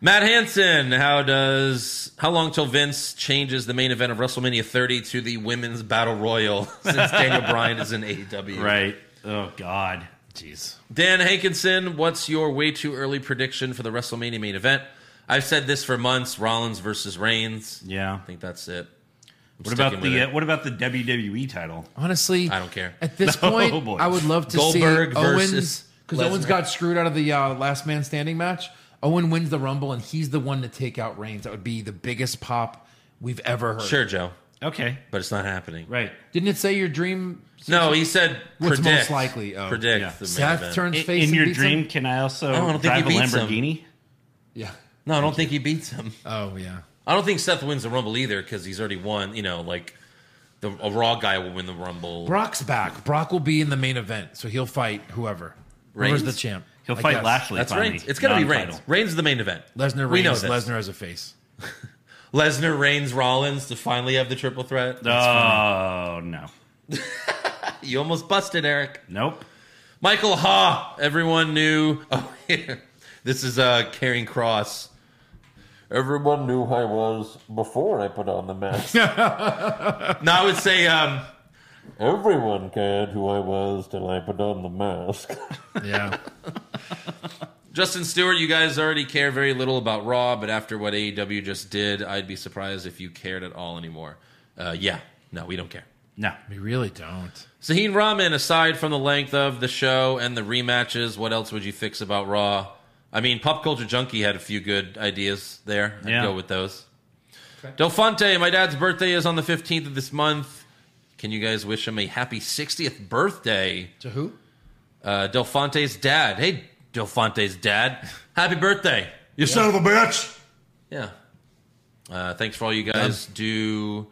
Speaker 3: Matt Hansen, how does how long till Vince changes the main event of WrestleMania 30 to the women's battle royal since Daniel Bryan is in AEW?
Speaker 5: Right? Oh God.
Speaker 4: Jeez.
Speaker 3: Dan Hankinson, what's your way too early prediction for the WrestleMania main event? I've said this for months: Rollins versus Reigns.
Speaker 5: Yeah.
Speaker 3: I think that's it. I'm
Speaker 5: What about
Speaker 3: sticking with
Speaker 5: the
Speaker 3: it.
Speaker 5: uh, what about the WWE title?
Speaker 4: Honestly,
Speaker 3: I don't care.
Speaker 4: At this
Speaker 5: No,
Speaker 4: point,
Speaker 5: boy.
Speaker 4: I would love to
Speaker 3: Goldberg
Speaker 4: see Owens
Speaker 3: versus
Speaker 4: because
Speaker 3: Lesnar.
Speaker 4: Owens got screwed out of the uh, Last Man Standing match. Owen wins the Rumble, and he's the one to take out Reigns. That would be the biggest pop we've ever heard.
Speaker 3: sure, Joe,
Speaker 5: Okay,
Speaker 3: but it's not happening.
Speaker 5: right.
Speaker 4: Didn't it say your dream?
Speaker 3: No, he said
Speaker 4: What's most
Speaker 3: predict,
Speaker 4: likely? Oh,
Speaker 3: predict
Speaker 5: yeah.
Speaker 3: the main
Speaker 4: Seth
Speaker 3: event.
Speaker 4: turns
Speaker 5: In,
Speaker 4: face
Speaker 5: in
Speaker 4: and
Speaker 5: your
Speaker 4: beats him?
Speaker 5: dream, can I also
Speaker 3: Oh, I don't think
Speaker 5: drive a
Speaker 3: he beats him.
Speaker 5: Lamborghini?
Speaker 4: Yeah.
Speaker 3: No, I don't think he beats him.
Speaker 4: Oh yeah.
Speaker 3: I don't think Seth wins the Rumble either because he's already won. You know, like the, a Raw guy will win the Rumble.
Speaker 4: Brock's back. Brock will be in the main event, so he'll fight whoever. Whoever's
Speaker 3: Reigns?
Speaker 4: the champ.
Speaker 5: He'll
Speaker 4: I
Speaker 5: fight
Speaker 4: guess.
Speaker 5: Lashley.
Speaker 3: That's
Speaker 5: finally.
Speaker 3: Reigns. It's gonna be
Speaker 5: Non-title.
Speaker 3: Reigns. Reigns is the main event.
Speaker 4: Lesnar
Speaker 3: We know
Speaker 4: Reigns.
Speaker 3: this.
Speaker 4: Lesnar as a face.
Speaker 3: Lesnar, Reigns, Rollins to finally have the triple threat.
Speaker 5: Oh no,
Speaker 3: You almost busted, Eric.
Speaker 5: nope.
Speaker 3: Michael Ha. Everyone knew. Oh, yeah. this is uh, Carrying Cross. Everyone knew who I was before I put on the mask. no, I would say um, everyone cared who I was till I put on the mask.
Speaker 4: Yeah.
Speaker 3: Justin Stewart, you guys already care very little about Raw, but after what AEW just did, I'd be surprised if you cared at all anymore. Uh, yeah, no, we don't care.
Speaker 5: No,
Speaker 4: we really don't.
Speaker 3: Sahin Rahman, aside from the length of the show and the rematches, what else would you fix about Raw? I mean, Pop Culture Junkie had a few good ideas there. I'd
Speaker 5: Yeah.
Speaker 3: go with those. Del Fonte, my dad's birthday is on the 15th of this month. Can you guys wish him a happy 60th birthday?
Speaker 4: To who?
Speaker 3: Uh, Del Fonte's dad. Hey, Del Fonte's dad. Happy birthday.
Speaker 6: You son of a bitch!
Speaker 3: Yeah. Uh, thanks for all you guys do.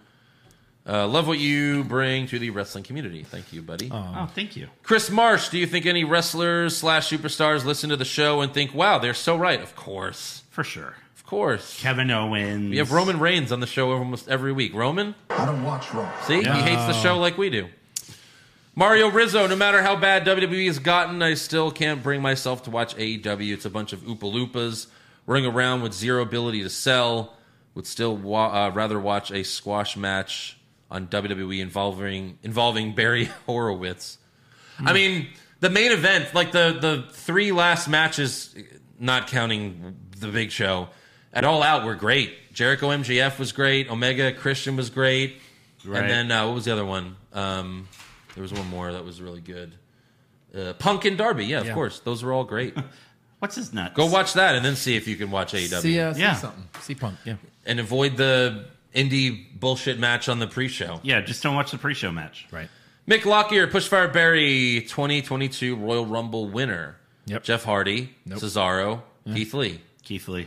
Speaker 3: Uh, love what you bring to the wrestling community. Thank you, buddy.
Speaker 5: oh thank you.
Speaker 3: Chris Marsh, do you think any wrestlers slash superstars listen to the show and think, wow, they're so right? Of course.
Speaker 5: For sure.
Speaker 3: Of course.
Speaker 5: Kevin Owens.
Speaker 3: We have Roman Reigns on the show almost every week. Roman?
Speaker 2: I don't watch Raw.
Speaker 3: See, he hates the show like we do. Mario Rizzo, no matter how bad WWE has gotten, I still can't bring myself to watch AEW. It's a bunch of oopaloopas running around with zero ability to sell. Would still wa- uh, rather watch a squash match on WWE involving involving Barry Horowitz. I mean, the main event, like the the three last matches, not counting the big show, at All Out were great. Jericho MJF was great. Omega Christian was great.
Speaker 5: Right.
Speaker 3: And then uh, what was the other one? Um, there was one more that was really good. Uh, Punk and Darby, yeah, of
Speaker 4: Yeah.
Speaker 3: course, those were all great.
Speaker 5: What's his nuts?
Speaker 3: Go watch that and then see if you can watch AEW
Speaker 4: See, uh, see
Speaker 5: Yeah.
Speaker 4: something. See Punk. Yeah.
Speaker 3: and avoid the indie bullshit match on the pre-show.
Speaker 5: Yeah, just don't watch the pre-show match.
Speaker 4: Right.
Speaker 3: Mick Lockyer, Pushfire Berry, 2022 Royal Rumble winner.
Speaker 4: Yep.
Speaker 3: Jeff Hardy, Cesaro, Keith Lee.
Speaker 5: Keith Lee.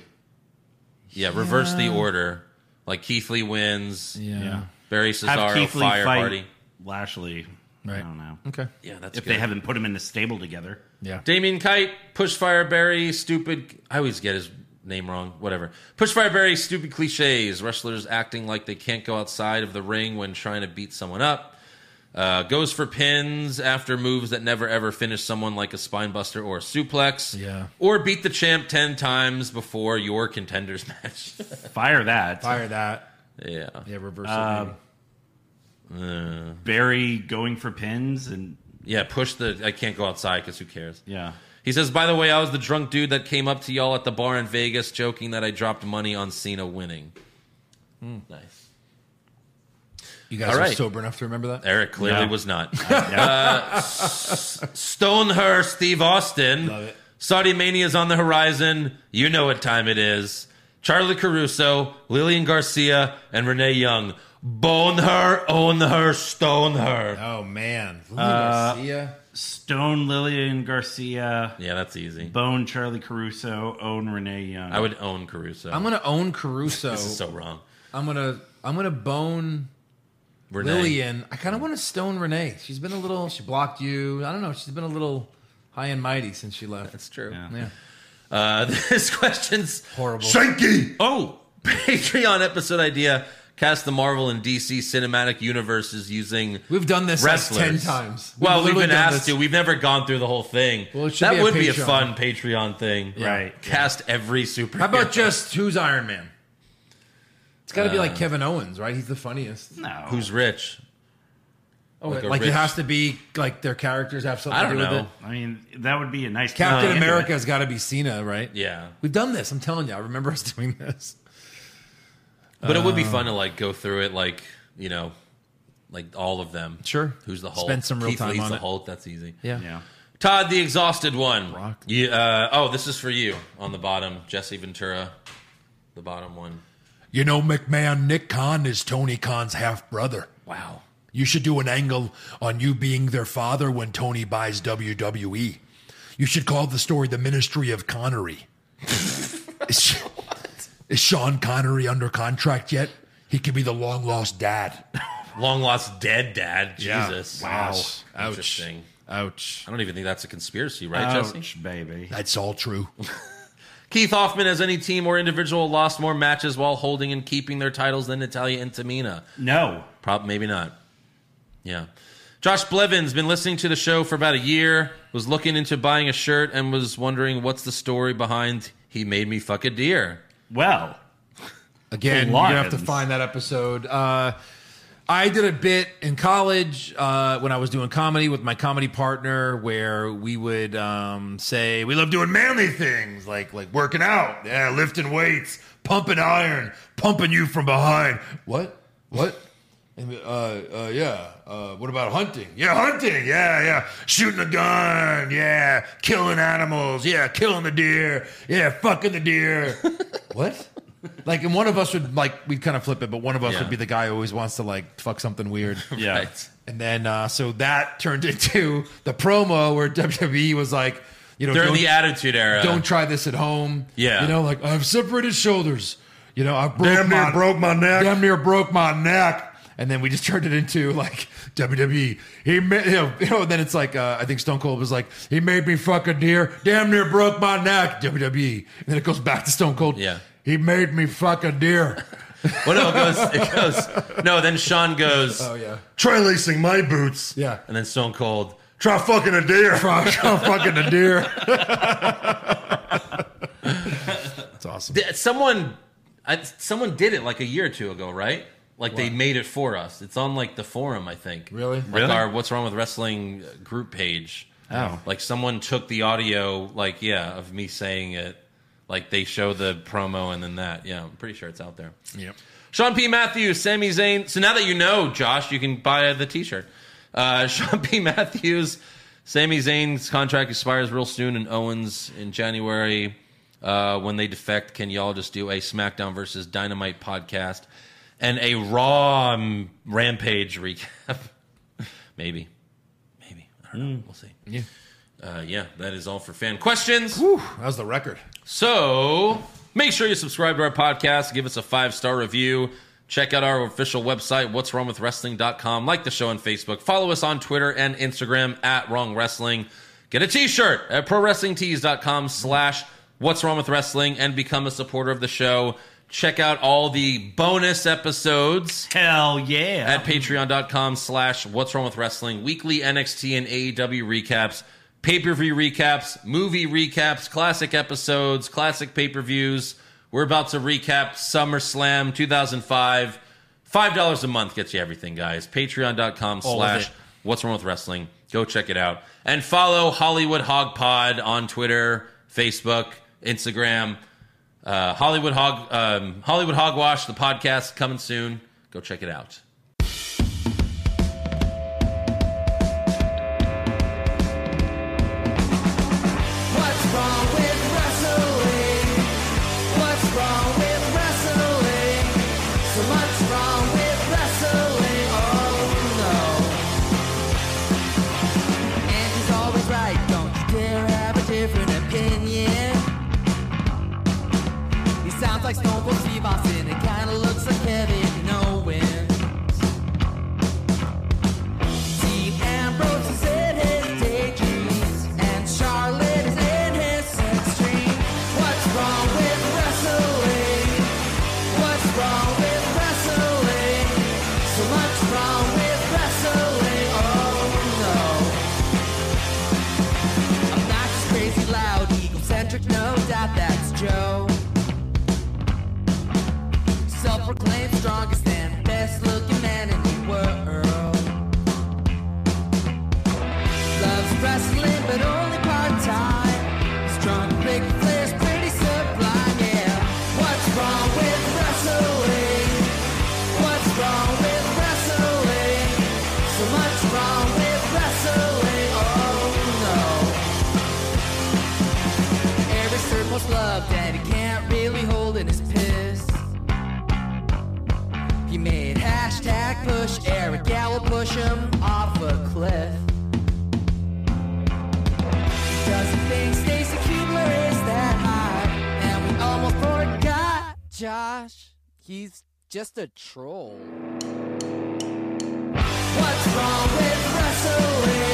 Speaker 3: Yeah, reverse the order. Like Keith Lee wins,
Speaker 4: Yeah.
Speaker 5: Yeah.
Speaker 3: Barry
Speaker 5: Have
Speaker 3: Cesaro,
Speaker 5: Keith Lee
Speaker 3: Fire
Speaker 5: fight
Speaker 3: Hardy.
Speaker 5: Lashley. I
Speaker 4: Right.
Speaker 5: don't know.
Speaker 4: Okay.
Speaker 3: Yeah, that's
Speaker 5: If
Speaker 3: good.
Speaker 5: they haven't put him in the stable together.
Speaker 4: Yeah.
Speaker 3: Damien Kite, Pushfire Berry, stupid. I always get his name wrong. Whatever. Pushfire Berry, stupid cliches. Wrestlers acting like they can't go outside of the ring when trying to beat someone up. Uh, goes for pins after moves that never ever finish someone like a spinebuster or a suplex.
Speaker 4: Yeah.
Speaker 3: Or beat the champ 10 times before your contenders match.
Speaker 5: Fire that.
Speaker 4: Fire that.
Speaker 3: Yeah.
Speaker 4: Yeah, reverse
Speaker 5: Uh,
Speaker 4: it.
Speaker 5: Barry going for pins and
Speaker 3: Yeah, push the. I can't go outside because who cares?
Speaker 5: yeah.
Speaker 3: He says, by the way, I was the drunk dude that came up to y'all at the bar in Vegas joking that I dropped money on Cena winning. Hmm. Nice.
Speaker 4: You guys
Speaker 3: All
Speaker 4: are
Speaker 3: right.
Speaker 4: sober enough to remember that?
Speaker 3: Eric clearly
Speaker 5: No.
Speaker 3: was not. Uh,
Speaker 5: Yeah.
Speaker 3: Stonehurst, Steve Austin.
Speaker 4: Love it.
Speaker 3: Saudi Mania is on the horizon. You know what time it is. Charlie Caruso, Lillian Garcia, and Renee Young. Bone her, own her, stone her.
Speaker 4: Oh, man. Lily
Speaker 5: Uh,
Speaker 4: Garcia.
Speaker 5: Stone Lillian Garcia,
Speaker 3: Yeah, that's easy.
Speaker 5: Bone Charlie Caruso, Own Renee Young.
Speaker 3: I would own Caruso.
Speaker 4: I'm going to own Caruso.
Speaker 3: this is so wrong.
Speaker 4: I'm going to I'm gonna bone
Speaker 3: Renee.
Speaker 4: Lillian. I kind of want to stone Renee. She's been a little, she blocked you. I don't know. She's been a little high and mighty since she left.
Speaker 3: That's true.
Speaker 4: yeah.
Speaker 3: Uh, this question's
Speaker 4: Horrible.
Speaker 8: Shanky!
Speaker 3: Oh, Patreon episode idea. Cast the Marvel and DC cinematic universes using
Speaker 4: We've done this like
Speaker 3: wrestlers.
Speaker 4: 10 times. We've
Speaker 3: well, we've
Speaker 4: literally
Speaker 3: been
Speaker 4: done
Speaker 3: asked
Speaker 4: this.
Speaker 3: to. We've never gone through the whole thing.
Speaker 4: Well, it should
Speaker 3: that
Speaker 4: be a
Speaker 3: would be a
Speaker 4: Patreon.
Speaker 3: fun Patreon thing,
Speaker 5: Right.
Speaker 3: Cast every superhero.
Speaker 4: How about just who's Iron Man? It's got to be
Speaker 3: Uh,
Speaker 4: like Kevin Owens, right? He's the funniest.
Speaker 5: No.
Speaker 3: who's rich?
Speaker 4: Oh,
Speaker 3: Like
Speaker 4: like,
Speaker 3: a
Speaker 4: it
Speaker 3: rich-
Speaker 4: has to be like their characters have something
Speaker 3: I don't
Speaker 4: to do
Speaker 3: know.
Speaker 4: with it.
Speaker 5: I mean, that would be a nice
Speaker 4: Captain
Speaker 5: tie-in.
Speaker 4: America's got to be Cena, right?
Speaker 3: Yeah,
Speaker 4: We've done this. I'm telling you. I remember us doing this.
Speaker 3: but it would be fun to like go through it, like you know, like all of them.
Speaker 4: Sure.
Speaker 3: Who's the Hulk?
Speaker 4: Spend some real
Speaker 3: Keith
Speaker 4: time
Speaker 3: Lee's
Speaker 4: on
Speaker 3: the
Speaker 4: it.
Speaker 3: Hulk. That's easy.
Speaker 4: Yeah.
Speaker 5: Yeah.
Speaker 3: Todd, the exhausted one.
Speaker 4: Rock.
Speaker 3: You, uh, oh, this is for you on the bottom, Jesse Ventura, the bottom one.
Speaker 8: You know, McMahon, Nick Khan is Tony Khan's half brother.
Speaker 3: Wow.
Speaker 8: You should do an angle on you being their father when Tony buys WWE. You should call the story The Ministry of Connery. is, is Sean Connery under contract yet? He could be the long lost dad.
Speaker 3: Long lost dead dad. Jesus.
Speaker 4: Ouch. Ouch.
Speaker 3: Interesting.
Speaker 4: Ouch.
Speaker 3: I don't even think that's a conspiracy, right, Jesse?
Speaker 5: Ouch, baby.
Speaker 8: That's all true.
Speaker 3: Keith Hoffman has any team or individual lost more matches while holding and keeping their titles than Natalia and Tamina?
Speaker 5: No.
Speaker 3: Prob maybe not. Yeah. Josh Blevins been listening to the show for about a year. Was looking into buying a shirt and was wondering what's the story behind he made me fuck a deer.
Speaker 5: Well,
Speaker 4: Again,
Speaker 5: The
Speaker 4: you're gonna have to
Speaker 5: Lions.
Speaker 4: find that episode. Uh, I did a bit in college uh, when I was doing comedy with my comedy partner, where we would um, say we love doing manly things, like like working out,
Speaker 8: Yeah, lifting weights, pumping iron, pumping you from behind. What? What? And, uh, uh, yeah. Uh, what about hunting? Yeah, hunting. Yeah, yeah. Shooting a gun. Yeah. Killing animals. Yeah. Killing the deer. Yeah. Fucking the deer.
Speaker 4: What? Like, and one of us would like we'd kind of flip it, but one of us
Speaker 3: Yeah.
Speaker 4: would be the guy who always wants to like fuck something weird.
Speaker 5: yeah.
Speaker 3: Right.
Speaker 4: And then uh, so that turned into the promo where WWE was like, you know,
Speaker 3: During
Speaker 4: don't,
Speaker 3: the Attitude Era.
Speaker 4: don't try this at home.
Speaker 3: Yeah.
Speaker 4: you know, like I've separated shoulders. You know, I broke
Speaker 8: Damn near
Speaker 4: my,
Speaker 8: broke my neck.
Speaker 4: Damn near broke my neck. And then we just turned it into like WWE. He, ma- you know, you know then it's like uh, I think Stone Cold was like, he made me fuck a deer. Damn near broke my neck. WWE. And then it goes back to Stone Cold.
Speaker 3: Yeah.
Speaker 4: He made me fuck a deer.
Speaker 3: Well, no, it goes. It goes. No, then Sean goes,
Speaker 4: Oh yeah.
Speaker 8: Try lacing my boots.
Speaker 4: Yeah.
Speaker 3: and then Stone Cold.
Speaker 8: Try fucking a deer.
Speaker 4: Fuck, I'm fucking a deer. It's awesome.
Speaker 3: Th- Someone, I, someone did it like a year or two ago, right? Like they made it for us. It's on like the forum, I think.
Speaker 4: Really?
Speaker 3: Like
Speaker 5: Really?
Speaker 3: our "What's Wrong with Wrestling" uh, group page.
Speaker 5: Oh.
Speaker 3: Like someone took the audio, like yeah, of me saying it. Like they show the promo and then that. Yeah, I'm pretty sure it's out there.
Speaker 4: Yep.
Speaker 3: Sean P. Matthews, Sami Zayn. So now that you know, Josh, you can buy the T-shirt. Uh, Sean P. Matthews, Sami Zayn's contract expires real soon, and Owens in January. Uh, when they defect, can y'all just do a SmackDown versus Dynamite podcast and a Raw um, Rampage recap? Maybe, maybe I don't know. We'll see. Yeah, uh, yeah. That is all for fan questions.
Speaker 4: That was the record.
Speaker 3: So make sure you subscribe to our podcast, give us a five star review, check out our official website, what's wrong with wrestling.com, like the show on Facebook, follow us on Twitter and Instagram at wrong wrestling, get a t shirt at pro wrestling tees.com slash what's wrong with wrestling, and become a supporter of the show. Check out all the bonus episodes.
Speaker 5: Hell yeah.
Speaker 3: At patreon.com slash what's wrong with wrestling. Weekly NXT and AEW recaps, pay-per-view recaps, movie recaps, classic episodes, classic pay-per-views. We're about to recap SummerSlam 2005. $5 a month gets you everything, guys. Patreon.com
Speaker 11: All of
Speaker 3: slash
Speaker 11: it.
Speaker 3: what's wrong with wrestling. Go check it out. And follow Hollywood Hog Pod on Twitter, Facebook, Instagram. Uh, Hollywood Hog um, Hollywood Hogwash, the podcast coming soon. Go check it out.
Speaker 6: What's wrong with wrestling? What's wrong with wrestling? So much wrong with wrestling. Oh no. And she's always right. Don't you dare have a different opinion. He sounds like Stone Cold Steve Austin. It kinda looks like Kevin Owens. Dean Ambrose is in his daydreams, and Charlotte is in his sex dream. What's wrong with wrestling? What's wrong with wrestling? So much wrong with wrestling. Oh no! Obnoxious, crazy, loud, egocentric, no doubt that's Joe. Self-proclaimed strongest and best-looking man in the world. Loves wrestling, but only part time. Strong big players, pretty sublime, yeah. What's wrong with wrestling? What's wrong with wrestling? So much wrong with wrestling, oh no. Every circle's love that he can't really hold in his piss. He made hashtag push Eric Gallo push him off a cliff. Doesn't think Stacy Kubler is that hot, and we almost forgot Josh. He's just a troll. What's wrong with wrestling? Oh,